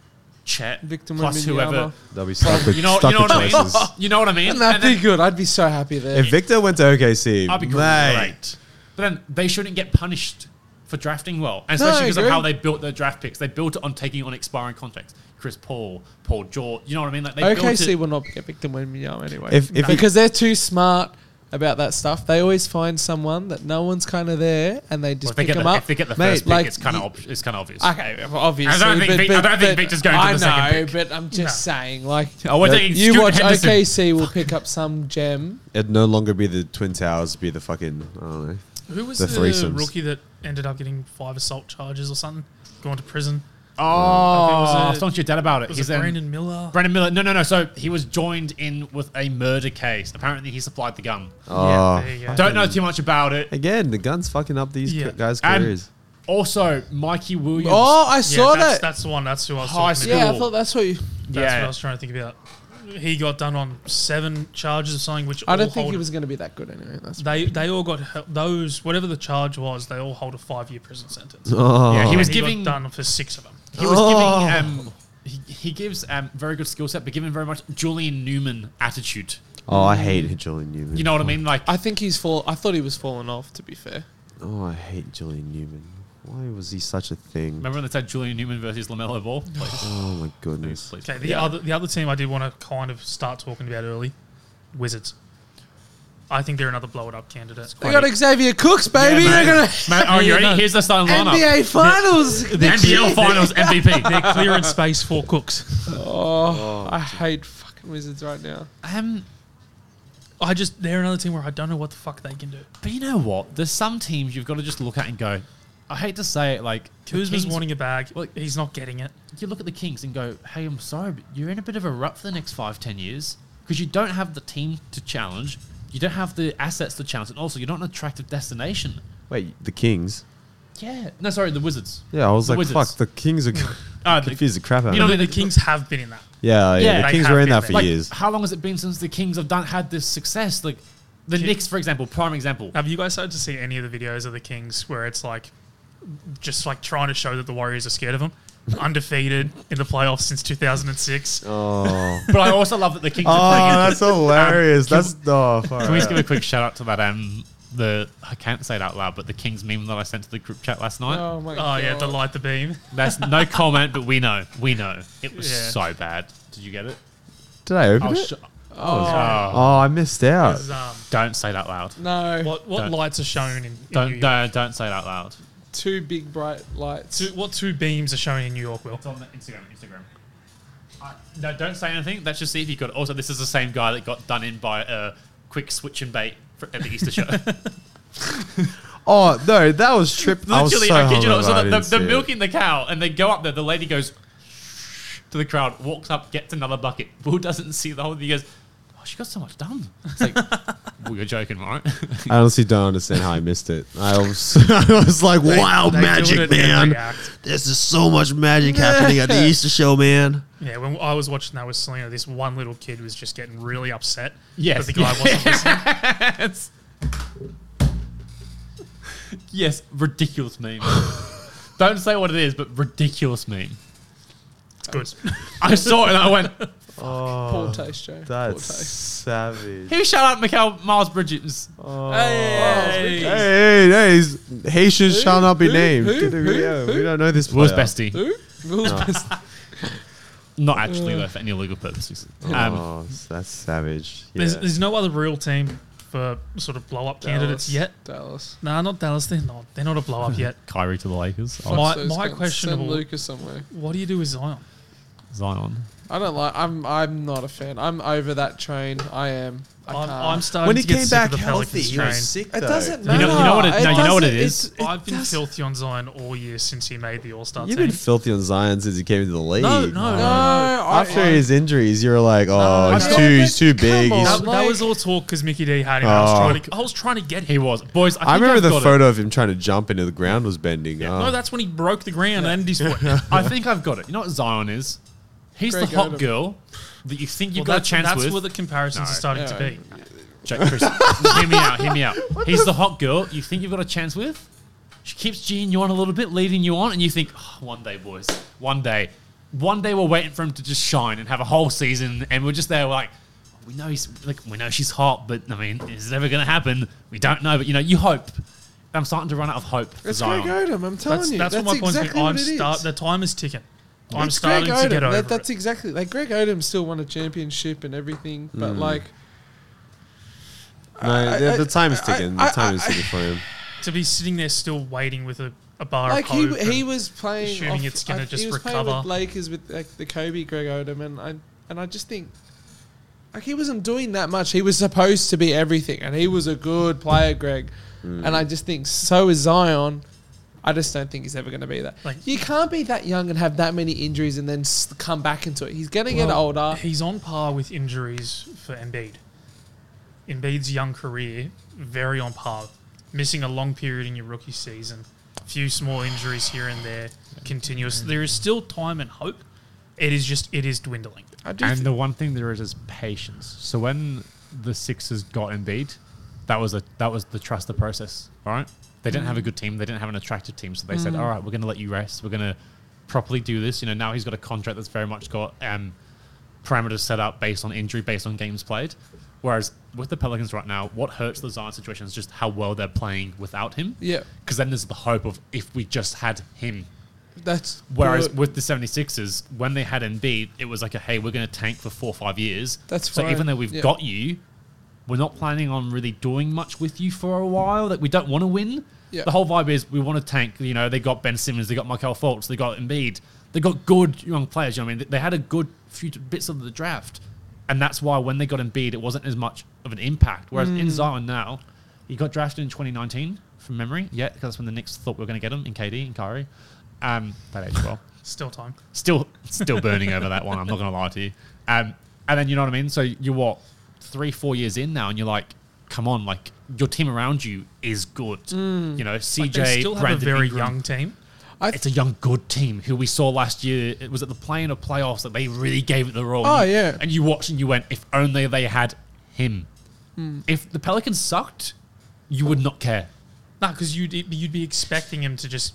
Speaker 4: Chet,
Speaker 2: Victim
Speaker 4: plus whoever.
Speaker 1: they'll be stuck with
Speaker 4: You know,
Speaker 1: stuck
Speaker 4: you know
Speaker 1: with
Speaker 4: what I mean.
Speaker 1: places.
Speaker 4: You know what I mean.
Speaker 2: and that'd
Speaker 4: And then-
Speaker 2: be good. I'd be so happy there.
Speaker 1: If Victor went to OKC,
Speaker 4: I'd be
Speaker 1: mate,
Speaker 4: great. But then they shouldn't get punished for drafting well, and
Speaker 2: No,
Speaker 4: especially
Speaker 2: I
Speaker 4: because of
Speaker 2: agree.
Speaker 4: how they built their draft picks. They built it on taking on expiring contracts. Chris Paul, Paul George. You know what I mean? Like they built
Speaker 2: OKC
Speaker 4: it.
Speaker 2: will not get Victor Wembanyama anyway.
Speaker 1: If- if No. it-
Speaker 2: because they're too smart about that stuff. They always find someone that no one's kind of there, and they
Speaker 4: Well,
Speaker 2: just
Speaker 4: if, they
Speaker 2: pick
Speaker 4: get
Speaker 2: them
Speaker 4: the,
Speaker 2: up.
Speaker 4: if they get the
Speaker 2: Mate,
Speaker 4: first pick,
Speaker 2: like,
Speaker 4: it's kind of
Speaker 2: you-
Speaker 4: ob- it's kind of obvious.
Speaker 2: Okay, well, obviously.
Speaker 4: think
Speaker 2: but,
Speaker 4: Vic-
Speaker 2: but,
Speaker 4: I don't think
Speaker 2: but-
Speaker 4: Victor's going to
Speaker 2: I
Speaker 4: the second
Speaker 2: know,
Speaker 4: pick.
Speaker 2: but I'm just saying, like,
Speaker 4: Oh, we're
Speaker 1: Yeah.
Speaker 4: taking
Speaker 2: you
Speaker 4: Scoot
Speaker 2: watch
Speaker 4: Henderson.
Speaker 2: OKC will pick up some gem.
Speaker 1: it'd no longer be the Twin Towers, it'd be the fucking I don't know.
Speaker 3: Who was
Speaker 1: The
Speaker 3: the,
Speaker 1: threesomes.
Speaker 3: rookie that ended up getting five assault charges or something, going to prison?
Speaker 4: Oh, I
Speaker 3: I
Speaker 4: was
Speaker 3: think it was a-
Speaker 4: talking to your dad about it.
Speaker 3: Was
Speaker 4: He's
Speaker 3: it
Speaker 4: um,
Speaker 3: Brandon Miller?
Speaker 4: Brandon Miller. No, no, no. So he was joined in with a murder case. Apparently, he supplied the gun.
Speaker 1: Oh.
Speaker 3: yeah, there you go.
Speaker 4: Don't know too much about it.
Speaker 1: Again, the gun's fucking up these
Speaker 3: Yeah.
Speaker 1: guys'
Speaker 4: And-
Speaker 1: careers.
Speaker 4: Also, Mikey Williams.
Speaker 2: Oh, I
Speaker 3: Yeah,
Speaker 2: saw
Speaker 3: that's,
Speaker 2: that.
Speaker 3: That's the one. That's who I was
Speaker 4: Oh, I
Speaker 3: talking
Speaker 4: see.
Speaker 3: about.
Speaker 2: yeah, I
Speaker 4: cool.
Speaker 2: thought that's what you.
Speaker 3: That's what
Speaker 4: Yeah.
Speaker 3: I was trying to think about. He got done on seven charges or something, which
Speaker 2: I
Speaker 3: all
Speaker 2: don't think
Speaker 3: hold
Speaker 2: he
Speaker 3: him.
Speaker 2: was going to be that good anyway. That's
Speaker 3: They they all got hel- those whatever the charge was. They all hold a five year prison sentence.
Speaker 1: Oh,
Speaker 4: Yeah, he was
Speaker 3: And
Speaker 4: giving.
Speaker 3: got done for six of them.
Speaker 4: He was
Speaker 1: Oh.
Speaker 4: giving. Um, he, he gives um, very good skill set, but given very much Julian Newman attitude.
Speaker 1: oh, I hate Julian Newman.
Speaker 4: You know what I mean? Like,
Speaker 2: I think he's fall. I thought he was falling off. To be fair,
Speaker 1: Oh, I hate Julian Newman. Why was he such a thing?
Speaker 4: remember when they said Julian Newman versus Lamelo Ball? Please,
Speaker 1: Oh my
Speaker 4: please,
Speaker 1: goodness.
Speaker 4: please.
Speaker 3: Okay, the
Speaker 4: Yeah.
Speaker 3: other the other team I did want to kind of start talking about early, Wizards. I think they're another blow it up candidate.
Speaker 2: they got Xavier Cooks, baby.
Speaker 4: Yeah,
Speaker 2: They're
Speaker 4: mate.
Speaker 2: going to
Speaker 4: Mate, are you
Speaker 3: Yeah,
Speaker 4: ready?
Speaker 3: no.
Speaker 4: Here's the starting lineup.
Speaker 2: NBA Finals.
Speaker 4: The NBL Finals MVP.
Speaker 3: They're clearing space for Cooks.
Speaker 2: Oh, I hate fucking Wizards right now.
Speaker 4: Um,
Speaker 3: I just they're another team where I don't know what the fuck they can do.
Speaker 4: but you know what? There's some teams you've got to just look at and go. I hate to say it, like the
Speaker 3: Kuzma's
Speaker 4: Kings-
Speaker 3: wanting a bag. He's not getting it.
Speaker 4: You look at the Kings and go, "Hey, I'm sorry, but you're in a bit of a rut for the next five, ten years."
Speaker 5: because you don't have the team to challenge, you don't have the assets to challenge, and also you're not an attractive destination.
Speaker 1: Wait, the Kings.
Speaker 5: Yeah. No, sorry, the Wizards.
Speaker 1: Yeah, I was
Speaker 5: The
Speaker 1: like,
Speaker 5: Wizards.
Speaker 1: fuck, the Kings are
Speaker 5: Uh, the-
Speaker 1: confused the crap out
Speaker 3: You
Speaker 1: of
Speaker 3: know,
Speaker 1: me.
Speaker 3: the Kings have been in that.
Speaker 1: Yeah, yeah,
Speaker 5: Yeah,
Speaker 1: the
Speaker 3: they
Speaker 1: Kings
Speaker 3: have
Speaker 1: were in
Speaker 3: been
Speaker 1: that for
Speaker 5: like,
Speaker 1: years.
Speaker 5: how long has it been since the Kings have done had this success? Like, the
Speaker 3: Ki-
Speaker 5: Knicks, for example, prime example.
Speaker 4: Uh,
Speaker 3: Have you guys started to see any of the videos of the Kings where it's like just like trying to show that the Warriors are scared of them? Undefeated in the playoffs since 2006.
Speaker 1: Oh,
Speaker 5: But I also love that the Kings are playing.
Speaker 1: oh, that's hilarious. That's oh,
Speaker 4: Can we
Speaker 1: far
Speaker 4: just give a quick shout out to that? Um, the I can't say it out loud, but the Kings meme that I sent to the group chat last night.
Speaker 2: Oh my
Speaker 3: Oh,
Speaker 2: god.
Speaker 3: yeah, the light the beam.
Speaker 4: That's no comment, but we know, we know it was
Speaker 3: Yeah.
Speaker 4: so bad. Did you get it?
Speaker 1: Did I open
Speaker 4: I'll
Speaker 1: it?
Speaker 4: sh-
Speaker 2: Oh,
Speaker 4: oh,
Speaker 1: oh, I missed out.
Speaker 3: Is, um,
Speaker 4: don't say it out loud.
Speaker 2: no.
Speaker 3: what what
Speaker 4: Don't-
Speaker 3: lights are shown in, in New
Speaker 4: Don't
Speaker 3: York?
Speaker 4: no, don't say it out loud.
Speaker 2: Two big bright lights.
Speaker 3: Two, what two beams are shown in New York, Will?
Speaker 4: It's on the Instagram. Instagram. Uh, no, don't say anything. Let's just see if you got. Also, this is the same guy that got done in by a quick switch and bait for, at the Easter show.
Speaker 1: Oh no, that was trip. I was so
Speaker 4: Literally, I, kid you
Speaker 1: hungover,
Speaker 4: not. So
Speaker 1: I
Speaker 4: the, the,
Speaker 1: didn't see
Speaker 4: they're
Speaker 1: it.
Speaker 4: milking the cow, and they go up there. The lady goes to the crowd, walks up, gets another bucket. Will doesn't see the whole thing. He goes, "Oh, she got so much done." It's like, "Well, you're joking, right?"
Speaker 1: I honestly don't understand how I missed it. I was, I was like, wow,
Speaker 3: They do it
Speaker 1: magic,
Speaker 3: in every
Speaker 1: man.
Speaker 3: act.
Speaker 1: This is so much magic happening at the Easter show, man.
Speaker 3: Yeah, when I was watching that with Selena, this one little kid was just getting really upset.
Speaker 4: Yes.
Speaker 3: that the guy wasn't listening.
Speaker 4: That's- yes, ridiculous meme. Don't say what it is, but ridiculous meme.
Speaker 3: It's good.
Speaker 4: I saw it and I went,
Speaker 2: Poor
Speaker 1: Oh,
Speaker 2: taste, Joe. Poor
Speaker 1: that's
Speaker 2: taste.
Speaker 1: savage.
Speaker 4: "Who shout out Michael Miles Bridges?"
Speaker 1: Oh.
Speaker 2: Hey,
Speaker 1: Hey, hey, hey! he's- Haitians
Speaker 2: Who?
Speaker 1: shall not be
Speaker 2: Who?
Speaker 1: named.
Speaker 2: Who? Who?
Speaker 1: Yeah,
Speaker 2: Who?
Speaker 1: we don't know this.
Speaker 4: Will's
Speaker 1: player.
Speaker 4: bestie,
Speaker 2: Who? Will's best.
Speaker 4: not actually though, for any legal purposes. Um,
Speaker 1: Oh, that's savage. Yeah.
Speaker 3: There's, there's no other real team for sort of blow up candidates
Speaker 2: Dallas.
Speaker 3: yet.
Speaker 2: Dallas.
Speaker 3: Nah, not Dallas. They're not. They're not a blow up yet.
Speaker 4: Kyrie to the Lakers.
Speaker 3: My-
Speaker 2: Fuck those
Speaker 3: my
Speaker 2: cunts.
Speaker 3: questionable-
Speaker 2: Send Lucas somewhere.
Speaker 3: What do you do with Zion?
Speaker 4: Zion.
Speaker 2: I don't like. I'm. I'm not a fan. I'm over that train. I am. I
Speaker 3: I'm,
Speaker 2: can't.
Speaker 3: I'm starting to get sick of the Pelicans train.
Speaker 1: sick.
Speaker 2: it doesn't
Speaker 4: know-
Speaker 2: matter.
Speaker 4: you know what it- no, you know what it
Speaker 2: doesn't-
Speaker 4: is?
Speaker 2: it's- it
Speaker 3: I've been
Speaker 2: doesn't-
Speaker 3: filthy on Zion all year since he made the All Star team.
Speaker 1: You've been filthy on Zion since he came into the league.
Speaker 3: no, no,
Speaker 2: No, I-
Speaker 1: After
Speaker 2: I-
Speaker 1: his injuries, you're like, oh,
Speaker 3: no,
Speaker 1: he's
Speaker 3: no.
Speaker 1: too,
Speaker 2: Yeah,
Speaker 1: he's
Speaker 2: but
Speaker 1: too
Speaker 2: come
Speaker 1: big. He's-
Speaker 2: on.
Speaker 3: that, that
Speaker 2: Like-
Speaker 3: was all talk because Mickey D had him. I, was
Speaker 1: Oh.
Speaker 3: trying to, I was trying to get him.
Speaker 4: He was. Boys, I,
Speaker 1: I
Speaker 4: think
Speaker 1: remember
Speaker 4: I've
Speaker 1: the
Speaker 4: got
Speaker 1: photo of him trying to jump into the ground was bending. Oh.
Speaker 3: No, that's when he broke the ground and his foot.
Speaker 4: It. I think I've got it. You know what Zion is? He's
Speaker 2: Greg
Speaker 4: the hot
Speaker 2: Odom.
Speaker 4: girl that you think
Speaker 3: Well,
Speaker 4: you've got
Speaker 3: that's,
Speaker 4: a chance
Speaker 3: that's
Speaker 4: with.
Speaker 3: where the comparisons
Speaker 4: No.
Speaker 3: are starting
Speaker 2: Yeah.
Speaker 3: to be.
Speaker 4: Jack, Chris, hear me out. Hear me out. He's the hot girl you think you've got a chance with. She keeps geeing you on a little bit, leading you on, and you think, oh, one day, boys, one day, one day we're waiting for him to just shine and have a whole season, and we're just there we're like. We know he's like we know she's hot, but I mean, is it ever going to happen? We don't know, but you know, you hope. I'm starting to run out of hope for
Speaker 2: It's Greg
Speaker 4: Zion.
Speaker 2: Odom. I'm telling
Speaker 3: That's,
Speaker 2: you.
Speaker 3: that's,
Speaker 2: That's,
Speaker 3: what my point
Speaker 2: exactly
Speaker 3: I'm
Speaker 2: what it
Speaker 3: start,
Speaker 2: is.
Speaker 3: The time is ticking. I'm
Speaker 2: It's Greg
Speaker 3: starting to
Speaker 2: Odom.
Speaker 3: get over
Speaker 2: That- That's
Speaker 3: it.
Speaker 2: exactly like Greg Odom still won a championship and everything, but like
Speaker 1: No,
Speaker 2: I-
Speaker 1: the,
Speaker 2: I-
Speaker 1: the time is
Speaker 2: I-
Speaker 1: ticking.
Speaker 2: I-
Speaker 1: the time
Speaker 2: I-
Speaker 1: is ticking for him.
Speaker 3: To be sitting there still waiting with a, a bar
Speaker 2: like
Speaker 3: of hope.
Speaker 2: he he was playing.
Speaker 3: assuming
Speaker 2: off-
Speaker 3: it's gonna
Speaker 2: I-
Speaker 3: just
Speaker 2: he was Playing
Speaker 3: recover.
Speaker 2: with Lakers with like, the Kobe Greg Odom and I and I just think like he wasn't doing that much. He was supposed to be everything, and he was a good player, Greg. And I just think so is Zion. I just don't think he's ever going to be that.
Speaker 3: Like-
Speaker 2: you can't be that young and have that many injuries and then s- come back into it. He's going to get
Speaker 3: Well,
Speaker 2: older.
Speaker 3: He's on par with injuries for Embiid. Embiid's young career, very on par. Missing a long period in your rookie season, few small injuries here and there, continuous. There is still time and hope. It is just it is dwindling.
Speaker 2: I do.
Speaker 4: And
Speaker 2: thi-
Speaker 4: the one thing there is is patience. So when the Sixers got Embiid, that was a that was the trust the process. All right, they didn't have
Speaker 2: Mm.
Speaker 4: a good team. They didn't have an attractive team. So they said, all right, we're going to let you rest. We're going to properly do this. You know, now he's got a contract that's very much got um, parameters set up based on injury, based on games played. Whereas with the Pelicans right now, what hurts the Zion situation is just how well they're playing without him.
Speaker 2: yeah,
Speaker 4: Because then there's the hope of if we just had him,
Speaker 2: that's
Speaker 4: Whereas
Speaker 2: good.
Speaker 4: with the 76ers, when they had Embiid, it was like a hey, we're going to tank for four or five years.
Speaker 2: That's
Speaker 4: so
Speaker 2: fine.
Speaker 4: even though we've
Speaker 2: Yeah.
Speaker 4: got you, we're not planning on really doing much with you for a while. That we don't want to win.
Speaker 2: Yeah.
Speaker 4: The whole vibe is we want to tank. You know, they got Ben Simmons, they got Michael Fultz, they got Embiid, they got good young players. You know, what I mean, they had a good few bits of the draft, and that's why when they got Embiid, it wasn't as much of an impact. Whereas
Speaker 2: Mm.
Speaker 4: in Zion now, he got drafted in 2019 from memory. Yeah, because that's when the Knicks thought we were going to get him in KD and Kyrie. Um, that age well
Speaker 3: Still time.
Speaker 4: still still burning over that one. I'm not going to lie to you. Um, And then you know what I mean. So you're what three, four years in now, and you're like, come on, like your team around you is good. You know,
Speaker 3: Mm. Like,
Speaker 4: CJ,
Speaker 3: they still have
Speaker 4: Brandon
Speaker 3: a very
Speaker 4: Ingram.
Speaker 3: young team.
Speaker 2: I
Speaker 4: It's a young, good team who we saw last year. It was at the playing of playoffs that they really gave it the role.
Speaker 2: Oh,
Speaker 4: And you-
Speaker 2: yeah.
Speaker 4: And you watched and you went, if only they had him.
Speaker 3: Hmm.
Speaker 4: If the Pelicans sucked, you would not care.
Speaker 3: Nah, because you'd you'd be expecting him to just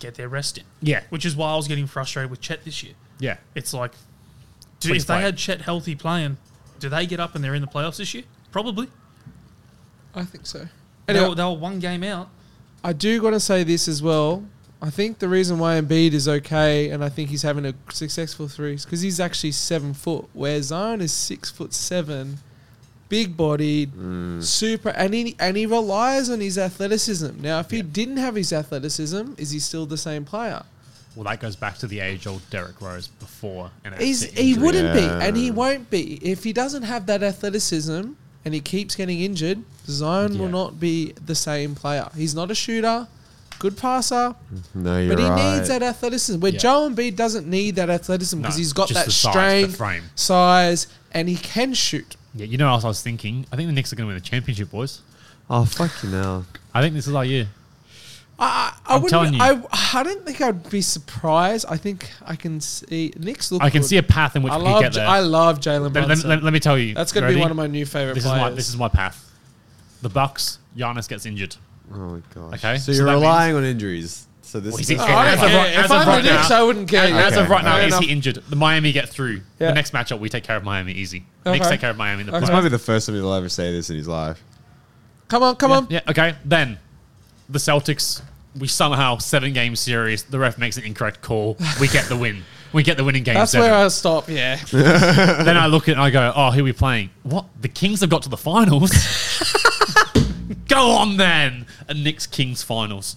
Speaker 3: get their rest in.
Speaker 4: Yeah.
Speaker 3: Which is why I was getting frustrated with Chet this year.
Speaker 4: Yeah.
Speaker 3: It's like, dude,
Speaker 4: Please
Speaker 3: if they
Speaker 4: play.
Speaker 3: had Chet healthy playing, do they get up and they're in the playoffs this year? Probably.
Speaker 2: I think so.
Speaker 3: They,
Speaker 2: Anyway,
Speaker 3: were, they were one game out.
Speaker 2: I do got to say this as well. I think the reason why Embiid is okay, and I think he's having a successful three, is because he's actually seven foot, where Zion is six foot seven, big bodied, super, and he and he relies on his athleticism. Now, if he didn't have his athleticism, is he still the same player?
Speaker 4: Well, that goes back to the age-old Derek Rose before. NFC
Speaker 2: He's, he
Speaker 4: injury.
Speaker 2: wouldn't
Speaker 1: Yeah.
Speaker 2: be, and he won't be. If he doesn't have that athleticism and he keeps getting injured, Zion
Speaker 4: Yeah.
Speaker 2: will not be the same player. He's not a shooter, good passer,
Speaker 1: No, you're
Speaker 2: but he
Speaker 1: right.
Speaker 2: needs that athleticism. Where
Speaker 4: Yeah.
Speaker 2: Joel Embiid doesn't need that athleticism because
Speaker 4: No,
Speaker 2: he's got
Speaker 4: just
Speaker 2: that
Speaker 4: the size, the
Speaker 2: strength,
Speaker 4: frame.
Speaker 2: size, and he can shoot.
Speaker 4: Yeah, you know what else I was thinking? I think the Knicks are going to win the championship, boys.
Speaker 1: Oh fuck you now.
Speaker 4: I think this is our year.
Speaker 2: I, I, I
Speaker 4: I'm telling
Speaker 2: wouldn't.
Speaker 4: you.
Speaker 2: I, I don't think I'd be surprised. I think I can see Knicks look.
Speaker 4: I can
Speaker 2: good.
Speaker 4: see a path in which
Speaker 2: I
Speaker 4: we could
Speaker 2: love.
Speaker 4: get
Speaker 2: J-
Speaker 4: there.
Speaker 2: I love Jalen
Speaker 4: let, let-
Speaker 2: Brunson.
Speaker 4: let- let me tell you.
Speaker 2: That's
Speaker 4: You
Speaker 2: going to be
Speaker 4: ready?
Speaker 2: one of my new favorite
Speaker 4: This is
Speaker 2: players.
Speaker 4: my this is my path. The Bucks. Giannis gets injured.
Speaker 1: Oh my gosh.
Speaker 4: Okay,
Speaker 1: So
Speaker 4: so
Speaker 1: you're
Speaker 4: that means-
Speaker 1: relying on injuries. So this
Speaker 4: Well,
Speaker 1: is
Speaker 4: he's
Speaker 2: Oh, I
Speaker 4: As
Speaker 2: don't
Speaker 4: of
Speaker 2: care.
Speaker 4: right- as
Speaker 2: if
Speaker 4: of
Speaker 2: I'm
Speaker 4: right
Speaker 2: the
Speaker 4: now-
Speaker 2: Knicks, I wouldn't care.
Speaker 4: As
Speaker 1: Okay.
Speaker 4: of right now,
Speaker 2: Fair
Speaker 4: is
Speaker 2: enough.
Speaker 4: he injured? The Miami get through.
Speaker 2: Yeah.
Speaker 4: The next matchup, we take care of Miami easy. Knicks
Speaker 2: Okay.
Speaker 4: take care of Miami. in The
Speaker 2: Okay.
Speaker 1: this
Speaker 4: playoffs.
Speaker 1: might be the first time he'll ever say this in his life.
Speaker 2: Come on, come
Speaker 4: yeah,
Speaker 2: on.
Speaker 4: yeah, okay. Then the Celtics, we somehow seven game series. The ref makes an incorrect call. We get the win. We get the win in game
Speaker 2: That's
Speaker 4: seven.
Speaker 2: where I stop. Yeah.
Speaker 4: then I look at it and I go, oh, who are we playing? What? The Kings have got to the finals? go on then. A Knicks Kings finals.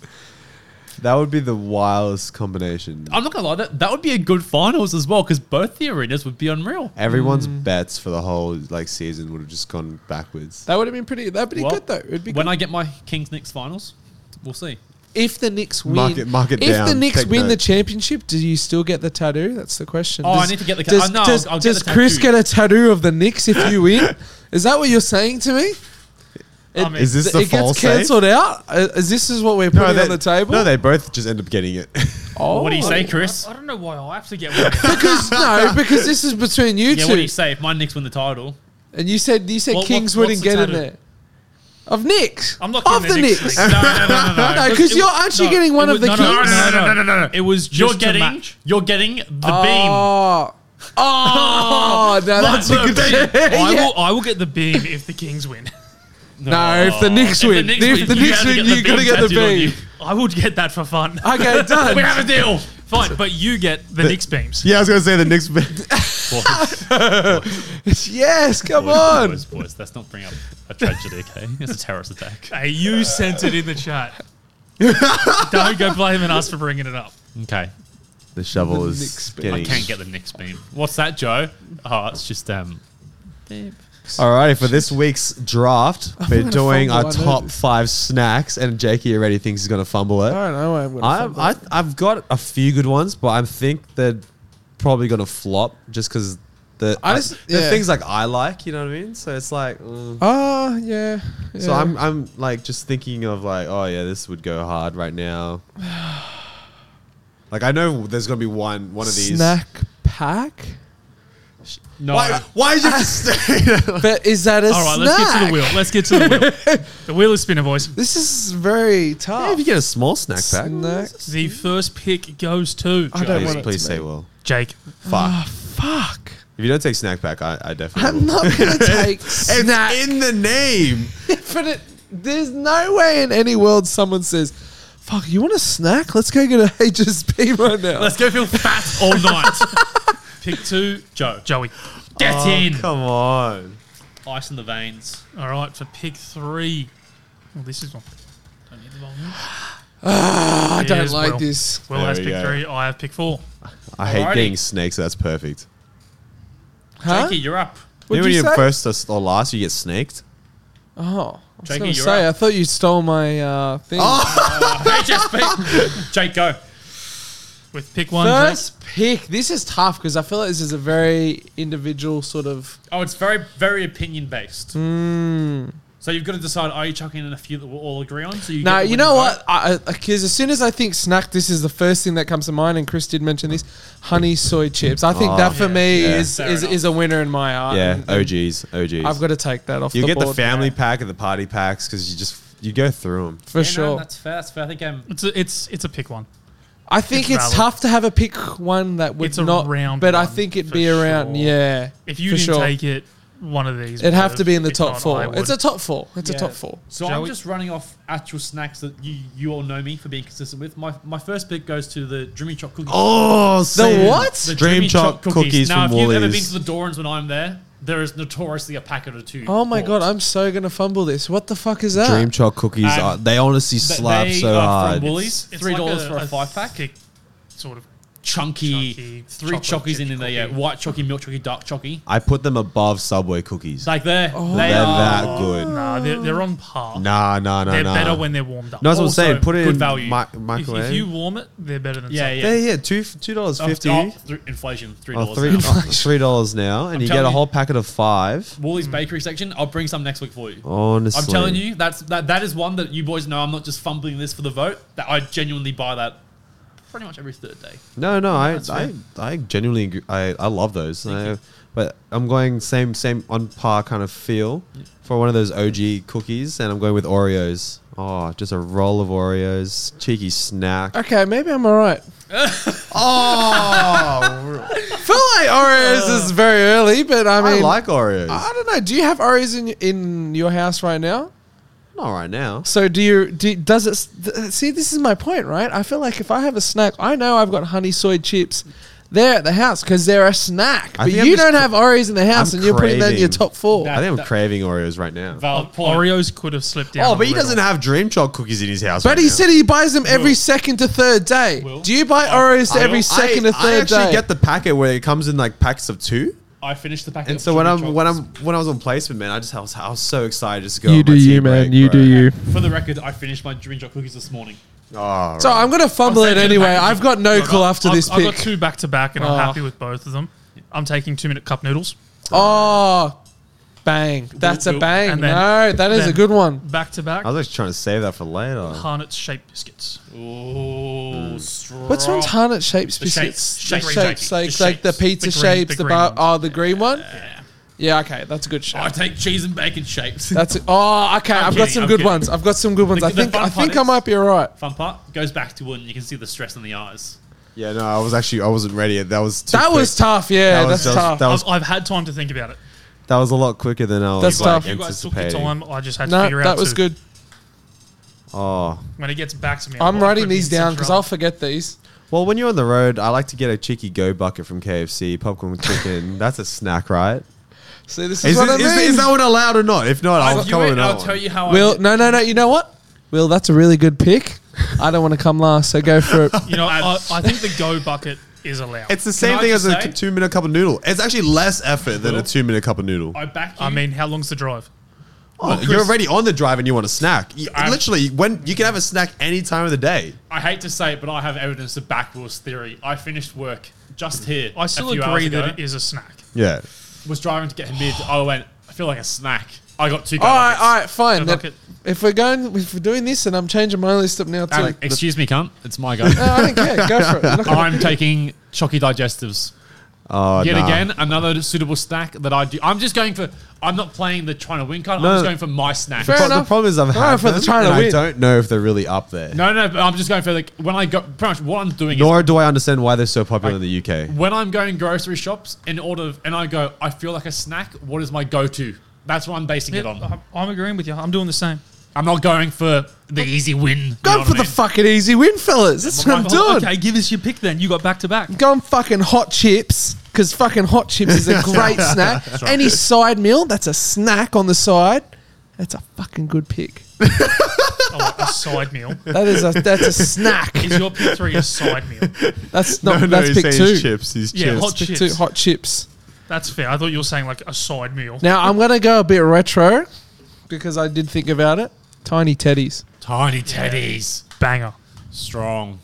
Speaker 1: That would be the wildest combination.
Speaker 4: I'm not going to lie, that, that would be a good finals as well because both the arenas would be unreal.
Speaker 1: Everyone's
Speaker 2: Mm.
Speaker 1: bets for the whole like season would have just gone backwards.
Speaker 2: That would have been pretty. That'd be
Speaker 4: Well,
Speaker 2: good though. It'd be
Speaker 4: when
Speaker 2: good.
Speaker 4: I get my Kings Knicks finals, we'll see.
Speaker 2: if the Knicks win.
Speaker 1: Mark it- mark it
Speaker 2: if the
Speaker 1: down.
Speaker 2: Knicks
Speaker 1: Take
Speaker 2: win the
Speaker 1: note.
Speaker 2: championship, do you still get the tattoo? That's the question.
Speaker 4: Oh, I need to get the-
Speaker 2: Does,
Speaker 4: oh, no, I'll-
Speaker 2: does,
Speaker 4: I'll get
Speaker 2: does
Speaker 4: the
Speaker 2: Chris
Speaker 4: tattoo.
Speaker 2: get a tattoo of the Knicks if you win? Is that what you're saying to me?
Speaker 3: I mean,
Speaker 1: Is this the
Speaker 2: it
Speaker 1: false
Speaker 2: gets
Speaker 1: safe?
Speaker 2: cancelled out. Uh, Is this is what we're putting
Speaker 1: they,
Speaker 2: on the table?
Speaker 1: No, they both just end up getting it.
Speaker 2: oh.
Speaker 4: what do you say, Chris?
Speaker 3: I, I don't know why I have to get one.
Speaker 2: Because no, because this is between you
Speaker 4: Yeah,
Speaker 2: two.
Speaker 4: what do you say? If my Knicks win the title,
Speaker 2: and you said you said
Speaker 3: What- what-
Speaker 2: Kings
Speaker 3: what's
Speaker 2: wouldn't
Speaker 3: the
Speaker 2: get in
Speaker 3: tattoo?
Speaker 2: there. Of Knicks.
Speaker 3: I'm not
Speaker 2: of
Speaker 3: getting
Speaker 2: the Knicks.
Speaker 3: No, no, no, no,
Speaker 2: No, because
Speaker 3: it
Speaker 2: you're
Speaker 3: was-
Speaker 2: actually
Speaker 3: no,
Speaker 2: getting
Speaker 3: it
Speaker 2: one
Speaker 3: was-
Speaker 2: of the
Speaker 3: no,
Speaker 2: Kings.
Speaker 3: no, no, no, no, no,
Speaker 4: no, no.
Speaker 3: It was just
Speaker 4: you're
Speaker 3: to
Speaker 4: getting
Speaker 3: match.
Speaker 4: you're getting the beam.
Speaker 2: Oh. Oh, no, that's a
Speaker 4: the
Speaker 2: good
Speaker 4: beam.
Speaker 3: I
Speaker 2: Yeah.
Speaker 3: will. I will get the beam if the Kings win.
Speaker 2: No, if the Knicks
Speaker 4: If the
Speaker 2: win,
Speaker 4: Knicks
Speaker 2: if
Speaker 4: win,
Speaker 2: the
Speaker 4: you
Speaker 2: Knicks
Speaker 4: have to
Speaker 2: win,
Speaker 4: get the
Speaker 2: you gotta
Speaker 4: beam
Speaker 2: get the
Speaker 4: tattooed on
Speaker 2: beam.
Speaker 4: you.
Speaker 3: I would get that for fun.
Speaker 2: Okay, done.
Speaker 4: we have a deal.
Speaker 3: Fine, but you get the, Knicks beams.
Speaker 1: yeah, I was gonna say the Knicks.
Speaker 2: yes, come
Speaker 4: boys,
Speaker 2: on.
Speaker 4: boys, boys, let's not bring up a tragedy, okay? It's a terrorist attack.
Speaker 3: Hey, you sent it in the chat. Don't go blaming us for bringing it up.
Speaker 4: Okay.
Speaker 1: the shovel is
Speaker 2: Knicks bit.
Speaker 1: getting.
Speaker 4: I can't get the Knicks beam. What's that, Joe? Oh, it's just um.
Speaker 1: Alrighty, for this week's draft, we're
Speaker 2: gonna
Speaker 1: doing
Speaker 2: fumble,
Speaker 1: our
Speaker 2: I know
Speaker 1: top
Speaker 2: this.
Speaker 1: five snacks, and Jakey already thinks he's gonna fumble it.
Speaker 2: I don't know. I'm gonna
Speaker 1: I,
Speaker 2: fumble.
Speaker 1: I I've got a few good ones, but I think they're probably gonna flop just because the
Speaker 2: I just-
Speaker 1: the
Speaker 2: yeah.
Speaker 1: things like I like, you know what I mean. So it's like, mm.
Speaker 2: Ah, yeah, yeah.
Speaker 1: so I'm I'm like just thinking of like, oh yeah, this would go hard right now. Like I know there's gonna be one one of these.
Speaker 2: snack pack.
Speaker 4: No.
Speaker 1: Why why did you have to say?
Speaker 2: But is that a
Speaker 3: All right,
Speaker 2: snack?
Speaker 3: let's get to the wheel. Let's get to the wheel. The wheel is spinning, boys.
Speaker 2: This is very tough.
Speaker 1: if you get a small snack pack,
Speaker 2: snack.
Speaker 3: The first pick goes to
Speaker 2: I don't
Speaker 1: please,
Speaker 2: want it
Speaker 1: please
Speaker 2: to
Speaker 1: say
Speaker 2: be.
Speaker 1: well.
Speaker 3: Jake.
Speaker 1: Fuck.
Speaker 2: Fuck.
Speaker 1: if you don't take snack pack, I, I definitely.
Speaker 2: I'm
Speaker 1: will.
Speaker 2: not gonna take
Speaker 1: It's
Speaker 2: snack.
Speaker 1: in the name.
Speaker 2: But it, there's no way in any world someone says, "Fuck, you want a snack? Let's go get a HSP right now."
Speaker 4: Let's go feel fat all night. Pick two, Joe.
Speaker 3: Joey.
Speaker 4: Get
Speaker 2: Oh,
Speaker 4: in.
Speaker 1: Come on.
Speaker 5: Ice in the veins.
Speaker 3: All right, for pick three. Well, this is one. Don't need the volume.
Speaker 2: Ah, I don't
Speaker 3: Here's
Speaker 2: like
Speaker 3: Will.
Speaker 2: this.
Speaker 3: Will
Speaker 1: There
Speaker 3: has
Speaker 1: we
Speaker 3: pick
Speaker 1: go.
Speaker 3: three. I have pick four.
Speaker 1: I hate
Speaker 5: Alrighty.
Speaker 1: getting snakes. So that's perfect.
Speaker 2: Huh?
Speaker 5: Jakey, you're up.
Speaker 1: You know
Speaker 2: What'd
Speaker 1: when
Speaker 2: you
Speaker 1: you
Speaker 2: say?
Speaker 1: first or s- or last, you get snaked.
Speaker 2: Oh, I was
Speaker 5: Jakey,
Speaker 2: gonna
Speaker 5: you're up.
Speaker 2: say, I
Speaker 1: Oh,
Speaker 2: thought you stole my uh, thing.
Speaker 5: HSP. Jake, go.
Speaker 3: with pick one.
Speaker 2: First pick. This is tough because I feel like this is a very individual sort of.
Speaker 4: Oh, it's very, very opinion based.
Speaker 2: Hmm.
Speaker 4: So you've got to decide: are you chucking in a few that we'll all agree on? So you
Speaker 2: Now
Speaker 4: get
Speaker 2: you
Speaker 4: one
Speaker 2: know
Speaker 4: vote?
Speaker 2: what? Because as soon as I think snack, this is the first thing that comes to mind. And Chris did mention this: honey soy chips. I think
Speaker 1: Oh,
Speaker 2: that for
Speaker 1: yeah,
Speaker 2: me
Speaker 1: yeah.
Speaker 2: is
Speaker 4: Fair
Speaker 2: is,
Speaker 4: enough.
Speaker 2: is a winner in my
Speaker 4: Uh,
Speaker 2: heart.
Speaker 1: Yeah,
Speaker 2: And- and
Speaker 1: OGs, OGs.
Speaker 2: I've got to take that off.
Speaker 1: you
Speaker 2: the
Speaker 1: get the
Speaker 2: board.
Speaker 1: family pack or the party packs because you just you go through them.
Speaker 2: for
Speaker 4: Yeah, no,
Speaker 2: sure.
Speaker 4: that's fair. That's fair. I think um,
Speaker 3: It's a, it's it's a pick one.
Speaker 2: I think
Speaker 3: It's
Speaker 2: it's,
Speaker 3: valid.
Speaker 2: tough to have a pick one that would
Speaker 3: It's a
Speaker 2: not
Speaker 3: round
Speaker 2: but I
Speaker 3: one,
Speaker 2: think it'd
Speaker 3: for
Speaker 2: be around.
Speaker 3: sure.
Speaker 2: Yeah,
Speaker 3: If you
Speaker 2: for
Speaker 3: didn't
Speaker 2: sure.
Speaker 3: take it, one of these.
Speaker 2: it'd have
Speaker 3: would've.
Speaker 2: to be in the
Speaker 3: If
Speaker 2: top
Speaker 3: not, I
Speaker 2: four.
Speaker 3: would.
Speaker 2: It's a top four. It's a
Speaker 4: Yeah.
Speaker 2: top four.
Speaker 4: So
Speaker 3: Shall
Speaker 4: I'm
Speaker 3: we-
Speaker 4: just running off actual snacks that you, you all know me for being consistent with. My my first pick goes to the Dreamy Choc cookies.
Speaker 1: Oh,
Speaker 2: same. what?
Speaker 4: the
Speaker 1: Dream
Speaker 4: Dreamy
Speaker 1: Choc cookies,
Speaker 4: Now,
Speaker 1: from
Speaker 4: if you've ever been
Speaker 1: Woolies.
Speaker 4: to the Dorans when I'm there, there is notoriously a packet or two.
Speaker 2: Oh my
Speaker 4: bought.
Speaker 2: god, I'm so gonna fumble this. What the fuck is that?
Speaker 1: Dream Choc cookies,
Speaker 4: Um,
Speaker 1: are, they honestly
Speaker 4: Th-
Speaker 1: slap
Speaker 4: they
Speaker 1: so
Speaker 4: are
Speaker 1: hard.
Speaker 4: From Woolies,
Speaker 3: It's
Speaker 4: three
Speaker 3: like
Speaker 4: dollars for a, five pack.
Speaker 3: thick Sort of.
Speaker 4: Chunky,
Speaker 3: Chunky
Speaker 4: three
Speaker 3: chocolate
Speaker 4: chockies
Speaker 3: chip
Speaker 4: in there. Yeah,
Speaker 3: cookie.
Speaker 4: white chocky, milk chocky, dark chocky.
Speaker 1: I put them above Subway cookies.
Speaker 4: Like they're they
Speaker 1: Oh. They're
Speaker 4: are
Speaker 1: that good.
Speaker 3: Nah, they're, they're on par.
Speaker 1: Nah, nah, nah,
Speaker 3: they're
Speaker 1: nah.
Speaker 3: better when they're warmed up.
Speaker 1: no, that's what I'm
Speaker 4: also
Speaker 1: saying. Put it
Speaker 4: good
Speaker 1: in
Speaker 4: value.
Speaker 1: mi-
Speaker 3: if,
Speaker 1: microwave.
Speaker 3: if you warm it, they're better than
Speaker 4: Yeah,
Speaker 3: something.
Speaker 4: yeah.
Speaker 1: yeah, yeah, two two dollars
Speaker 4: Oh,
Speaker 1: fifty.
Speaker 4: oh, thr- inflation, three
Speaker 1: Oh,
Speaker 4: dollars.
Speaker 1: three, oh, three dollars now, and
Speaker 4: I'm
Speaker 1: you get a
Speaker 4: telling you-
Speaker 1: whole packet of five.
Speaker 4: Wally's bakery section. I'll bring some next week for you.
Speaker 1: Honestly,
Speaker 4: I'm telling you, that's that. That is one that you boys know. I'm not just fumbling this for the vote. That I genuinely buy that pretty much every third day.
Speaker 1: No, no, I,
Speaker 4: That's
Speaker 1: I,
Speaker 4: fair.
Speaker 1: I genuinely, agree. I, I love those.
Speaker 4: Thank
Speaker 1: I-
Speaker 4: you.
Speaker 1: but I'm going same, same on par kind of feel for one of those OG cookies, and I'm going with Oreos. Oh, just a roll of Oreos, cheeky snack.
Speaker 2: Okay, maybe I'm alright.
Speaker 1: oh,
Speaker 2: Feel like Oreos is very early, but I
Speaker 1: I
Speaker 2: mean,
Speaker 1: like Oreos.
Speaker 2: I don't know. Do you have Oreos in in your house right now?
Speaker 1: Not right now.
Speaker 2: So do you? Do, does it? th- See, this is my point, right? I feel like if I have a snack, I know I've got honey soy chips there at the house because they're a snack.
Speaker 1: I
Speaker 2: But
Speaker 1: think I'm
Speaker 2: you
Speaker 1: just
Speaker 2: don't
Speaker 1: cra-
Speaker 2: have Oreos in the house,
Speaker 1: I'm
Speaker 2: and you're putting that in your
Speaker 1: craving
Speaker 2: top four.
Speaker 1: I think I'm
Speaker 4: that-
Speaker 1: craving Oreos right now.
Speaker 4: Valid point.
Speaker 3: Oreos could have slipped down.
Speaker 1: Oh,
Speaker 3: a
Speaker 1: but he
Speaker 3: little.
Speaker 1: doesn't have Dream Choc cookies in his house.
Speaker 2: But
Speaker 1: right
Speaker 2: he
Speaker 1: now.
Speaker 2: said he buys them every
Speaker 4: Will.
Speaker 2: second to third day.
Speaker 4: Will.
Speaker 2: Do you buy
Speaker 4: I-
Speaker 2: Oreos to
Speaker 4: I-
Speaker 2: every second
Speaker 1: I,
Speaker 2: to
Speaker 1: I
Speaker 2: third
Speaker 1: actually
Speaker 2: day?
Speaker 1: get the packet where it comes in like packs of two.
Speaker 4: I finished the packet.
Speaker 1: And
Speaker 4: of
Speaker 1: so when
Speaker 4: Sugar
Speaker 1: I'm
Speaker 4: Chocolates.
Speaker 1: when I'm when I was on placement, man, I just I was, I was so excited just to go. on my tea break, bro.
Speaker 4: for the record, I finished my dream job cookies this morning.
Speaker 1: Oh,
Speaker 2: So I'm gonna fumble it
Speaker 3: taking the
Speaker 2: anyway.
Speaker 3: packaging.
Speaker 2: I've got no
Speaker 3: Look,
Speaker 2: clue
Speaker 3: I-
Speaker 2: after
Speaker 3: I've,
Speaker 2: this
Speaker 3: I've got
Speaker 2: pick.
Speaker 3: two back to back, and
Speaker 2: Oh.
Speaker 3: I'm happy with both of them. I'm taking two minute cup noodles.
Speaker 2: Oh, bang! That's a
Speaker 4: will-
Speaker 2: bang.
Speaker 3: and then-
Speaker 2: no, that is a
Speaker 3: then-
Speaker 2: good one.
Speaker 3: Back to back,
Speaker 1: I was actually trying to save that for later.
Speaker 3: Harnets shaped biscuits.
Speaker 4: Mm. Oh, strong.
Speaker 2: What's wrong with Harnett shapes
Speaker 4: The shapes.
Speaker 2: biscuits?
Speaker 4: Shape-
Speaker 2: the
Speaker 4: green
Speaker 2: shapes,
Speaker 4: shapes.
Speaker 2: like,
Speaker 4: The
Speaker 2: like the
Speaker 4: shapes.
Speaker 2: pizza
Speaker 3: The green-
Speaker 2: shapes,
Speaker 3: the
Speaker 2: the
Speaker 3: green
Speaker 2: bar.
Speaker 3: one.
Speaker 2: Oh, the green one. Yeah, okay, that's a good
Speaker 4: I
Speaker 2: shape.
Speaker 4: take cheese and bacon shapes.
Speaker 2: That's it. Oh, okay. I've got
Speaker 4: kidding,
Speaker 2: some
Speaker 4: I'm
Speaker 2: good
Speaker 4: kidding.
Speaker 2: ones. I've got some good ones.
Speaker 4: The-
Speaker 2: I
Speaker 4: the
Speaker 2: think
Speaker 4: fun
Speaker 2: I
Speaker 4: part
Speaker 2: think I
Speaker 4: is-
Speaker 2: might be alright.
Speaker 4: Fun part goes back to when you can see the stress in the eyes.
Speaker 1: Yeah, no, I was actually I wasn't ready. That was too
Speaker 2: That
Speaker 1: quick.
Speaker 2: was tough. Yeah,
Speaker 1: That was-
Speaker 2: that's
Speaker 1: that was-
Speaker 2: tough.
Speaker 1: that was
Speaker 3: I've, I've had time to think about it.
Speaker 1: that was a lot quicker than I was
Speaker 2: That's
Speaker 1: like,
Speaker 2: tough.
Speaker 3: You guys took the
Speaker 1: anticipating.
Speaker 3: time. I just had to
Speaker 2: No,
Speaker 3: figure out.
Speaker 2: that was
Speaker 3: to-
Speaker 2: good.
Speaker 1: Oh,
Speaker 3: When it gets back to me,
Speaker 2: I'm
Speaker 3: like,
Speaker 2: writing
Speaker 3: put me
Speaker 2: these
Speaker 3: in
Speaker 2: down
Speaker 3: such
Speaker 2: because
Speaker 3: trouble.
Speaker 2: I'll forget these.
Speaker 1: well, when you're on the road, I like to get a cheeky go bucket from KFC, popcorn with chicken. That's a snack, right?
Speaker 2: See, this
Speaker 1: Is,
Speaker 2: is, what
Speaker 1: this,
Speaker 2: I
Speaker 1: is,
Speaker 2: mean.
Speaker 1: is that one allowed or not? If not, I'll
Speaker 4: I'll,
Speaker 1: come with another
Speaker 4: I'll
Speaker 1: one.
Speaker 4: tell you how I
Speaker 2: Will,
Speaker 4: did.
Speaker 2: no, no, no. You know what? Will, that's a really good pick. I don't want to come last, so go for it.
Speaker 3: You know, I, I think the go bucket is allowed.
Speaker 1: It's the same
Speaker 4: I
Speaker 1: thing as
Speaker 4: just
Speaker 1: a
Speaker 4: say-
Speaker 1: two minute cup of noodle. It's actually less effort than a
Speaker 4: Well-
Speaker 1: two minute cup of noodle.
Speaker 4: I back you.
Speaker 3: I mean, how long's the drive?
Speaker 1: Oh, you're already on the drive and you want a snack. You,
Speaker 4: I'm-
Speaker 1: literally, when you can have a snack any time of the day.
Speaker 4: I hate to say it, but I have evidence of back Will's theory. I finished work just here.
Speaker 3: I still
Speaker 4: a few hours
Speaker 3: agree
Speaker 4: ago.
Speaker 3: that it is a snack.
Speaker 1: Yeah.
Speaker 4: was driving to get him mid. I went. I feel like a snack. I got two.
Speaker 2: all right, all right,
Speaker 3: Go
Speaker 2: fine. Then
Speaker 3: bucket.
Speaker 2: if we're going, if we're doing this, and I'm changing my list up now too.
Speaker 4: excuse me, cunt. It's my
Speaker 2: No,
Speaker 4: go.
Speaker 2: I don't care. Go for it. I'm not gonna-
Speaker 4: I'm taking Chucky digestives.
Speaker 1: Oh,
Speaker 4: Yet
Speaker 1: nah.
Speaker 4: again, another suitable snack that I do. I'm just going for. I'm not playing the trying to win card.
Speaker 1: No.
Speaker 4: I'm just going for my snack.
Speaker 2: Fair
Speaker 1: But
Speaker 2: enough.
Speaker 1: the problem is I've
Speaker 2: All right,
Speaker 1: had
Speaker 2: for the
Speaker 1: them,
Speaker 2: trying to
Speaker 1: and I
Speaker 2: win.
Speaker 1: don't know if they're really up there.
Speaker 4: No, no. But I'm just going for like when I go. Pretty much what I'm doing is
Speaker 1: Nor do I understand why they're so popular in the UK.
Speaker 4: when I'm going grocery shops in order of, and I go. I feel like a snack. What is my go-to? That's what I'm basing it on.
Speaker 3: I'm- I'm agreeing with you. I'm doing the same.
Speaker 4: I'm not going for the easy win. you know
Speaker 2: Go
Speaker 4: what
Speaker 2: for
Speaker 4: I
Speaker 2: the
Speaker 4: mean?
Speaker 2: fucking easy win, fellas. That's what I'm doing.
Speaker 3: Okay, give us your pick then. You got back to back.
Speaker 2: Go on fucking hot chips because fucking hot chips is a great snack. Any side meal that's a snack on the side. That's a fucking good pick.
Speaker 3: Oh, a side meal.
Speaker 2: That is a that's a snack.
Speaker 3: Is your pick three a side meal?
Speaker 2: That's not that's pick two.
Speaker 1: chips. He's
Speaker 3: Yeah, chips. hot
Speaker 2: Pick
Speaker 3: chips.
Speaker 2: two hot chips.
Speaker 3: That's fair. I thought you were saying like a side meal.
Speaker 2: Now I'm gonna go a bit retro because I did think about it. Tiny teddies.
Speaker 4: Tiny teddies.
Speaker 3: Banger.
Speaker 4: Strong.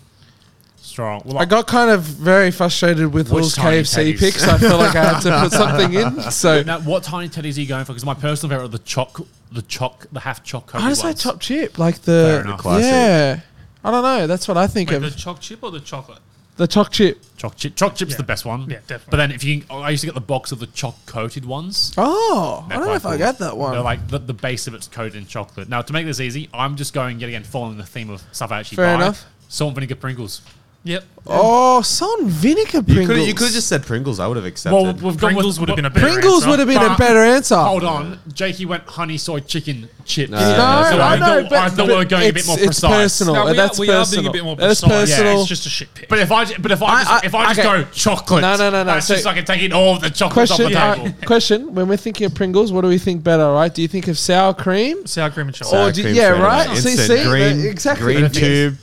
Speaker 4: strong. Well,
Speaker 2: I got kind of very frustrated with
Speaker 4: Which
Speaker 2: Will's
Speaker 4: tiny
Speaker 2: KFC
Speaker 4: teddies?
Speaker 2: picks. I feel like I had to put something in. So
Speaker 4: now, what tiny teddies are you going for? Because my personal favorite are the choc, the choc, the half choc.
Speaker 2: I just like top chip, like the,
Speaker 4: Fair enough.
Speaker 1: Classic.
Speaker 2: yeah. I don't know. That's what I think
Speaker 3: Wait,
Speaker 2: of
Speaker 3: the choc chip or the chocolate?
Speaker 2: the choc chip.
Speaker 4: choc chip. Choc chip's
Speaker 3: Yeah.
Speaker 4: the best one.
Speaker 3: Yeah, definitely.
Speaker 4: But then if you, I used to get the box of the choc coated ones.
Speaker 2: Oh, I
Speaker 4: They're
Speaker 2: don't know
Speaker 4: quite
Speaker 2: if I
Speaker 4: cool.
Speaker 2: got that one.
Speaker 4: They're like the, the base of it's coated in chocolate. Now to make this easy, I'm just going yet again following the theme of stuff I actually
Speaker 2: Fair
Speaker 4: buy.
Speaker 2: enough.
Speaker 4: Salt and vinegar Pringles.
Speaker 3: Yep.
Speaker 2: oh, salt and vinegar
Speaker 1: You could
Speaker 2: Pringles.
Speaker 1: you could have just said Pringles. I would have accepted.
Speaker 4: Well, we've gone with-
Speaker 3: Pringles would have been a better
Speaker 2: Pringles
Speaker 3: answer.
Speaker 2: would have been a
Speaker 4: But-
Speaker 2: better answer.
Speaker 4: Hold on, Jakey went honey soy chicken chips.
Speaker 1: No, Yeah,
Speaker 4: so
Speaker 1: I
Speaker 4: I,
Speaker 1: know,
Speaker 4: thought, I thought we were going a bit
Speaker 2: it's-
Speaker 4: more
Speaker 2: it's
Speaker 4: precise.
Speaker 2: personal.
Speaker 3: No, we,
Speaker 2: That's
Speaker 3: are, we
Speaker 2: personal.
Speaker 3: are being a bit more
Speaker 2: That's
Speaker 3: precise. Yeah,
Speaker 2: personal.
Speaker 3: it's just a shit pick.
Speaker 4: But if I, j- but if I,
Speaker 2: I-
Speaker 4: just,
Speaker 2: I-
Speaker 4: if I just
Speaker 2: okay.
Speaker 4: go chocolate,
Speaker 2: No, no, no, no.
Speaker 4: that's
Speaker 2: So-
Speaker 4: just like I'm taking all the chocolates
Speaker 2: Question,
Speaker 4: off the
Speaker 2: uh,
Speaker 4: table.
Speaker 2: question. When we're thinking of Pringles, what do we think better, right? Do you think of sour cream?
Speaker 3: Sour cream and
Speaker 1: Sour
Speaker 3: chocolate.
Speaker 2: Or- do-
Speaker 1: cream
Speaker 2: yeah,
Speaker 1: straight
Speaker 2: right?
Speaker 1: away.
Speaker 2: See,
Speaker 1: Instant
Speaker 2: see,
Speaker 1: green,
Speaker 2: that- exactly.
Speaker 1: green
Speaker 2: Yes.
Speaker 1: tube.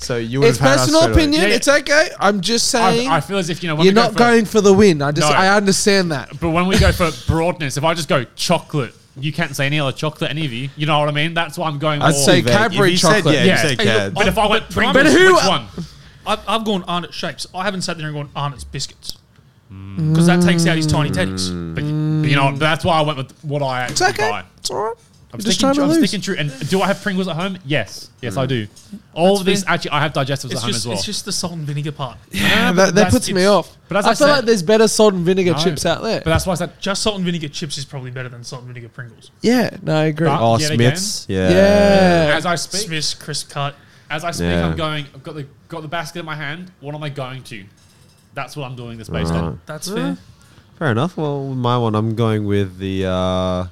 Speaker 1: So you would
Speaker 2: It's
Speaker 1: have had us
Speaker 2: personal
Speaker 1: straight away.
Speaker 2: opinion.
Speaker 4: Yeah, yeah.
Speaker 2: It's okay. I'm just saying
Speaker 4: I, I feel as if you know when
Speaker 2: you're
Speaker 4: we go
Speaker 2: not
Speaker 4: for-
Speaker 2: going for the win. I just
Speaker 4: No.
Speaker 2: I understand that.
Speaker 4: But when we go for broadness, if I just go chocolate, you can't say any other chocolate, any of you. You know what I mean? That's what I'm going.
Speaker 2: I'd
Speaker 4: more
Speaker 2: say
Speaker 4: vague.
Speaker 1: Vague.
Speaker 2: Cadbury
Speaker 1: Oh, If you said-
Speaker 2: chocolate.
Speaker 1: yeah,
Speaker 4: Yeah.
Speaker 1: you said
Speaker 4: Hey,
Speaker 1: Cad.
Speaker 4: But if I went
Speaker 3: but I'm-
Speaker 4: Pringles,
Speaker 3: but
Speaker 2: who-
Speaker 4: which one?
Speaker 3: I've, I've gone Arnott's shapes. I haven't sat there and gone Arnott's biscuits. Because that takes out his tiny teddies.
Speaker 4: But you, but you know, that's why I went with what I
Speaker 2: Mm. It's
Speaker 4: actually
Speaker 2: okay.
Speaker 4: buy.
Speaker 2: It's all right.
Speaker 4: I'm
Speaker 2: You're just
Speaker 4: sticking,
Speaker 2: trying to
Speaker 4: I'm
Speaker 2: lose.
Speaker 4: sticking true. And do I have Pringles at home? Yes, yes, I do. All of these
Speaker 3: fair.
Speaker 4: actually, I have digestives at
Speaker 3: It's
Speaker 4: home
Speaker 3: just,
Speaker 4: as well.
Speaker 3: it's just the salt and vinegar part.
Speaker 2: Yeah,
Speaker 4: but
Speaker 2: that, that
Speaker 4: that's-
Speaker 2: puts me
Speaker 4: it's-
Speaker 2: off.
Speaker 4: but as
Speaker 2: I,
Speaker 4: I
Speaker 2: feel
Speaker 4: said-
Speaker 2: like there's better salt and vinegar
Speaker 4: No.
Speaker 2: chips out there.
Speaker 4: but that's why I said
Speaker 3: Just salt and vinegar chips is probably better than salt and vinegar Pringles.
Speaker 2: yeah, no, I agree.
Speaker 4: But-
Speaker 1: Oh,
Speaker 4: Yet
Speaker 1: Smiths. Yeah.
Speaker 2: yeah.
Speaker 4: as I speak.
Speaker 3: Smith's crisp cut.
Speaker 4: As I speak,
Speaker 1: Yeah.
Speaker 4: I'm going. I've got the got the basket in my hand. What am I going to? That's what I'm doing this based
Speaker 1: Alright.
Speaker 4: on.
Speaker 3: That's fair.
Speaker 1: Fair enough. Well, my one, I'm going with the uh,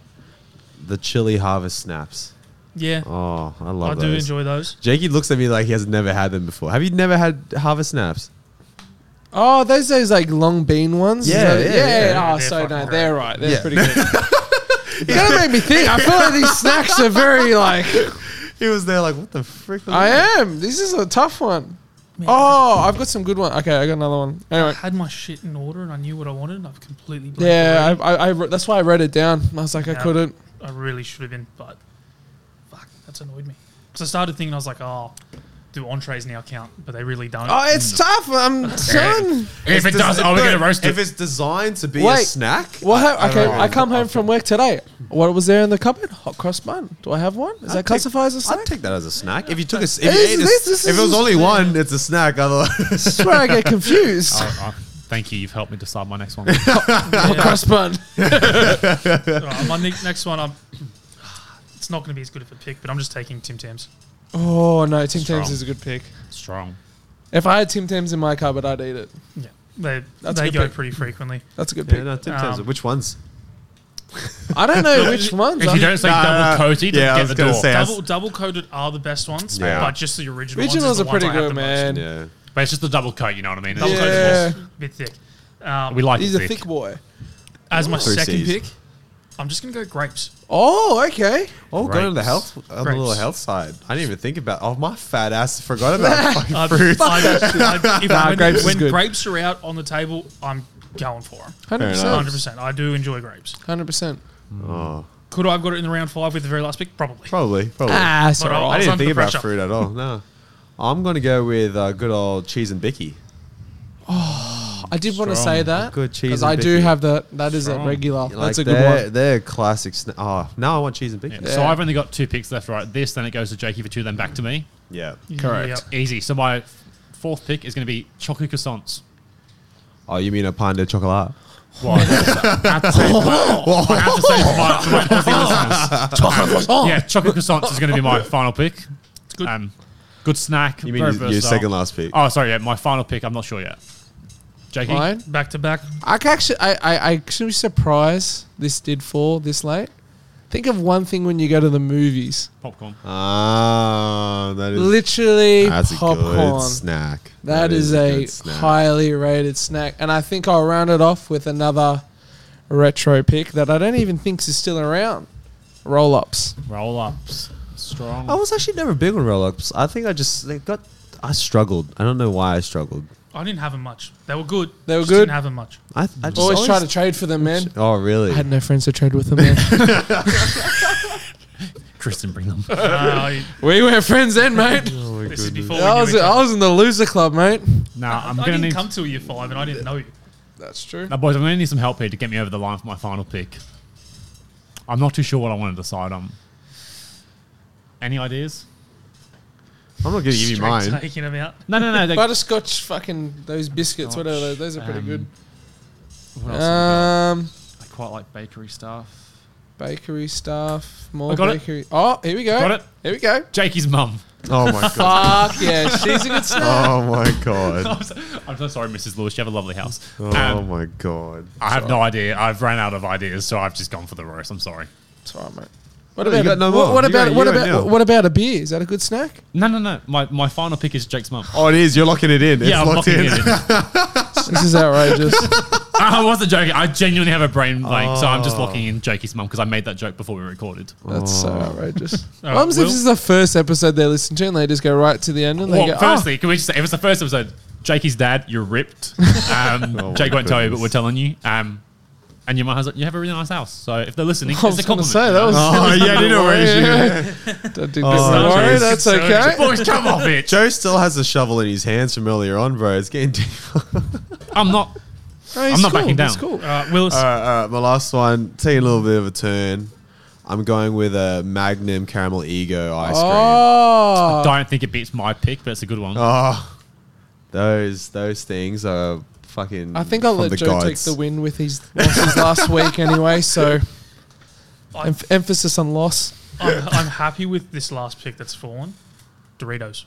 Speaker 1: the chili harvest snaps.
Speaker 3: Yeah.
Speaker 1: Oh, I love
Speaker 3: I
Speaker 1: those.
Speaker 3: do enjoy those.
Speaker 1: Jakey looks at me like he has never had them before. Have you never had harvest snaps?
Speaker 2: oh, those those like long bean ones. Is
Speaker 1: Yeah,
Speaker 2: that-
Speaker 1: yeah,
Speaker 2: yeah.
Speaker 1: yeah.
Speaker 2: Oh,
Speaker 3: They're
Speaker 2: so
Speaker 3: fucking
Speaker 2: no,
Speaker 3: great.
Speaker 2: they're right. They're
Speaker 1: Yeah.
Speaker 2: pretty good. You're gonna make me think. I feel like these snacks are very like.
Speaker 1: He was there like, what the frick? was that?
Speaker 2: I am. This is a tough one. Oh, I've got some good one. Okay, I got another one.
Speaker 3: I
Speaker 2: Anyway,
Speaker 3: had my shit in order and I knew what I wanted and I've completely blanked
Speaker 2: yeah,
Speaker 3: already.
Speaker 2: I, I, I wrote- that's why I wrote it down. I was like, I
Speaker 3: Yeah.
Speaker 2: couldn't.
Speaker 3: I really should have been, but fuck, that's annoyed me. Because I started thinking, I was like, oh, do entrees now count? But they really don't.
Speaker 2: Oh, it's tough. I'm done.
Speaker 4: If it
Speaker 1: Des-
Speaker 4: does, I'm
Speaker 1: look,
Speaker 4: going to roast
Speaker 1: If
Speaker 4: it.
Speaker 1: it's designed to be a
Speaker 2: Wait.
Speaker 1: snack,
Speaker 2: Well,
Speaker 1: I- I
Speaker 2: okay,
Speaker 1: don't know.
Speaker 2: I, come home from work today. What was there in the cupboard? Hot cross bun. Do I have one? Is
Speaker 1: I'd
Speaker 2: that
Speaker 1: take-
Speaker 2: classified as a
Speaker 1: I'd
Speaker 2: snack?
Speaker 1: take that as a snack. If you took a, if, you
Speaker 2: This-
Speaker 1: ate a-
Speaker 2: this- this
Speaker 1: if it
Speaker 2: is-
Speaker 1: was only one, it's a snack. Otherwise,
Speaker 2: That's where I get confused.
Speaker 4: Oh, oh, thank you. You've helped me decide my next one.
Speaker 2: Hot cross bun.
Speaker 3: Alright, my ne- next one, I'm. It's not going to be as good of a pick, but I'm just taking Tim Tams.
Speaker 2: Oh no, Tim
Speaker 4: Strong.
Speaker 2: Tams is a good pick.
Speaker 4: Strong.
Speaker 2: If I had Tim Tams in my cupboard, I'd eat it.
Speaker 3: Yeah, they
Speaker 2: That's a
Speaker 3: they
Speaker 2: good
Speaker 3: go
Speaker 2: pick.
Speaker 3: pretty frequently.
Speaker 2: That's a good pick.
Speaker 1: yeah, no, Tim Tams.
Speaker 3: Um,
Speaker 1: Which ones?
Speaker 2: I don't know which ones.
Speaker 4: If you
Speaker 2: I-
Speaker 4: don't say
Speaker 1: Nah, nah.
Speaker 4: double coated,
Speaker 1: Yeah, I
Speaker 4: get
Speaker 1: was
Speaker 4: the
Speaker 1: gonna
Speaker 4: door.
Speaker 1: say, I- Yes.
Speaker 3: Double double coated are the best ones,
Speaker 1: Yeah.
Speaker 3: but just the original
Speaker 2: Originals
Speaker 3: ones is the
Speaker 2: are pretty
Speaker 3: ones I have
Speaker 2: good,
Speaker 3: the
Speaker 2: man.
Speaker 3: most.
Speaker 1: Yeah.
Speaker 4: But it's just the double coat. You know what I mean?
Speaker 3: Double
Speaker 4: It's
Speaker 3: coated
Speaker 2: Yeah.
Speaker 3: was a bit thick. Um,
Speaker 4: We like
Speaker 2: He's
Speaker 4: it
Speaker 2: a thick boy.
Speaker 3: as my
Speaker 1: Three
Speaker 3: second
Speaker 1: Cs.
Speaker 3: pick, I'm just going to go grapes.
Speaker 2: Oh, okay.
Speaker 1: Oh, going to the
Speaker 4: Grapes.
Speaker 1: health, on the little
Speaker 3: Grapes.
Speaker 1: health side. I didn't even think about. Oh, my fat ass forgot about fucking
Speaker 3: Uh,
Speaker 1: fruit.
Speaker 3: I- I- if-
Speaker 2: Nah,
Speaker 3: when
Speaker 2: grapes is
Speaker 3: when
Speaker 2: good.
Speaker 3: grapes are out on the table, I'm going for them.
Speaker 2: Hundred
Speaker 1: enough.
Speaker 2: percent.
Speaker 3: 100%. I do enjoy grapes.
Speaker 2: Hundred percent.
Speaker 1: Oh,
Speaker 3: Could I have got it in the round five with the very last pick? Probably.
Speaker 1: probably, probably.
Speaker 2: Ah, it's
Speaker 3: But I-
Speaker 2: alright.
Speaker 1: I
Speaker 3: was
Speaker 1: didn't
Speaker 3: under
Speaker 1: think about
Speaker 3: pressure.
Speaker 1: fruit at all. No, I'm gonna go with uh, good old cheese and bicky.
Speaker 2: I did want to
Speaker 4: Strong.
Speaker 2: say that
Speaker 1: Good cheese
Speaker 2: because
Speaker 1: and
Speaker 2: I do
Speaker 1: bicky.
Speaker 2: have that. That is a
Speaker 4: Strong.
Speaker 2: regular. That's a
Speaker 1: Like,
Speaker 2: good
Speaker 1: they're,
Speaker 2: one.
Speaker 1: They're classic. Sna- oh, now I want cheese and bicky.
Speaker 4: So
Speaker 2: Yeah.
Speaker 4: I've only got two picks left, right? This, then it goes to Jakey for two, then back to me.
Speaker 1: Yeah.
Speaker 3: Yep.
Speaker 4: Easy. So my f- fourth pick is going to be chocolate croissants.
Speaker 1: Oh, you mean a pan de chocolat?
Speaker 4: Well, I have to say, I have to say for my, for my Aussie listeners. Yeah, chocolate croissants is going to be my final pick. It's
Speaker 3: good.
Speaker 4: Um, good snack.
Speaker 1: You mean
Speaker 4: very
Speaker 1: your, your
Speaker 4: versatile.
Speaker 1: second last pick?
Speaker 4: Oh, sorry. Yeah, my final pick. I'm not sure yet. Jakey,
Speaker 2: Mine.
Speaker 3: Back to back.
Speaker 2: I can actually, I, I, I actually surprised this did fall this late. Think of one thing when you go to the movies.
Speaker 4: popcorn.
Speaker 1: Ah, that is
Speaker 2: Literally
Speaker 1: that's a good
Speaker 2: popcorn.
Speaker 1: snack.
Speaker 2: that is,
Speaker 1: good
Speaker 2: a
Speaker 1: snack.
Speaker 2: highly rated snack, and I think I'll round it off with another retro pick that I don't even think is still around. Roll ups.
Speaker 4: Roll ups. Strong.
Speaker 1: I was actually never big on roll ups. I think I just they got. I struggled. I don't know why I struggled.
Speaker 3: I didn't have them much. They were good.
Speaker 2: They were
Speaker 3: Just
Speaker 2: good?
Speaker 3: Didn't have them much.
Speaker 1: I, I just
Speaker 2: Always try to trade for them, man.
Speaker 1: Oh, really?
Speaker 2: I had no friends to trade with them, man.
Speaker 4: Kristen, bring them.
Speaker 3: Uh, I-
Speaker 2: we were friends then, mate.
Speaker 1: Oh my my
Speaker 3: This is
Speaker 1: goodness.
Speaker 3: before
Speaker 2: I
Speaker 3: we
Speaker 2: was,
Speaker 3: knew each
Speaker 2: I
Speaker 3: other.
Speaker 2: was in the loser club, mate.
Speaker 4: Now I'm
Speaker 3: I
Speaker 4: gonna
Speaker 3: didn't
Speaker 4: need.
Speaker 3: come till year five, and I didn't know you.
Speaker 2: That's true.
Speaker 4: Now, boys, I'm gonna need some help here to get me over the line for my final pick. I'm not too sure what I want to decide on. Any ideas?
Speaker 1: I'm not going to give you
Speaker 3: Straight
Speaker 1: mine.
Speaker 3: Taking him out.
Speaker 4: No, no, no. Like,
Speaker 2: Butterscotch, fucking those biscuits, whatever. Those, those are pretty
Speaker 4: um,
Speaker 2: good.
Speaker 4: what else have we got?
Speaker 2: Um,
Speaker 4: I quite like bakery stuff.
Speaker 2: bakery stuff, more
Speaker 4: I got it.
Speaker 2: bakery. Oh, here we go.
Speaker 4: Got it.
Speaker 2: Here we go.
Speaker 4: Jakey's mum.
Speaker 1: Oh my god.
Speaker 2: Fuck yeah, she's a good snack.
Speaker 1: Oh my god.
Speaker 4: I'm so, I'm so sorry, Mrs. Lewis. You have a lovely house.
Speaker 1: Oh
Speaker 4: Um,
Speaker 1: my god.
Speaker 4: I have no idea. I've ran out of ideas, so I've just gone for the roast. I'm sorry.
Speaker 2: It's all right, mate. What
Speaker 1: No,
Speaker 2: about
Speaker 1: you
Speaker 2: a-
Speaker 1: got no
Speaker 2: what,
Speaker 1: more.
Speaker 2: what
Speaker 1: You
Speaker 2: about
Speaker 1: got-
Speaker 2: what
Speaker 1: you got
Speaker 2: about
Speaker 1: nil.
Speaker 2: what about a beer? Is that a good snack?
Speaker 4: No, no, no. My, my final pick is Jake's mum.
Speaker 1: Oh, it is. You're locking it in. It's
Speaker 4: yeah, I'm
Speaker 1: locked
Speaker 4: fucking
Speaker 1: in.
Speaker 4: in. I
Speaker 2: This is outrageous.
Speaker 4: I wasn't joking. I genuinely have a brain blank, so I'm
Speaker 2: Oh.
Speaker 4: just locking in Jakey's mum because I made that joke before we recorded.
Speaker 2: That's so outrageous.
Speaker 4: All right,
Speaker 2: Mums, if
Speaker 4: Will?
Speaker 2: this is the first episode they listen to and they just go right to the end and they
Speaker 4: Well,
Speaker 2: go, Oh.
Speaker 4: firstly, can we just say if it's the first episode, Jakey's dad, you're ripped. Um,
Speaker 1: Oh my
Speaker 4: Jake won't tell you, but
Speaker 1: goodness.
Speaker 4: we're telling you. Um, and your mum has a, you have a really nice house, so if they're listening,
Speaker 2: I
Speaker 4: it's
Speaker 2: was
Speaker 4: a
Speaker 2: gonna
Speaker 4: compliment.
Speaker 2: say,
Speaker 4: you
Speaker 2: that
Speaker 4: know?
Speaker 2: was-
Speaker 1: Oh, yeah, I didn't already.
Speaker 2: oh, don't do
Speaker 1: Oh,
Speaker 2: worry,
Speaker 1: geez.
Speaker 2: that's
Speaker 3: So
Speaker 2: okay.
Speaker 4: Boys, come on, bitch.
Speaker 1: Joe still has a shovel in his hands from earlier on, bro. It's getting deeper.
Speaker 4: I'm not.
Speaker 2: No, he's
Speaker 4: I'm not
Speaker 2: cool,
Speaker 4: backing
Speaker 2: he's
Speaker 4: down.
Speaker 2: cool.
Speaker 3: All right, Uh, Willis.
Speaker 1: All
Speaker 4: Uh,
Speaker 1: right, all right, my last one. Taking a little bit of a turn. I'm going with a Magnum Caramel Ego ice cream.
Speaker 2: Oh,
Speaker 4: Don't think it beats my pick, but it's a good one.
Speaker 1: Oh, those those things are fucking.
Speaker 2: I think I'll
Speaker 1: from
Speaker 2: let
Speaker 1: the
Speaker 2: Joe take
Speaker 1: gods.
Speaker 2: the win with his losses last week anyway. So em- emphasis on loss.
Speaker 3: I'm, I'm happy with this last pick that's fallen. Doritos.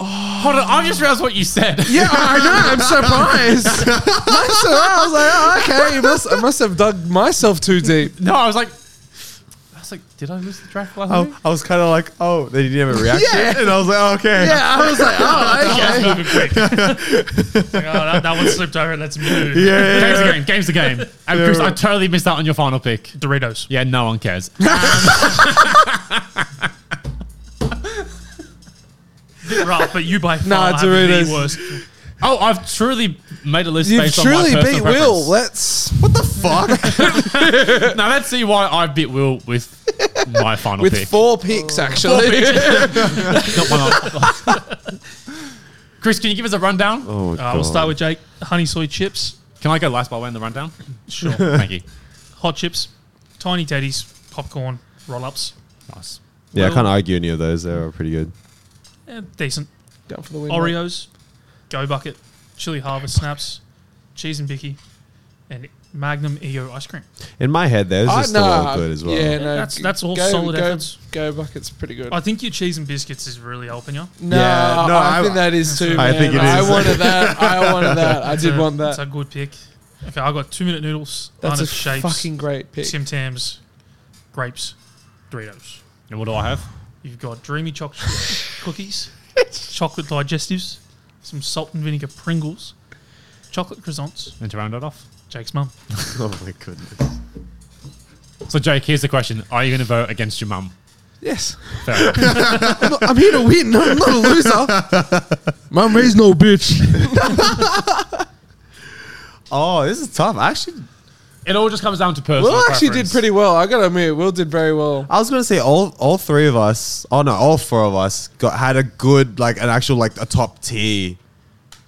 Speaker 4: Oh. Hold on, I just realized what you said.
Speaker 2: Yeah, I know. I'm surprised. That's all right. I was like, oh, okay, you must, I must have dug myself too deep.
Speaker 4: No, I was like, I was like, did I lose the draft last week?
Speaker 1: Oh, I was kind of like, oh, they didn't have a reaction, and I was like, oh, okay.
Speaker 2: Yeah, I was like, oh,
Speaker 3: Let's
Speaker 2: okay.
Speaker 3: move it quick. It's like, oh, that, that one slipped over. Let's move.
Speaker 1: yeah,
Speaker 4: Game's
Speaker 1: yeah,
Speaker 4: the game. Game's the game. And Chris, I totally missed out on your final pick.
Speaker 3: Doritos.
Speaker 4: Yeah, no one cares.
Speaker 3: Bit rough, but you by far
Speaker 2: Nah,
Speaker 3: have the
Speaker 2: Doritos.
Speaker 3: worst.
Speaker 4: oh, I've truly made a list
Speaker 2: You've
Speaker 4: based on my
Speaker 2: truly
Speaker 4: personal
Speaker 2: beat Will.
Speaker 4: preference.
Speaker 2: Let's. What the
Speaker 1: Fuck.
Speaker 4: Now let's see why I beat Will with my final
Speaker 2: With
Speaker 4: pick.
Speaker 2: four
Speaker 4: Oh.
Speaker 2: picks, actually.
Speaker 4: Not one on- Chris, can you give us a rundown?
Speaker 1: Oh,
Speaker 3: Uh, we'll start with Jake. Honey soy chips.
Speaker 4: Can I go last by way in the rundown?
Speaker 3: Sure.
Speaker 4: Thank you.
Speaker 3: Hot chips. Tiny teddies. Popcorn. Roll ups.
Speaker 4: Nice.
Speaker 1: Yeah, I
Speaker 3: Will.
Speaker 1: can't argue any of those. They were pretty good.
Speaker 3: Eh, decent.
Speaker 2: Down for the win. mate.
Speaker 3: Oreos. Go bucket. Chili harvest snaps. Cheese and bicky. And Magnum EO ice cream.
Speaker 1: In my head, those
Speaker 2: Ah,
Speaker 1: are still
Speaker 2: nah,
Speaker 1: all good as well.
Speaker 2: Yeah, no,
Speaker 3: That's-
Speaker 2: g-
Speaker 3: that's all
Speaker 2: go,
Speaker 3: solid
Speaker 2: go,
Speaker 3: efforts.
Speaker 2: Go bucket's pretty good.
Speaker 3: I think your cheese and biscuits is really helping you.
Speaker 2: no,
Speaker 1: Yeah, no,
Speaker 2: I,
Speaker 1: I-
Speaker 2: think that is too.
Speaker 1: I
Speaker 2: man.
Speaker 1: think it
Speaker 2: I
Speaker 1: is.
Speaker 2: wanted that. I wanted that. I did
Speaker 3: a,
Speaker 2: want
Speaker 3: It's a
Speaker 2: that.
Speaker 3: good pick. Okay, I got two minute noodles.
Speaker 2: That's a
Speaker 3: Arnott's shapes.
Speaker 2: fucking great pick.
Speaker 3: Tim Tams, grapes, Doritos.
Speaker 4: And what do I have?
Speaker 3: You've got dreamy chocolate cookies, chocolate digestives, some salt and vinegar Pringles, chocolate croissants.
Speaker 4: And to round it off.
Speaker 3: Jake's mum.
Speaker 1: Oh my goodness.
Speaker 4: So, Jake, here's the question: Are you going to vote against your mum?
Speaker 2: Yes.
Speaker 4: Fair enough.
Speaker 2: I'm, not- I'm here to win. I'm not a loser. Mum raised no bitch.
Speaker 1: Oh, this is tough. I actually,
Speaker 4: It all just comes down to personal.
Speaker 2: Will actually did
Speaker 4: preference.
Speaker 2: pretty well. I gotta admit, Will did very well.
Speaker 1: I was gonna say all all three of us. Oh no, all four of us got had a good like an actual like a top tier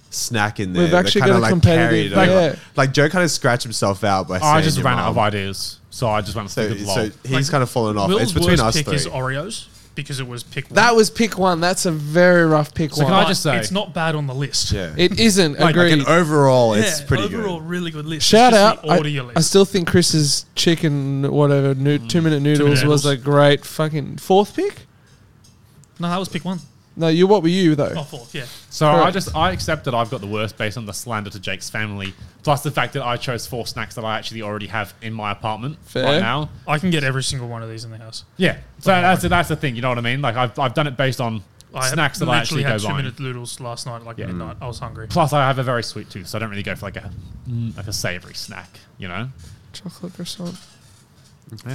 Speaker 1: snack in there.
Speaker 2: We've
Speaker 1: that
Speaker 2: actually
Speaker 1: kinda,
Speaker 2: got a competitive-
Speaker 1: carried over.
Speaker 2: yeah.
Speaker 1: Like, Joe kind of scratched himself out by.
Speaker 4: Oh, I
Speaker 1: saying
Speaker 4: just
Speaker 1: your
Speaker 4: ran out
Speaker 1: mum.
Speaker 4: of ideas, so I just went with
Speaker 1: So,
Speaker 4: the
Speaker 1: so
Speaker 4: lol.
Speaker 1: he's
Speaker 3: Like,
Speaker 1: kind of fallen off.
Speaker 3: Will's
Speaker 1: it's between
Speaker 3: worst
Speaker 1: us
Speaker 3: pick
Speaker 1: three.
Speaker 3: is Oreos because it was pick one.
Speaker 2: That was pick one. That's a very rough pick
Speaker 4: So
Speaker 2: one.
Speaker 4: can I
Speaker 3: But
Speaker 4: just say-
Speaker 3: it's not bad on the list.
Speaker 1: yeah.
Speaker 2: it isn't.
Speaker 1: like, like
Speaker 2: Agreed.
Speaker 1: an overall, it's
Speaker 3: Yeah,
Speaker 1: pretty
Speaker 3: overall,
Speaker 1: good.
Speaker 3: really good list.
Speaker 2: Shout
Speaker 3: it's
Speaker 2: out.
Speaker 3: just The order
Speaker 2: I,
Speaker 3: you
Speaker 2: I
Speaker 3: list.
Speaker 2: still think Chris's chicken, whatever, noo- two minute noodles was
Speaker 3: Mm, noodles.
Speaker 2: a great fucking fourth pick.
Speaker 3: no, that was pick one.
Speaker 2: No, you. What were you though?
Speaker 3: Oh, fourth, yeah.
Speaker 4: So I
Speaker 2: Correct.
Speaker 4: just I accept that I've got the worst based on the slander to Jake's family, plus the fact that I chose four snacks that I actually already have in my apartment right
Speaker 2: Fair.
Speaker 4: now.
Speaker 3: I can get every single one of these in the house.
Speaker 4: Yeah, so that's that's the thing. You know what I mean? Like I've, I've done it based on
Speaker 3: I
Speaker 4: snacks that I
Speaker 3: literally
Speaker 4: actually
Speaker 3: had
Speaker 4: go
Speaker 3: two
Speaker 4: buying.
Speaker 3: minute noodles last night, at like
Speaker 4: Yeah.
Speaker 3: midnight. I was hungry.
Speaker 4: Plus, I have a very sweet tooth, so I don't really go for like a mm, like a savory snack. You know?
Speaker 2: Chocolate croissant.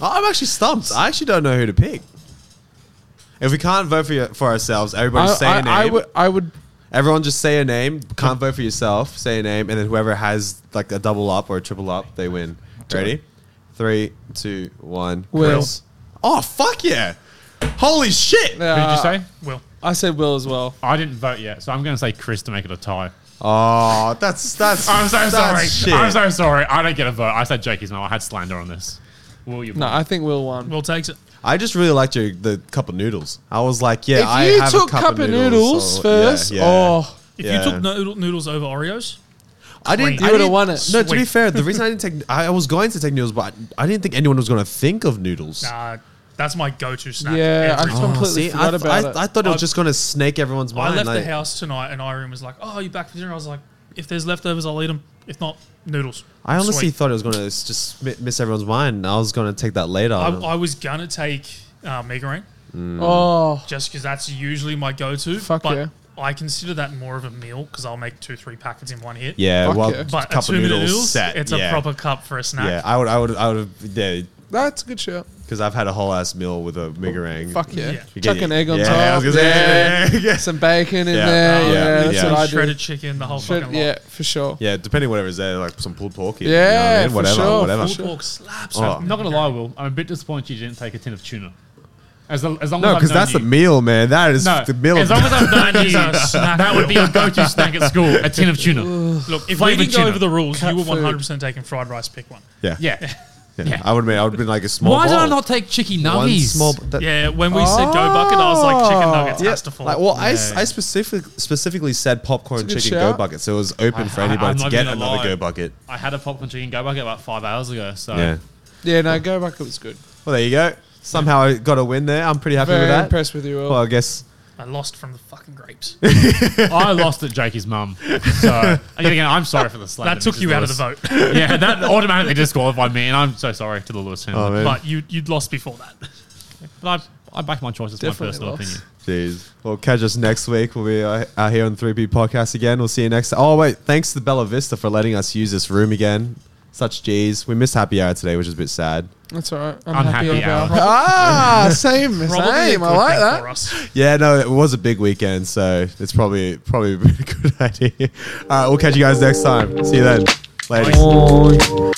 Speaker 1: I'm actually stumped. I actually don't know who to pick. If we can't vote for, your, for ourselves, everybody
Speaker 2: I,
Speaker 1: say
Speaker 2: I-
Speaker 1: a name.
Speaker 2: I would. I would.
Speaker 1: Everyone just say a name. Can't vote for yourself. Say a name, and then whoever has like a double up or a triple up, they win. Ready? Three, two, one.
Speaker 2: Will.
Speaker 1: Chris. Oh fuck yeah! Holy shit!
Speaker 4: Who did you say?
Speaker 3: Will.
Speaker 2: uh, I said Will as well.
Speaker 4: I didn't vote yet, so I'm going to say Chris to make it a tie.
Speaker 1: Oh, that's that's.
Speaker 4: I'm so
Speaker 1: that's
Speaker 4: sorry.
Speaker 1: Shit.
Speaker 4: I'm so sorry. I don't get a vote. I said Jakey's mum. I had slander on this. Will you?
Speaker 2: No, I think Will won.
Speaker 3: Will takes it.
Speaker 1: I just really liked your the cup of noodles. I was like, yeah,
Speaker 2: if
Speaker 1: I
Speaker 2: you
Speaker 1: have
Speaker 2: took
Speaker 1: a cup, of noodles, so-
Speaker 2: first,
Speaker 1: yeah, yeah.
Speaker 2: oh,
Speaker 3: If
Speaker 1: Yeah.
Speaker 3: you took noodle, noodles over Oreos,
Speaker 1: I didn't.
Speaker 3: Sweet.
Speaker 1: I
Speaker 2: You would've
Speaker 1: didn't-
Speaker 2: won it.
Speaker 1: No, to be
Speaker 3: Sweet.
Speaker 1: fair, the reason I didn't take, I was going to take noodles, but I didn't think anyone was going to think of noodles.
Speaker 3: nah, that's my go-to snack.
Speaker 2: Yeah,
Speaker 3: every
Speaker 2: I-
Speaker 3: time.
Speaker 1: Oh,
Speaker 2: completely
Speaker 1: see, I,
Speaker 2: forgot
Speaker 1: th-
Speaker 2: about
Speaker 1: I,
Speaker 2: it.
Speaker 1: I thought it was
Speaker 3: I-
Speaker 1: just going to snake everyone's
Speaker 3: I
Speaker 1: mind.
Speaker 3: left the
Speaker 1: like-
Speaker 3: house tonight, and Irene was like, "Oh, you back for dinner?" I was like, "If there's leftovers, I'll eat them. If not, noodles."
Speaker 1: I honestly
Speaker 3: Sweet.
Speaker 1: thought it was going to just mi- miss everyone's mind. I was going to take that later.
Speaker 3: I, I was gonna take uh, megarine
Speaker 1: Mm.
Speaker 2: oh,
Speaker 3: just because that's usually my go-to.
Speaker 2: Fuck
Speaker 3: but
Speaker 2: yeah.
Speaker 3: I consider that more of a meal because I'll make two, three packets in one hit.
Speaker 1: yeah,
Speaker 2: Fuck
Speaker 1: well,
Speaker 2: yeah.
Speaker 3: But
Speaker 1: cup
Speaker 3: a
Speaker 1: of
Speaker 3: two
Speaker 1: noodles,
Speaker 3: noodles,
Speaker 1: set.
Speaker 3: it's
Speaker 1: yeah.
Speaker 3: a proper cup for a snack.
Speaker 1: Yeah, I would, I would, I would have, yeah,
Speaker 2: that's a good shout.
Speaker 1: because I've had a whole ass meal with a megarang.
Speaker 2: Fuck yeah.
Speaker 3: Yeah.
Speaker 1: You get
Speaker 2: Chuck an
Speaker 1: it.
Speaker 2: egg on
Speaker 1: yeah, I
Speaker 2: top.
Speaker 1: was gonna say,
Speaker 2: yeah.
Speaker 1: yeah, yeah, yeah.
Speaker 2: Some bacon in
Speaker 1: Yeah.
Speaker 2: there.
Speaker 1: Oh,
Speaker 2: Yeah,
Speaker 1: yeah,
Speaker 2: that's
Speaker 1: yeah.
Speaker 2: what I do.
Speaker 3: shredded chicken, the whole
Speaker 2: Shred-
Speaker 3: fucking lot.
Speaker 2: yeah, for sure.
Speaker 1: Yeah, depending whatever is there, like some pulled pork. you
Speaker 2: Yeah,
Speaker 1: know what I mean?
Speaker 2: for
Speaker 1: whatever,
Speaker 2: sure,
Speaker 1: whatever.
Speaker 2: for
Speaker 3: Pulled
Speaker 2: sure.
Speaker 3: pork slaps.
Speaker 1: Oh.
Speaker 3: with
Speaker 4: Not gonna
Speaker 3: vinegar.
Speaker 4: lie, Will. I'm a bit disappointed you didn't take a tin of tuna. As, as long as
Speaker 1: No,
Speaker 4: I've
Speaker 1: because
Speaker 4: known
Speaker 1: that's
Speaker 4: you.
Speaker 1: the meal, man. That is
Speaker 4: No,
Speaker 1: the meal.
Speaker 4: as
Speaker 1: of-
Speaker 4: long as I've known you,
Speaker 3: That is a snack.
Speaker 4: that would be your go-to snack at school: a tin of tuna.
Speaker 3: Look, if we
Speaker 4: Flavoured
Speaker 3: didn't go
Speaker 4: tuna.
Speaker 3: over the rules,
Speaker 2: Cat
Speaker 3: you were
Speaker 2: food.
Speaker 3: 100 percent taking fried rice. Pick one.
Speaker 1: yeah, yeah,
Speaker 4: Yeah.
Speaker 1: I would have I would have been like a small.
Speaker 4: Why did I
Speaker 1: bowl.
Speaker 4: not take chicky
Speaker 1: one
Speaker 4: nuggies?
Speaker 1: small? That,
Speaker 3: Yeah, when we said go bucket, I was like chicken nuggets
Speaker 1: Yeah,
Speaker 3: has to fall.
Speaker 1: like well, I, s- I specific, specifically said popcorn
Speaker 2: It's a good
Speaker 1: chicken
Speaker 2: shout.
Speaker 1: go bucket, so it was open for
Speaker 4: I-
Speaker 1: anybody
Speaker 4: I'm
Speaker 1: to
Speaker 4: not
Speaker 1: get
Speaker 4: gonna
Speaker 1: another
Speaker 4: lie.
Speaker 1: go bucket.
Speaker 4: I had a popcorn chicken go bucket about five hours ago. So
Speaker 1: Yeah.
Speaker 2: Yeah, no, go bucket was good.
Speaker 1: Well, there you go. Somehow I got a win there. I'm pretty happy
Speaker 2: Very
Speaker 1: with that.
Speaker 2: impressed with you, Will.
Speaker 1: Well, I guess
Speaker 3: I lost from the fucking grapes.
Speaker 4: I lost at Jakey's mum. So and again, I'm sorry for the slander.
Speaker 3: that took you out of the vote,
Speaker 4: vote. Yeah, that automatically disqualified me, and I'm so sorry to the Lewis family.
Speaker 1: Oh, man.
Speaker 3: but you you'd lost before that.
Speaker 4: But I, I back my choice. It's my
Speaker 2: Definitely
Speaker 4: personal
Speaker 2: lost.
Speaker 4: opinion.
Speaker 1: Jeez. Well, catch us next week. We'll be uh, out here on the 3P podcast again. We'll see you next Oh, wait. Thanks to Bella Vista for letting us use this room again. Such G's. We missed happy hour today, which is a bit sad.
Speaker 2: That's all right. I'm
Speaker 4: Unhappy
Speaker 2: happy about
Speaker 4: hour.
Speaker 2: Ah, same, same.
Speaker 3: Probably a
Speaker 2: I
Speaker 3: good
Speaker 2: like
Speaker 3: thing
Speaker 2: that.
Speaker 3: For us.
Speaker 1: Yeah, no, it was a big weekend, so it's probably probably a good idea. All right, we'll catch you guys next time. See you then. Later.
Speaker 2: Boy.